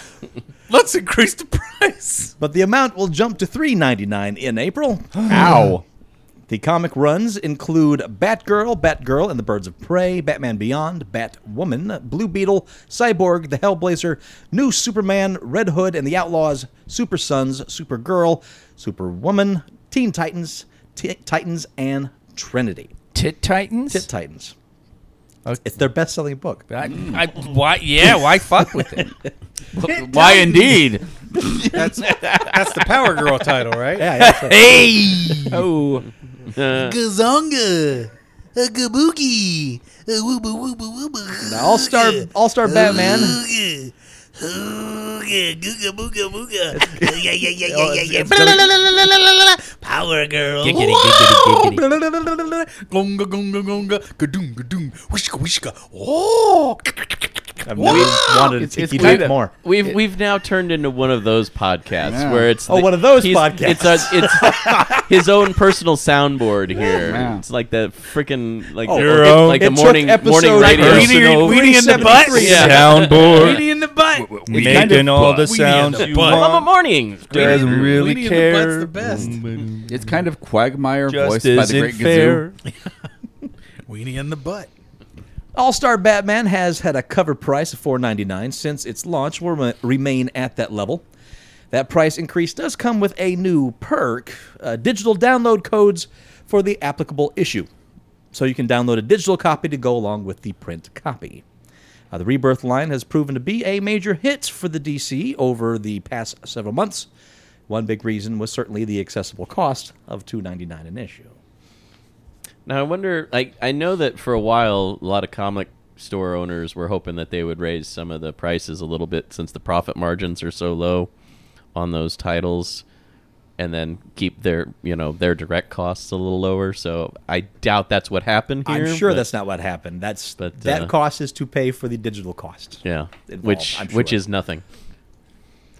Speaker 4: Let's increase the price.
Speaker 3: but the amount will jump to $3.99 in April.
Speaker 2: Ow.
Speaker 3: The comic runs include Batgirl, Batgirl and the Birds of Prey, Batman Beyond, Batwoman, Blue Beetle, Cyborg, the Hellblazer, New Superman, Red Hood and the Outlaws, Super Sons, Supergirl, Superwoman, Teen Titans, T- Titans, and Trinity.
Speaker 6: Tit Titans.
Speaker 3: Tit Titans. It's their best-selling book.
Speaker 6: I,
Speaker 2: Mm-hmm.
Speaker 6: I, why? Yeah, why fuck with it?
Speaker 2: Why indeed?
Speaker 8: That's that's the Power Girl title, right?
Speaker 3: Yeah, yeah, so-
Speaker 6: Hey, oh,
Speaker 7: Uh,
Speaker 8: Gazonga, a kabuki, a wooba wooba wooba. Oh,
Speaker 3: All-Star, All-Star Batman.
Speaker 8: Power girl.
Speaker 6: giggity, giggity, giggity.
Speaker 8: Gonga gonga gonga. Kadoom kadoom. Wishka wishka. Oh.
Speaker 3: I've always wanted to
Speaker 7: It's-
Speaker 3: take
Speaker 7: it's
Speaker 3: you
Speaker 7: kind
Speaker 3: to it
Speaker 7: of-
Speaker 3: more.
Speaker 7: We've we've now turned into one of those podcasts
Speaker 2: Yeah.
Speaker 7: where it's
Speaker 3: Oh, one of those podcasts.
Speaker 7: It's a, it's his own personal soundboard here.
Speaker 2: Yeah.
Speaker 7: It's like that freaking like
Speaker 3: Oh,
Speaker 7: the,
Speaker 4: Your own-
Speaker 7: like
Speaker 3: it
Speaker 7: the
Speaker 3: took
Speaker 7: morning morning
Speaker 3: episode
Speaker 7: radio.
Speaker 4: Weenie-
Speaker 9: Weenie in the butt?
Speaker 7: Yeah.
Speaker 4: Soundboard.
Speaker 9: Weenie in the butt.
Speaker 6: Making all the sounds you
Speaker 7: I'm a
Speaker 6: want.
Speaker 7: morning.
Speaker 6: Doesn't really
Speaker 9: Weenie in the butt's
Speaker 6: care.
Speaker 9: the best.
Speaker 2: It's kind of Quagmire
Speaker 6: Just
Speaker 2: voiced by the Great
Speaker 6: isn't fair.
Speaker 9: Weenie in the butt.
Speaker 3: All Star Batman has had a cover price of $4.99 since its launch. Will rem- remain at that level. That price increase does come with a new perk: uh, digital download codes for the applicable issue, so you can download a digital copy to go along with the print copy. Uh, the Rebirth line has proven to be a major hit for the DC over the past several months. One big reason was certainly the accessible cost of $2.99 an issue.
Speaker 7: Now I wonder. Like I know that for a while, a lot of comic store owners were hoping that they would raise some of the prices a little bit since the profit margins are so low on those titles, and then keep their you know their direct costs a little lower. So I doubt that's what happened here.
Speaker 3: I'm sure
Speaker 7: but-
Speaker 3: that's not what happened. That's
Speaker 7: but,
Speaker 3: that
Speaker 7: uh,
Speaker 3: cost is to pay for the digital cost.
Speaker 7: yeah,
Speaker 3: involved,
Speaker 7: which
Speaker 3: I'm
Speaker 7: which
Speaker 3: sure.
Speaker 7: is nothing.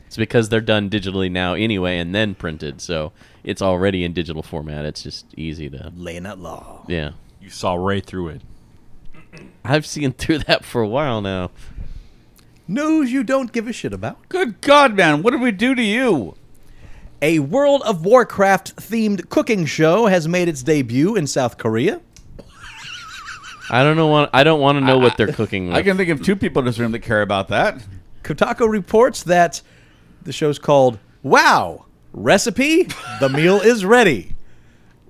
Speaker 7: It's because they're done digitally now anyway, and then printed, so it's already in digital format. It's just easy to
Speaker 3: Laying that law.
Speaker 7: yeah.
Speaker 4: You saw right through it.
Speaker 7: I've seen through that for a while now.
Speaker 3: News you don't give a shit about.
Speaker 2: Good God, man! What did we do to you?
Speaker 3: A World of Warcraft themed cooking show has made its debut in South Korea.
Speaker 7: I don't know. Want I don't want to know what they're cooking. With.
Speaker 2: I can think of two people in this room that care about that.
Speaker 3: Kotaku reports that the show's called Wow Recipe The Meal Is Ready.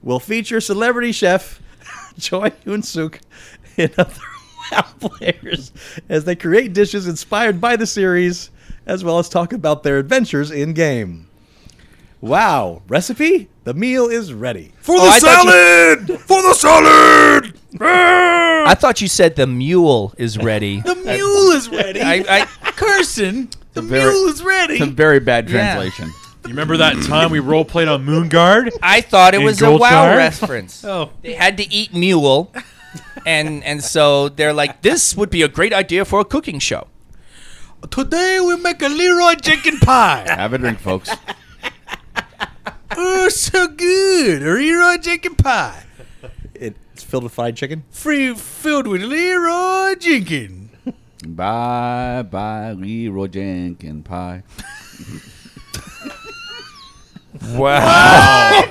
Speaker 3: Will feature celebrity chef Choi Hyun Suk and other WoW players as they create dishes inspired by the series, as well as talk about their adventures in game. Wow Recipe The Meal Is Ready. Oh,
Speaker 12: For the salad! For the salad!
Speaker 6: I thought you said the mule is ready.
Speaker 9: The mule is ready.
Speaker 2: I, I
Speaker 9: Carson, the
Speaker 2: very-
Speaker 9: mule is ready.
Speaker 2: it's a very bad translation.
Speaker 4: You remember that time we role played on Moonguard?
Speaker 6: I thought it
Speaker 4: In
Speaker 6: was a
Speaker 4: Gold
Speaker 6: WoW
Speaker 4: Star?
Speaker 6: reference.
Speaker 9: Oh.
Speaker 6: They had to eat mule, and and so they're like, this would be a great idea for a cooking show.
Speaker 9: Today we make a Leroy chicken pie.
Speaker 2: Have a drink, folks.
Speaker 9: oh, so good. A Leroy chicken pie.
Speaker 3: It's filled with fried chicken.
Speaker 9: Free filled with Leroy Jenkins.
Speaker 2: bye, bye, Leroy Jenkins pie.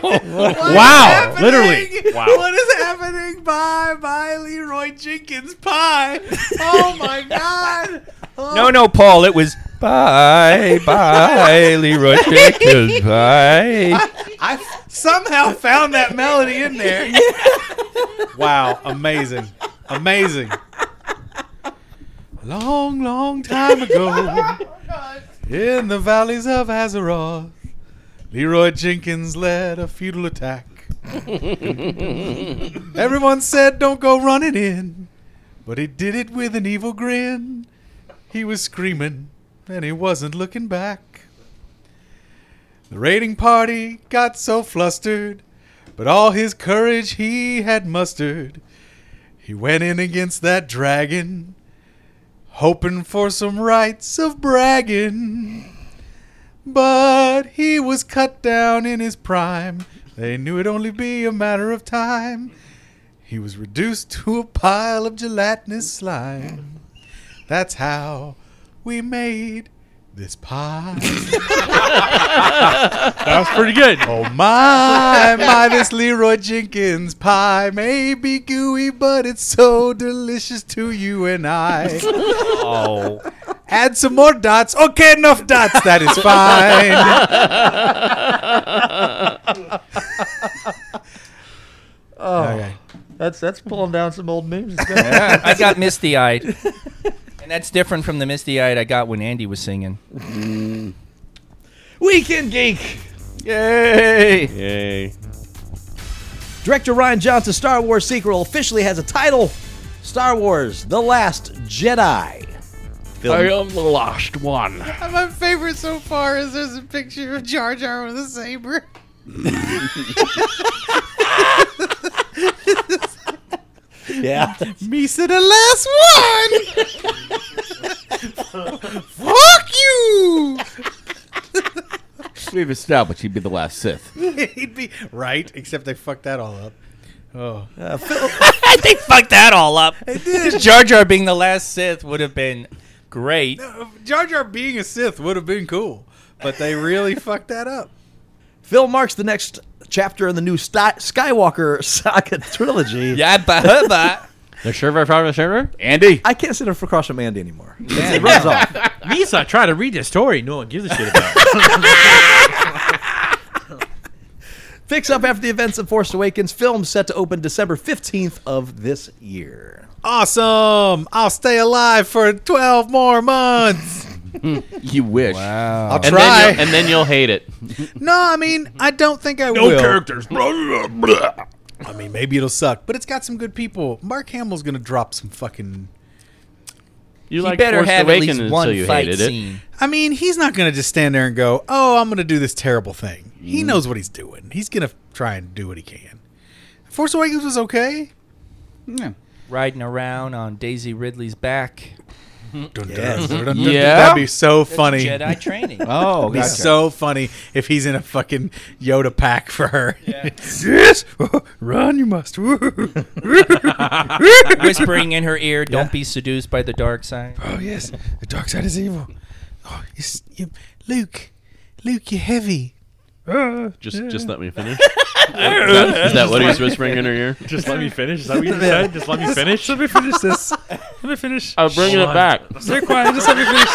Speaker 4: Wow! Literally.
Speaker 9: Wow. What is happening? Bye bye Leroy Jenkins pie. Oh my god.
Speaker 6: No, no, Paul, it was bye, bye, Leroy Jenkins, bye.
Speaker 9: I f- somehow found that melody in there. wow, amazing. Amazing. Long, long time ago, in the valleys of Azeroth, Leroy Jenkins led a feudal attack. Everyone said, Don't go running in, but he did it with an evil grin. He was screaming, and he wasn't looking back. The raiding party got so flustered, but all his courage he had mustered. He went in against that dragon, hoping for some rights of bragging. But he was cut down in his prime. They knew it'd only be a matter of time. He was reduced to a pile of gelatinous slime. That's how we made this pie.
Speaker 4: That was pretty good.
Speaker 9: Oh my, my, this Leroy Jenkins pie may be gooey, but it's so delicious to you and I. Oh. Add some more dots. Okay, enough dots. That is fine.
Speaker 3: Oh,
Speaker 9: Okay.
Speaker 3: that's that's pulling down some old memes.
Speaker 6: I got misty eyed. And that's different from the misty eyed I got when Andy was singing.
Speaker 8: Mm.
Speaker 3: Weekend Geek.
Speaker 2: Yay!
Speaker 7: Yay.
Speaker 3: Director Ryan Johnson's Star Wars sequel officially has a title Star Wars The Last Jedi. Film,
Speaker 7: am the last one.
Speaker 9: My favorite so far is there's a picture of Jar Jar with a saber.
Speaker 3: Yeah.
Speaker 8: Me to the last one. Fuck you.
Speaker 2: We've established he'd be the last Sith.
Speaker 8: He'd be right, except they fucked that all up. Oh,
Speaker 6: they fucked that all up. Jar Jar being the last Sith would have been great.
Speaker 8: Jar Jar being a Sith would have been cool, but they really fucked that up.
Speaker 3: Phil marks the next chapter in the new Sti- Skywalker saga trilogy.
Speaker 6: Yeah, but hubba.
Speaker 7: The server from the server.
Speaker 2: Andy,
Speaker 3: I can't sit in front across from Andy anymore. it rubs off.
Speaker 4: Misa, try to read this story. No one gives a shit about.
Speaker 3: Picks up after the events of Force Awakens. Film set to open December 15th of this year.
Speaker 8: Awesome! I'll stay alive for twelve more months.
Speaker 2: you wish.
Speaker 8: I'll
Speaker 7: And
Speaker 8: try.
Speaker 7: then, you'll, and then you'll hate it.
Speaker 8: no, I mean, I don't think I will. I mean, maybe it'll suck, but it's got some good people. Mark Hamill's gonna drop some fucking.
Speaker 7: You like
Speaker 6: better
Speaker 7: Force
Speaker 6: have at
Speaker 7: Awakens until
Speaker 6: least one
Speaker 7: you
Speaker 6: fight
Speaker 7: hated it.
Speaker 6: scene.
Speaker 8: I mean, he's not gonna just stand there and go, "Oh, I'm gonna do this terrible thing."
Speaker 6: Mm-hmm.
Speaker 8: He knows what he's doing. He's gonna try and do what he can. Force Awakens was okay.
Speaker 6: Riding around on Daisy Ridley's back.
Speaker 2: Yeah?
Speaker 8: that'd be so funny.
Speaker 6: Mm-hmm. Jedi training.
Speaker 2: Oh,
Speaker 8: It'd be
Speaker 2: gotcha.
Speaker 8: so funny if he's in a fucking Yoda pack for her.
Speaker 10: Yes, run you must. oh
Speaker 6: Whispering in her ear, don't be seduced by the dark side.
Speaker 8: Oh, yes, the dark side is evil. Oh, it's, you, Luke, Luke, you're heavy.
Speaker 4: Ah,
Speaker 7: Just, just let me finish. is, that- is that what he was whispering in her ear?
Speaker 4: Just let me finish. Is that what you said? Just let me finish.
Speaker 10: Let me finish this. Let me finish.
Speaker 7: I'm bringing it back.
Speaker 10: Stay quiet. Just let me finish.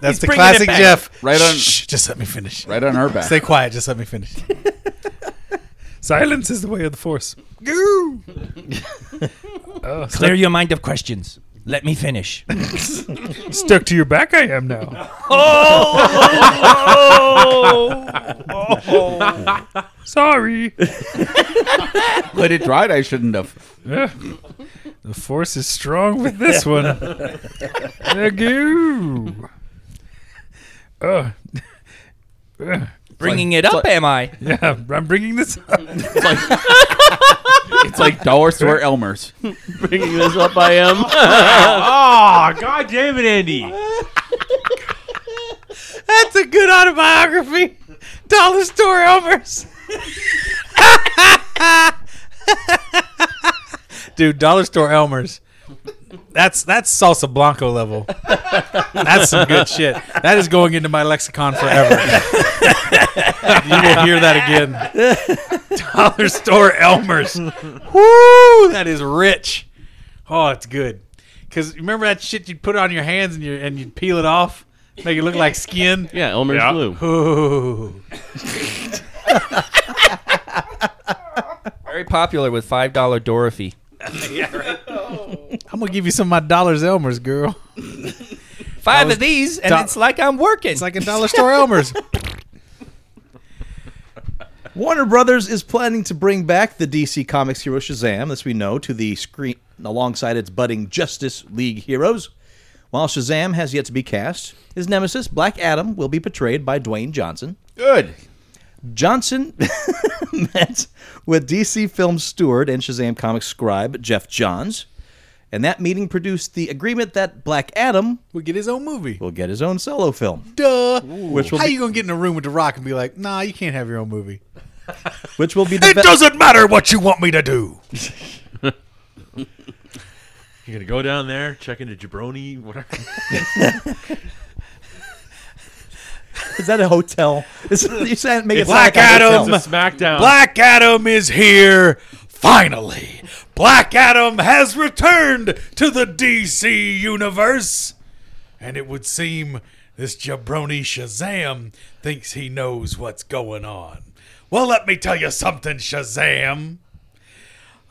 Speaker 8: That's the classic Jeff.
Speaker 2: Right on-
Speaker 8: Shh, just let me finish.
Speaker 2: right on her back.
Speaker 8: Stay quiet. Just let me finish.
Speaker 10: Silence is the way of the force. Oh,
Speaker 6: Clear your mind of questions. Let me finish.
Speaker 10: Stuck to your back, I am now.
Speaker 7: Oh!
Speaker 10: Oh. Sorry.
Speaker 2: But it dried. I shouldn't have.
Speaker 10: Yeah. The force is strong with this one. Thank you. Oh,
Speaker 6: Bringing it up, am I?
Speaker 10: yeah, I'm bringing this up.
Speaker 2: It's like, it's like dollar store Elmer's.
Speaker 7: Bringing this up, I am.
Speaker 4: Oh, god damn it, Andy.
Speaker 8: That's a good autobiography. Dollar store Elmer's. Dude, dollar store Elmer's. That's that's salsa blanco level. That's some good shit. That is going into my lexicon forever. you will hear that again. Dollar store Elmer's. Woo! That is rich. Oh, it's good. Cause remember that shit you'd put on your hands and you and you'd peel it off, make it look like skin.
Speaker 7: Yeah, Elmer's
Speaker 4: Yeah.
Speaker 7: blue.
Speaker 8: Ooh.
Speaker 6: Very popular with five dollar Dorothy.
Speaker 8: I'm gonna give you some of my dollars Elmer's, girl.
Speaker 6: Five of these, and
Speaker 8: Dol-
Speaker 6: it's like I'm working.
Speaker 8: It's like a dollar store Elmer's.
Speaker 3: Warner Brothers is planning to bring back the DC Comics hero Shazam, as we know, to the screen alongside its budding Justice League heroes. While Shazam has yet to be cast, his nemesis, Black Adam, will be portrayed by Dwayne Johnson.
Speaker 2: Good.
Speaker 3: Johnson met with DC Film steward and Shazam Comics scribe Jeff Johns, and that meeting produced the agreement that Black Adam
Speaker 8: we get his own movie.
Speaker 3: will get his own solo film,
Speaker 8: Duh.
Speaker 3: which will
Speaker 8: How
Speaker 3: be,
Speaker 8: you gonna get in a room with The Rock and be like, Nah, you can't have your own movie.
Speaker 3: which will be
Speaker 10: It
Speaker 3: deve-
Speaker 10: doesn't matter what you want me to do.
Speaker 4: You're gonna go down there, check into Jabroni, whatever.
Speaker 3: is that a hotel? Is, you said make it sound
Speaker 8: Black
Speaker 3: like a hotel.
Speaker 8: Adam.
Speaker 4: It's a SmackDown.
Speaker 8: Black Adam is here finally. Black Adam has returned to the DC universe, and it would seem this jabroni Shazam thinks he knows what's going on. Well, let me tell you something, Shazam.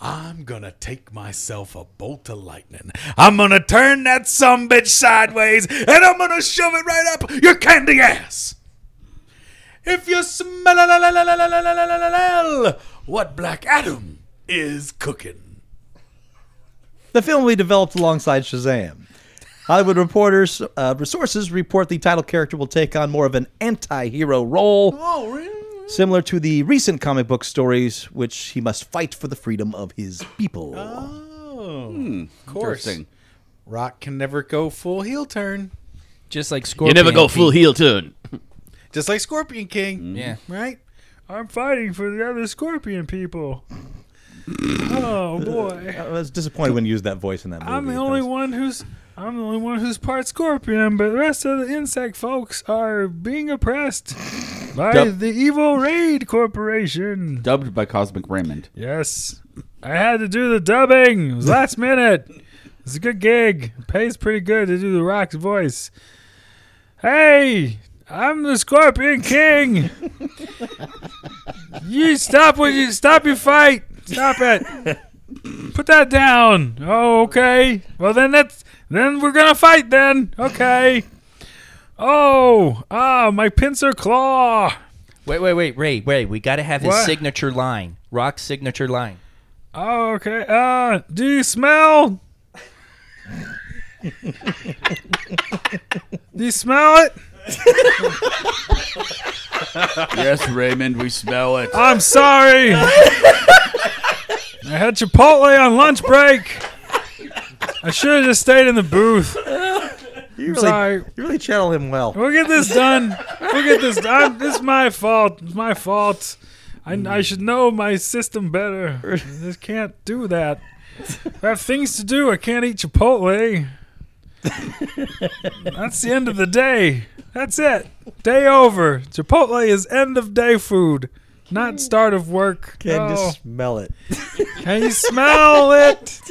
Speaker 8: I'm gonna take myself a bolt of lightning. I'm gonna turn that sumbitch sideways, and I'm gonna shove it right up your candy ass. If you smell what Black Adam is cooking.
Speaker 3: The film will be developed alongside Shazam. Hollywood reporters uh, resources report the title character will take on more of an anti-hero role.
Speaker 8: Oh, really?
Speaker 3: similar to the recent comic book stories, which he must fight for the freedom of his people.
Speaker 8: Oh, of course.
Speaker 2: Interesting.
Speaker 8: Rock can never go full heel turn,
Speaker 6: Just like
Speaker 7: You
Speaker 6: Scorpion.
Speaker 7: never go full
Speaker 6: Pete.
Speaker 7: heel turn.
Speaker 8: just like Scorpion King.
Speaker 6: Yeah.
Speaker 8: Right?
Speaker 10: I'm fighting for the other scorpion people. oh boy.
Speaker 3: I was disappointed when you used that voice in that movie.
Speaker 10: I'm the
Speaker 3: That
Speaker 10: only
Speaker 3: was-
Speaker 10: one who's I'm the only one who's part scorpion, but the rest of the insect folks are being oppressed by
Speaker 2: Dup.
Speaker 10: the evil Raid Corporation.
Speaker 2: Dubbed by Cosmic Raymond.
Speaker 10: Yes. I had to do the dubbing. It was last minute. It's a good gig. It pays pretty good to do the rock's voice. Hey, I'm the Scorpion King. you stop what you stop your fight. Stop it. Put that down. Oh, okay. Well then that's then we're gonna fight then. Okay. Oh, ah, my pincer claw.
Speaker 6: Wait, wait, wait, Ray, Ray. We got to have his
Speaker 10: What?
Speaker 6: signature line, Rock's signature line.
Speaker 10: Oh, okay. Uh, do you smell? do you smell it?
Speaker 2: yes, Raymond, we smell it.
Speaker 10: I'm sorry. I had Chipotle on lunch break. I should have just stayed in the booth.
Speaker 3: You really,
Speaker 10: Sorry.
Speaker 3: you really channel him well.
Speaker 10: We'll get this done. We'll get this done. It's my fault. It's my fault. I,
Speaker 3: Hmm.
Speaker 10: I should know my system better. I just can't do that. I have things to do. I can't eat Chipotle. That's the end of the day. That's it. Day over. Chipotle is end of day food, not start of work.
Speaker 3: Can
Speaker 10: Oh.
Speaker 3: just smell it.
Speaker 10: Can you smell it?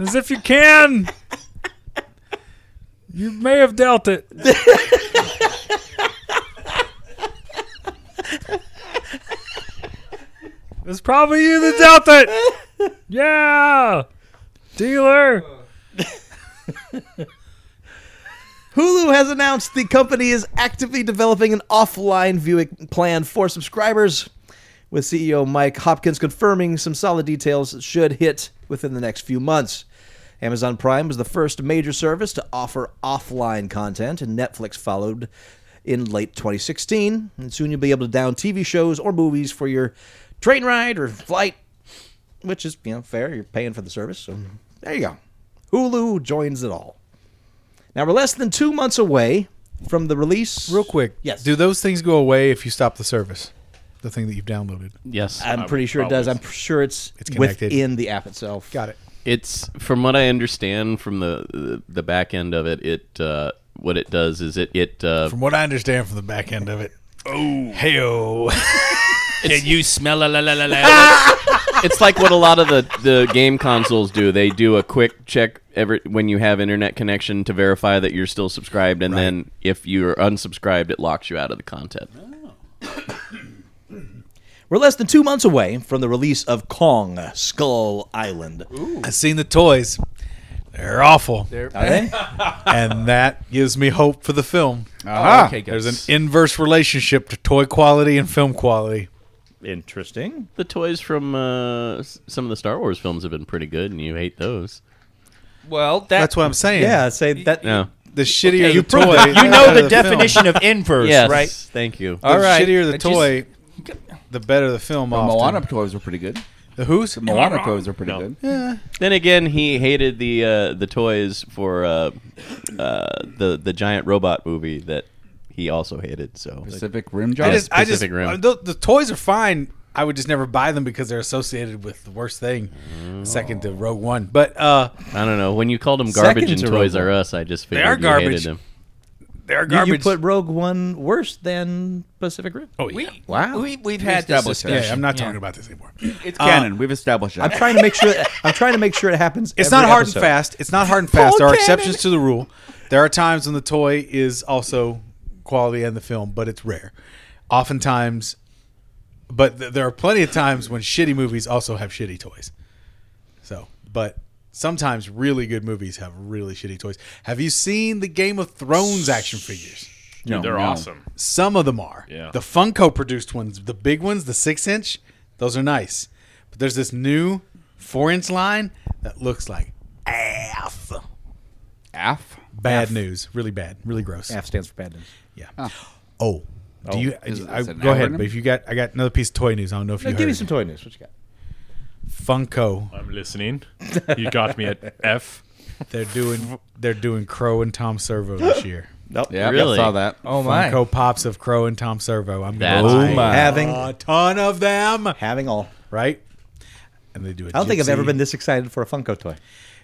Speaker 10: As if you can. You may have dealt it. it's probably you that dealt it. Yeah. Dealer.
Speaker 3: Hulu has announced the company is actively developing an offline viewing plan for subscribers, with CEO Mike Hopkins confirming some solid details that should hit within the next few months. Amazon Prime was the first major service to offer offline content, and Netflix followed in late 2016. And soon you'll be able to down TV shows or movies for your train ride or flight, which is you know fair. You're paying for the service, so
Speaker 8: Mm-hmm.
Speaker 3: there you go. Hulu joins it all. Now we're less than two months away from the release.
Speaker 8: Real quick.
Speaker 3: Yes.
Speaker 8: Do those things go away if you stop the service? The thing that you've downloaded.
Speaker 7: Yes.
Speaker 3: I'm
Speaker 8: Uh,
Speaker 3: pretty sure it does. I'm sure it's,
Speaker 8: It's connected.
Speaker 3: within the app itself.
Speaker 8: Got it.
Speaker 7: it's from what I understand from the the, the back end of it. It uh, what it does is it it uh,
Speaker 8: From what I understand from the back end of it. Oh. Hey-oh.
Speaker 6: Can you smell la la la la la?
Speaker 7: it's like what a lot of the, the game consoles do. They do a quick check every when you have internet connection to verify that you're still subscribed, and then if you're unsubscribed, it locks you out of the content.
Speaker 3: We're less than two months away from the release of Kong Skull Island.
Speaker 8: I've seen the toys. They're awful.
Speaker 3: Are they?
Speaker 8: and that gives me hope for the film.
Speaker 3: Ah,
Speaker 6: Aha. okay, good.
Speaker 8: There's an inverse relationship to toy quality and film quality.
Speaker 3: Interesting.
Speaker 7: The toys from uh, s- some of the Star Wars films have been pretty good, and you hate those.
Speaker 6: well, that,
Speaker 8: That's what I'm saying.
Speaker 3: Yeah, say that.
Speaker 7: No,
Speaker 8: The shittier
Speaker 6: you
Speaker 8: the toy,
Speaker 6: proved it. You know
Speaker 8: better
Speaker 6: the
Speaker 8: film.
Speaker 6: definition of inverse,
Speaker 7: yes,
Speaker 6: right?
Speaker 7: Thank you.
Speaker 8: The
Speaker 6: All right.
Speaker 8: shittier the
Speaker 6: I just-
Speaker 8: toy, the better the film.
Speaker 2: The
Speaker 8: often.
Speaker 2: Moana toys were pretty good.
Speaker 8: The who's?
Speaker 2: The Moana toys were pretty good.
Speaker 7: Then again, he hated the uh, the toys for uh, uh, the the giant robot movie that he also hated. So
Speaker 2: Pacific Rim
Speaker 8: I
Speaker 2: Job.
Speaker 8: just, I just,
Speaker 7: Pacific Rim.
Speaker 8: uh, The, the toys are fine. I would just never buy them because they're associated with the worst thing, second to Rogue One. But uh,
Speaker 7: I don't know. When you called them garbage
Speaker 3: Second
Speaker 7: and
Speaker 3: to
Speaker 7: Toys
Speaker 3: Robo.
Speaker 7: R Us, I just
Speaker 8: are
Speaker 7: figured you hated
Speaker 8: garbage.
Speaker 7: them.
Speaker 8: they're
Speaker 3: You,
Speaker 8: garbage.
Speaker 3: you put Rogue One worse than Pacific Rim. Oh,
Speaker 6: We,
Speaker 3: Wow.
Speaker 6: We, we've had this
Speaker 2: established that.
Speaker 6: discussion.
Speaker 8: yeah, I'm not
Speaker 6: Yeah.
Speaker 8: talking about this anymore.
Speaker 2: it's canon. We've established
Speaker 3: Uh, I'm
Speaker 2: that.
Speaker 3: trying to make sure. I'm trying to make sure it happens.
Speaker 8: It's
Speaker 3: every
Speaker 8: not hard
Speaker 3: episode.
Speaker 8: and fast. It's not hard and fast. There are exceptions to the rule. There are times when the toy is also quality in the film, but it's rare. Oftentimes, but th- there are plenty of times when shitty movies also have shitty toys. So, but sometimes really good movies have really shitty toys. Have you seen the Game of Thrones action figures?
Speaker 2: No,
Speaker 13: They're
Speaker 2: no.
Speaker 13: awesome.
Speaker 8: Some of them are.
Speaker 13: Yeah.
Speaker 8: The Funko produced ones, the big ones, the six inch, those are nice. But there's this new four inch line that looks like ass.
Speaker 2: Af.
Speaker 8: Bad news. Really bad. Really gross.
Speaker 3: F stands for bad news.
Speaker 8: Yeah. Oh, Do you?
Speaker 2: is
Speaker 8: I,
Speaker 2: this an
Speaker 8: go ahead.
Speaker 2: acronym?
Speaker 8: But if you got, I got another piece of toy news. I don't know if you.
Speaker 3: Now, give me
Speaker 8: heard
Speaker 3: some
Speaker 8: it.
Speaker 3: toy news. What you got?
Speaker 8: Funko.
Speaker 4: I'm listening. You got me at F.
Speaker 8: They're doing. They're doing Crow and Tom Servo this year.
Speaker 3: Nope.
Speaker 2: Yeah,
Speaker 7: Really?
Speaker 2: I saw that.
Speaker 9: Oh my!
Speaker 8: Funko pops of Crow and Tom Servo. I'm gonna
Speaker 7: That's-
Speaker 8: buy
Speaker 7: Oh
Speaker 2: my.
Speaker 3: Having
Speaker 8: a ton of them.
Speaker 3: having all.
Speaker 8: Right. And they do. I
Speaker 3: I don't think I've ever been this excited for a Funko toy.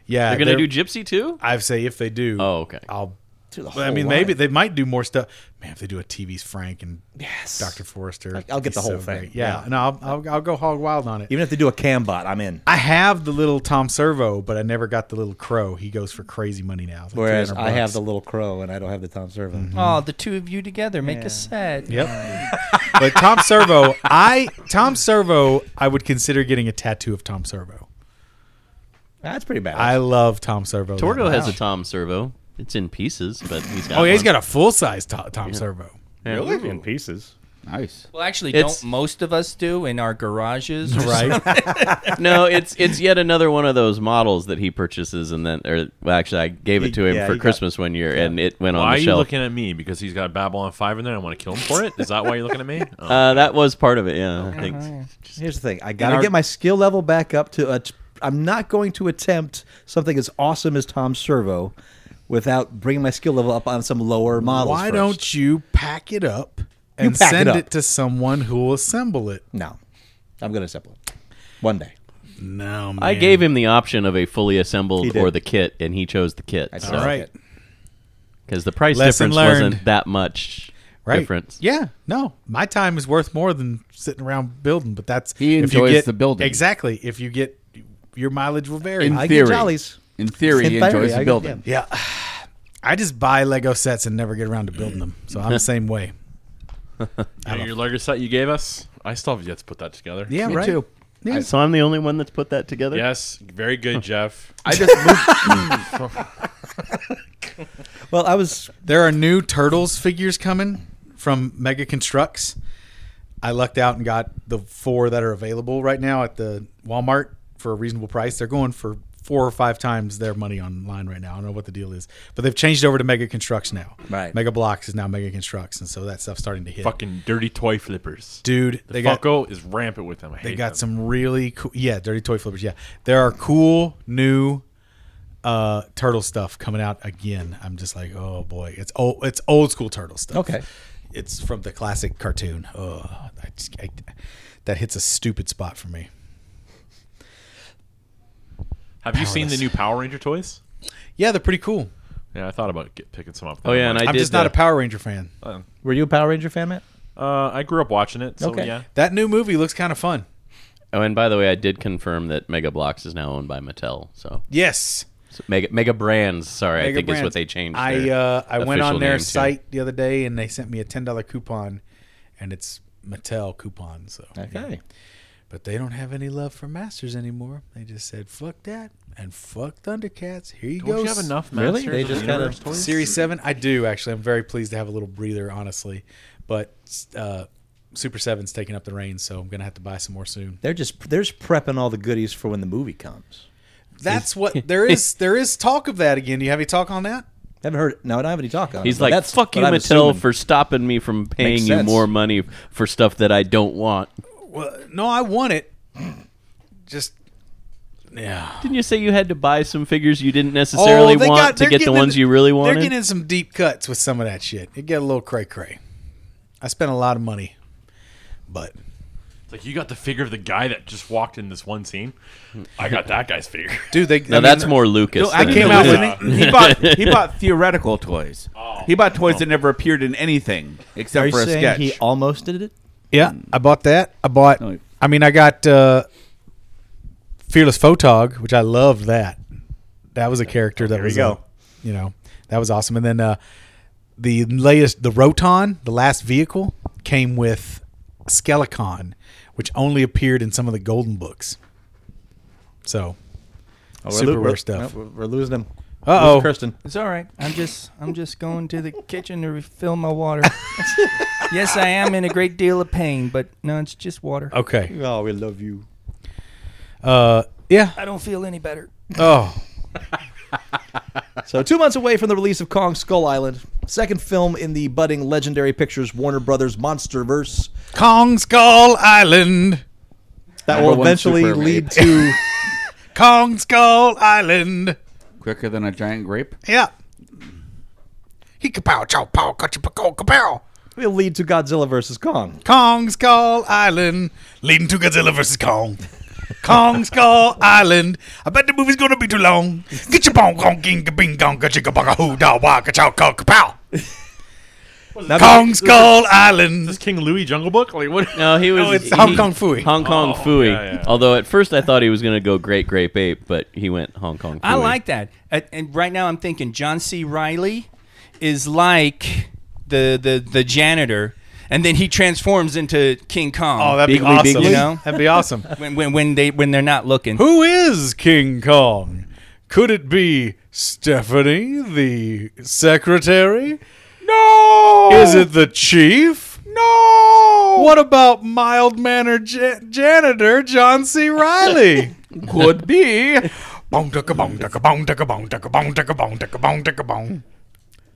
Speaker 8: Yeah,
Speaker 7: They're gonna do Gypsy too.
Speaker 8: I say if they do.
Speaker 7: Oh, okay.
Speaker 8: I'll.
Speaker 3: Dude, the
Speaker 8: I
Speaker 3: whole
Speaker 8: mean, maybe
Speaker 3: line.
Speaker 8: they might do more stuff. Man, if they do a TV's Frank and
Speaker 3: Yes.
Speaker 8: Dr. Forrester,
Speaker 3: I'll get
Speaker 8: it'd
Speaker 3: the
Speaker 8: be
Speaker 3: whole thing.
Speaker 8: great. Yeah,
Speaker 3: Yeah.
Speaker 8: no, I'll, I'll, I'll go hog wild on it.
Speaker 3: Even if they do a cam bot, I'm in.
Speaker 8: I have the little Tom Servo, but I never got the little crow. He goes for crazy money now. It's like
Speaker 3: Whereas
Speaker 8: 300
Speaker 3: I have the
Speaker 8: bucks. Mm-hmm.
Speaker 3: little crow and I don't have the Tom Servo.
Speaker 6: Oh, the two of you together make a set.
Speaker 8: Yep. but Tom Servo, I Tom Servo, I would consider getting a tattoo of Tom Servo.
Speaker 3: That's pretty bad.
Speaker 8: I love Tom Servo.
Speaker 7: Torgo has a Tom Servo. It's in pieces, but he's got.
Speaker 8: Oh, yeah, he's
Speaker 7: one.
Speaker 8: got a full size Tom, Tom Servo.
Speaker 7: Yeah.
Speaker 3: in pieces.
Speaker 2: Nice.
Speaker 6: Well, actually,
Speaker 7: It's-
Speaker 6: don't most of us do in our garages?
Speaker 8: Right?
Speaker 7: no, it's it's yet another one of those models that he purchases, and then or well, actually, I gave it to him
Speaker 3: yeah,
Speaker 7: for
Speaker 3: he got-
Speaker 7: Christmas one year, and it went
Speaker 4: Why
Speaker 7: on
Speaker 4: are
Speaker 7: the
Speaker 4: you
Speaker 7: shelf.
Speaker 4: looking at me? Because he's got Babylon 5 in there and I want to kill him for it? Is that why you're looking at me? Oh.
Speaker 7: uh, that was part of it. Yeah, I think.
Speaker 3: Here's the thing. I got to get my skill level back up to. A t- I'm not going to attempt something as awesome as Tom Servo without bringing my skill level up on some lower models.
Speaker 8: Why do
Speaker 3: first.
Speaker 8: don't you pack it up and
Speaker 3: pack it
Speaker 8: send
Speaker 3: up.
Speaker 8: it to someone who will assemble it?
Speaker 3: No, I'm going to assemble it one day.
Speaker 8: No, man.
Speaker 7: I gave him the option of a fully
Speaker 3: He
Speaker 7: assembled
Speaker 3: did.
Speaker 7: or the kit, and he chose the kit.
Speaker 3: did.
Speaker 8: All right.
Speaker 7: because the price
Speaker 8: Lesson
Speaker 7: difference
Speaker 8: learned.
Speaker 7: wasn't that much
Speaker 8: Right.
Speaker 7: difference.
Speaker 8: Yeah. No, my time is worth more than sitting around building, but that's
Speaker 2: He
Speaker 8: if you
Speaker 2: enjoys
Speaker 8: get-
Speaker 2: the building.
Speaker 8: Exactly. If you get your mileage will vary.
Speaker 2: In
Speaker 3: I
Speaker 2: theory.
Speaker 3: get jollies.
Speaker 2: In theory,
Speaker 3: In
Speaker 2: he
Speaker 3: theory, I
Speaker 2: enjoys the
Speaker 3: get-
Speaker 2: building.
Speaker 8: yeah. I just buy Lego sets and never get around to building them. So I'm the same way.
Speaker 4: You know your Lego set you gave us? I still have yet to put that together.
Speaker 8: Yeah,
Speaker 2: Me
Speaker 8: right.
Speaker 2: too.
Speaker 8: Yeah.
Speaker 7: So I'm the only one that's put that together.
Speaker 4: Yes, very good, Jeff.
Speaker 2: I just moved.
Speaker 3: Well, I was
Speaker 8: There are new Turtles figures coming from Mega Constructs. I lucked out and got the four that are available right now at the Walmart for a reasonable price. They're going for four or five times their money online right now. I don't know what the deal is, but they've changed over to Mega Constructs now.
Speaker 3: Right.
Speaker 8: Mega Blocks is now Mega Constructs, and so that stuff's starting to hit.
Speaker 4: Fucking dirty toy flippers.
Speaker 8: Dude,
Speaker 4: The
Speaker 8: they got
Speaker 4: Funko is rampant with them. I hate
Speaker 8: they got
Speaker 4: them.
Speaker 8: some really cool yeah dirty toy flippers yeah there are cool new uh turtle stuff coming out again i'm just like oh boy it's old it's old school turtle stuff
Speaker 3: Okay.
Speaker 8: it's from the classic cartoon oh I just, I, that hits a stupid spot for me
Speaker 4: Have you seen the new Power Ranger toys?
Speaker 8: yeah they're pretty cool
Speaker 4: Yeah, I thought about get, picking some up.
Speaker 7: Oh yeah, and I
Speaker 8: i'm
Speaker 7: did.
Speaker 8: just not
Speaker 7: the- Oh.
Speaker 8: a power ranger fan
Speaker 3: Were you a Power Ranger fan, Matt?
Speaker 4: Uh, I grew up watching it, so
Speaker 3: Okay.
Speaker 4: yeah.
Speaker 8: that new movie looks kind of fun
Speaker 7: oh, and by the way, I did confirm that Mega Blocks is now owned by Mattel. So,
Speaker 8: yes
Speaker 7: so Mega Mega Brands. Sorry, I
Speaker 8: Mega
Speaker 7: think is what
Speaker 8: Brands.
Speaker 7: they changed.
Speaker 8: I
Speaker 7: their
Speaker 8: uh, I went
Speaker 7: official
Speaker 8: on their
Speaker 7: name to.
Speaker 8: site the other day and they sent me a ten dollar coupon, and it's Mattel coupon. So yeah. but they don't have any love for Masters anymore. They just said fuck that and fuck Thundercats. Here you
Speaker 4: Don't
Speaker 8: go.
Speaker 4: you have enough
Speaker 3: Really?
Speaker 4: Masters
Speaker 3: They
Speaker 4: of the
Speaker 3: just kinda-
Speaker 4: Universe toys?
Speaker 8: Series seven. I do actually. I'm very pleased to have a little breather, honestly. But uh, Super Seven's taking up the reins, so I'm gonna have to buy some more soon.
Speaker 3: They're just they're just prepping all the goodies for when the movie comes.
Speaker 8: That's what there is. There is talk of that again. Do you have any talk on that?
Speaker 3: Haven't heard. No, I don't have any talk on.
Speaker 8: uh,
Speaker 3: it,
Speaker 7: He's
Speaker 3: but
Speaker 7: like,
Speaker 3: that's
Speaker 7: "Fuck
Speaker 3: what
Speaker 7: you,
Speaker 3: I'm
Speaker 7: Mattel,
Speaker 3: assuming.
Speaker 7: for stopping me from paying you
Speaker 3: sense.
Speaker 7: more money for stuff that I don't want."
Speaker 8: Well, no, I want it. Just yeah.
Speaker 7: Didn't you say you had to buy some figures you
Speaker 3: Oh,
Speaker 7: didn't necessarily
Speaker 8: Oh, they
Speaker 7: want
Speaker 8: got-
Speaker 7: to
Speaker 8: they're
Speaker 7: get the
Speaker 8: getting
Speaker 7: ones
Speaker 8: in-
Speaker 7: you really wanted?
Speaker 8: They're getting some deep cuts with some of that shit. It get a little cray cray. I spent a lot of money, but
Speaker 4: It's like you got the figure of the guy that just walked in this one scene. I got that guy's figure.
Speaker 8: dude, they
Speaker 7: now that's more Lucas.
Speaker 2: I
Speaker 7: than
Speaker 2: came
Speaker 7: it
Speaker 2: out
Speaker 7: is.
Speaker 2: with e-, he bought he bought theoretical toys. He bought toys that never appeared in anything
Speaker 3: Are
Speaker 2: except
Speaker 3: you
Speaker 2: for a
Speaker 3: saying
Speaker 2: sketch.
Speaker 3: he almost did it?
Speaker 8: Yeah, I bought that. I bought.
Speaker 2: No.
Speaker 8: I mean, I got uh, Fearless Photog, which I loved. That that was a character that was
Speaker 3: you
Speaker 8: uh,
Speaker 3: go.
Speaker 8: you know that was awesome. And then uh, the latest, the Roton, the last vehicle, came with Skelecon, which only appeared in some of the Golden books. So
Speaker 3: Oh,
Speaker 8: Super rare stuff.
Speaker 3: no, we're, we're losing him.
Speaker 8: Uh-oh.
Speaker 3: Losing Kirsten.
Speaker 6: It's all right. I'm just I'm just going to the kitchen to refill my water. yes, I am in a great deal of pain, but no, it's just water.
Speaker 8: okay,
Speaker 3: Oh, we love you.
Speaker 8: uh, yeah.
Speaker 9: Oh.
Speaker 6: I don't feel any better.
Speaker 8: Oh,
Speaker 3: So, two months away from the release of Kong Skull Island, second film in the budding Legendary Pictures Warner Brothers Monsterverse,
Speaker 9: Kong Skull Island.
Speaker 3: that
Speaker 2: Number
Speaker 3: will
Speaker 2: one
Speaker 3: eventually
Speaker 2: super
Speaker 3: lead
Speaker 2: lead.
Speaker 3: to
Speaker 9: Kong Skull Island.
Speaker 2: Quicker than a giant grape.
Speaker 9: Yeah. He kapow, chow, pow, kachapaco, kapow.
Speaker 3: will lead to Godzilla vs Kong.
Speaker 9: Kong Skull Island, leading to Godzilla versus Kong. Kong Skull Island. I bet the movie's gonna be too long. Get your bong, Kong, king, bing, gong, kachika, baka, hoo, da, wa, kachow, kong, kapow. Kong Skull Island.
Speaker 4: This King Louis Jungle Book? Like what?
Speaker 7: No, he was.
Speaker 9: No, it's
Speaker 7: he-
Speaker 9: Hong Kong Fooey.
Speaker 7: Hong Kong
Speaker 4: Oh,
Speaker 7: Fooey.
Speaker 4: yeah, yeah.
Speaker 7: Although at first I thought he was going to go Great Grape Ape, but he went Hong Kong Fooey.
Speaker 6: I like that. And- and right now I'm thinking John C. Riley is like the the the janitor, and then he transforms into King Kong.
Speaker 8: Oh, that'd be
Speaker 7: Bigly,
Speaker 8: awesome.
Speaker 7: bigly.
Speaker 6: You know?
Speaker 8: That'd be awesome.
Speaker 6: when, when when they when they're not looking.
Speaker 8: Who is King Kong? Could it be Stephanie, the secretary? No. Is it the chief? No. What about mild mannered ja- janitor John C. Riley?
Speaker 2: Could be.
Speaker 8: Bong ducka bong ducka bong ducka bong ducka bong ducka bong ducka bong ducka bong.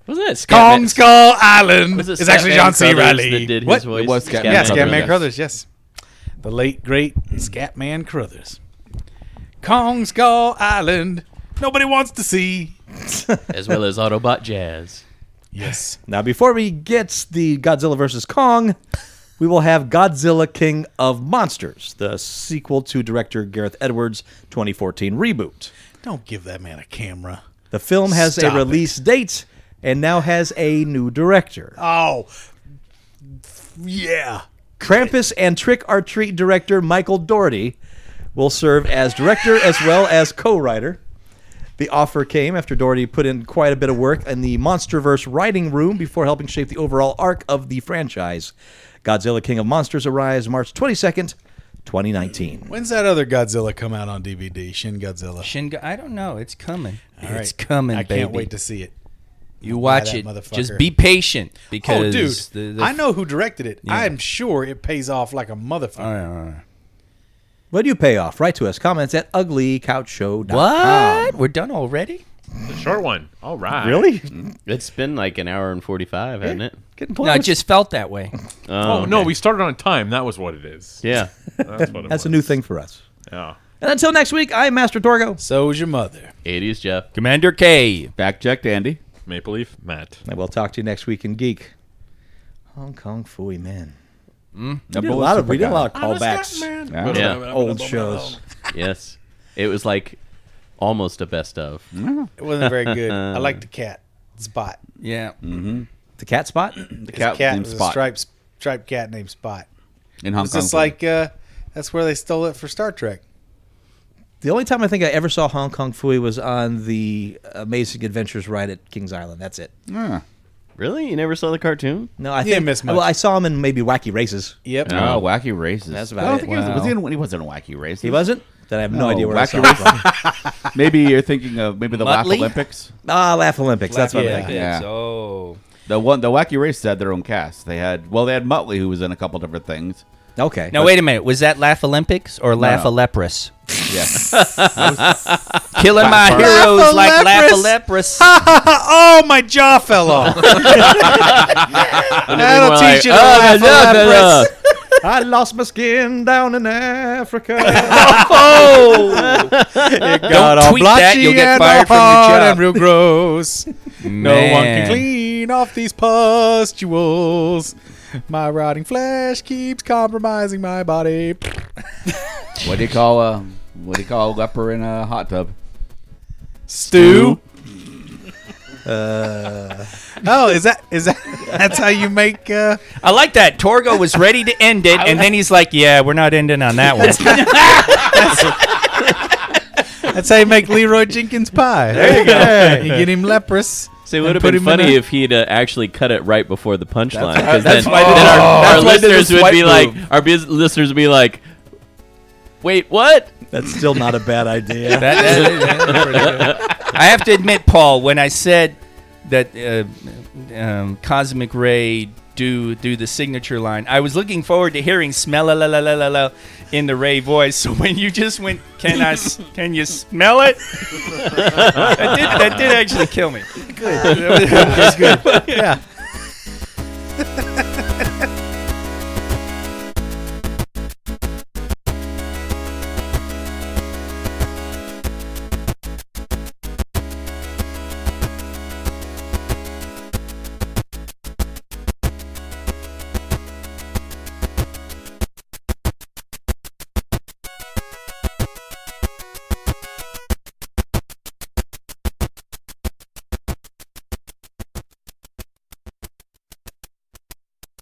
Speaker 7: Wasn't that Scat
Speaker 8: Kong Skull Island
Speaker 7: Was it
Speaker 8: is actually
Speaker 7: Scatman
Speaker 8: John C.
Speaker 7: Crothers
Speaker 8: Riley.
Speaker 7: That did
Speaker 9: What?
Speaker 7: His voice?
Speaker 2: It was Scatman
Speaker 9: Yes,
Speaker 2: Scatman
Speaker 9: Scatman Crothers, yes. The late, great Scatman Crothers. Kong Skull Island. Nobody wants to see.
Speaker 7: As well as Autobot Jazz.
Speaker 9: Yes.
Speaker 3: Now, before we get the Godzilla vs. Kong, we will have Godzilla King of Monsters, the sequel to director Gareth Edwards' 2014 reboot.
Speaker 9: Don't give that man a camera.
Speaker 3: The film has
Speaker 9: Stop
Speaker 3: a
Speaker 9: it.
Speaker 3: release date and now has a new director.
Speaker 9: Oh. Yeah.
Speaker 3: Krampus and Trick or Treat director Michael Doherty will serve as director as well as co-writer. The offer came after Doherty put in quite a bit of work in the MonsterVerse writing room before helping shape the overall arc of the franchise. Godzilla King of Monsters arrives March 22nd, 2019.
Speaker 8: When's that other Godzilla come out on DVD? Shin Godzilla.
Speaker 6: Shingo, I don't know. It's coming.
Speaker 8: All
Speaker 6: It's
Speaker 8: right.
Speaker 6: coming,
Speaker 8: I
Speaker 6: baby.
Speaker 8: can't wait to see it.
Speaker 6: you watch
Speaker 8: that
Speaker 6: it.
Speaker 8: motherfucker.
Speaker 6: Just be patient because
Speaker 8: Oh, dude,
Speaker 6: the- the-
Speaker 8: I know who directed it. I'm sure it pays off like a motherfucker.
Speaker 6: Oh,
Speaker 3: What do you pay off? Write to us. Comments at uglycouchshow.com.
Speaker 6: What? We're done already?
Speaker 4: The short one. All right.
Speaker 3: Really?
Speaker 7: Mm-hmm. It's been like an hour and 45, hasn't it?
Speaker 3: Getting
Speaker 6: No, I
Speaker 3: close.
Speaker 6: just felt that way.
Speaker 4: Oh, no, we started on time. That was what it is.
Speaker 7: Yeah.
Speaker 4: That's what it
Speaker 3: That's a
Speaker 4: was.
Speaker 3: new thing for us.
Speaker 4: Yeah.
Speaker 3: And until next week, I'm Master Torgo.
Speaker 8: So's your mother.
Speaker 7: 80s Jeff.
Speaker 6: Commander K.
Speaker 2: Back checked, Andy.
Speaker 4: Maple Leaf Matt.
Speaker 3: And we'll talk to you next week in Geek. Hong Kong Fooey Man.
Speaker 8: Mm,
Speaker 2: We
Speaker 3: did a lot of we did a lot of callbacks,
Speaker 7: Yeah.
Speaker 3: old shows.
Speaker 7: yes. It was like almost a best of.
Speaker 8: It wasn't very good. I like the cat spot.
Speaker 6: Yeah.
Speaker 3: The cat spot.
Speaker 2: The
Speaker 8: The
Speaker 2: cat,
Speaker 8: cat
Speaker 2: named
Speaker 8: was a
Speaker 2: Spot
Speaker 8: striped, striped cat named Spot.
Speaker 2: in Hong
Speaker 8: It's
Speaker 2: Kong.
Speaker 8: just like uh, that's where they stole it for Star Trek.
Speaker 3: The only time I think I ever saw Hong Kong Fooey was on the Amazing Adventures ride at Kings Island. That's it.
Speaker 2: Yeah.
Speaker 7: Really? You never saw the cartoon?
Speaker 3: No, I
Speaker 8: You
Speaker 3: think
Speaker 8: didn't miss much.
Speaker 3: well, I saw him in maybe Wacky Races.
Speaker 8: Yep.
Speaker 2: Oh, wacky racist.
Speaker 3: That's about
Speaker 2: I don't
Speaker 3: it.
Speaker 2: think he was. Was he, in, he wasn't a wacky racist.
Speaker 3: He wasn't. Then I have no,
Speaker 2: No,
Speaker 3: idea where
Speaker 2: Wacky
Speaker 3: I saw him. from.
Speaker 2: Maybe you're thinking of maybe the Laugh
Speaker 6: Muttley?
Speaker 2: Olympics.
Speaker 3: Ah, Laugh Olympics. That's what I'm
Speaker 6: Yeah.
Speaker 3: thinking.
Speaker 2: Yeah.
Speaker 6: Oh.
Speaker 2: The one, the wacky racists had their own cast. They had well, they had Muttley who was in a couple different things.
Speaker 3: Okay.
Speaker 6: Now wait a minute. Was that Laugh Olympics or Laugh a Lepris?
Speaker 2: Yeah.
Speaker 6: Killing my heroes like Laugh a Lepris.
Speaker 8: oh, my jaw fell off. That'll teach you to
Speaker 6: "Oh,
Speaker 8: laugh at Lapras.
Speaker 3: I lost my skin down in Africa.
Speaker 2: Oh!
Speaker 6: Don't tweet that. You'll get
Speaker 8: and
Speaker 6: fired from
Speaker 8: hard
Speaker 6: your
Speaker 8: and
Speaker 6: job.
Speaker 8: real gross. No one can
Speaker 6: Man.
Speaker 8: clean off these pustules. My rotting flesh keeps compromising my body.
Speaker 2: what do you call a what do you call a leper in a hot tub?
Speaker 8: Stew.
Speaker 3: Uh,
Speaker 8: oh, is that is that that's how you make uh
Speaker 6: I like that. Torgo was ready to end it, and then he's like, "Yeah, we're not ending on that one."
Speaker 8: that's how you make Leroy Jenkins pie. There you go. you get him leprous.
Speaker 7: So it would have
Speaker 8: put
Speaker 7: been
Speaker 8: him in
Speaker 7: funny
Speaker 8: a-
Speaker 7: if he'd uh, actually cut it right before the punchline, because then,
Speaker 2: that's why they
Speaker 7: then
Speaker 2: did-
Speaker 7: our,
Speaker 2: that's
Speaker 7: our
Speaker 2: why they did
Speaker 7: listeners
Speaker 2: the
Speaker 7: would
Speaker 2: swipe
Speaker 7: be
Speaker 2: move.
Speaker 7: like, our biz- listeners would be like, "Wait, what?"
Speaker 3: That's still not a bad idea.
Speaker 6: That- that- I have to admit, Paul, when I said that uh, um, cosmic ray do do the signature line. I was looking forward to hearing smell la la la la la in the Ray voice. So when you just went, can I? s- Can you smell it? that, did, that did actually kill me. Good.
Speaker 3: That's good. Yeah.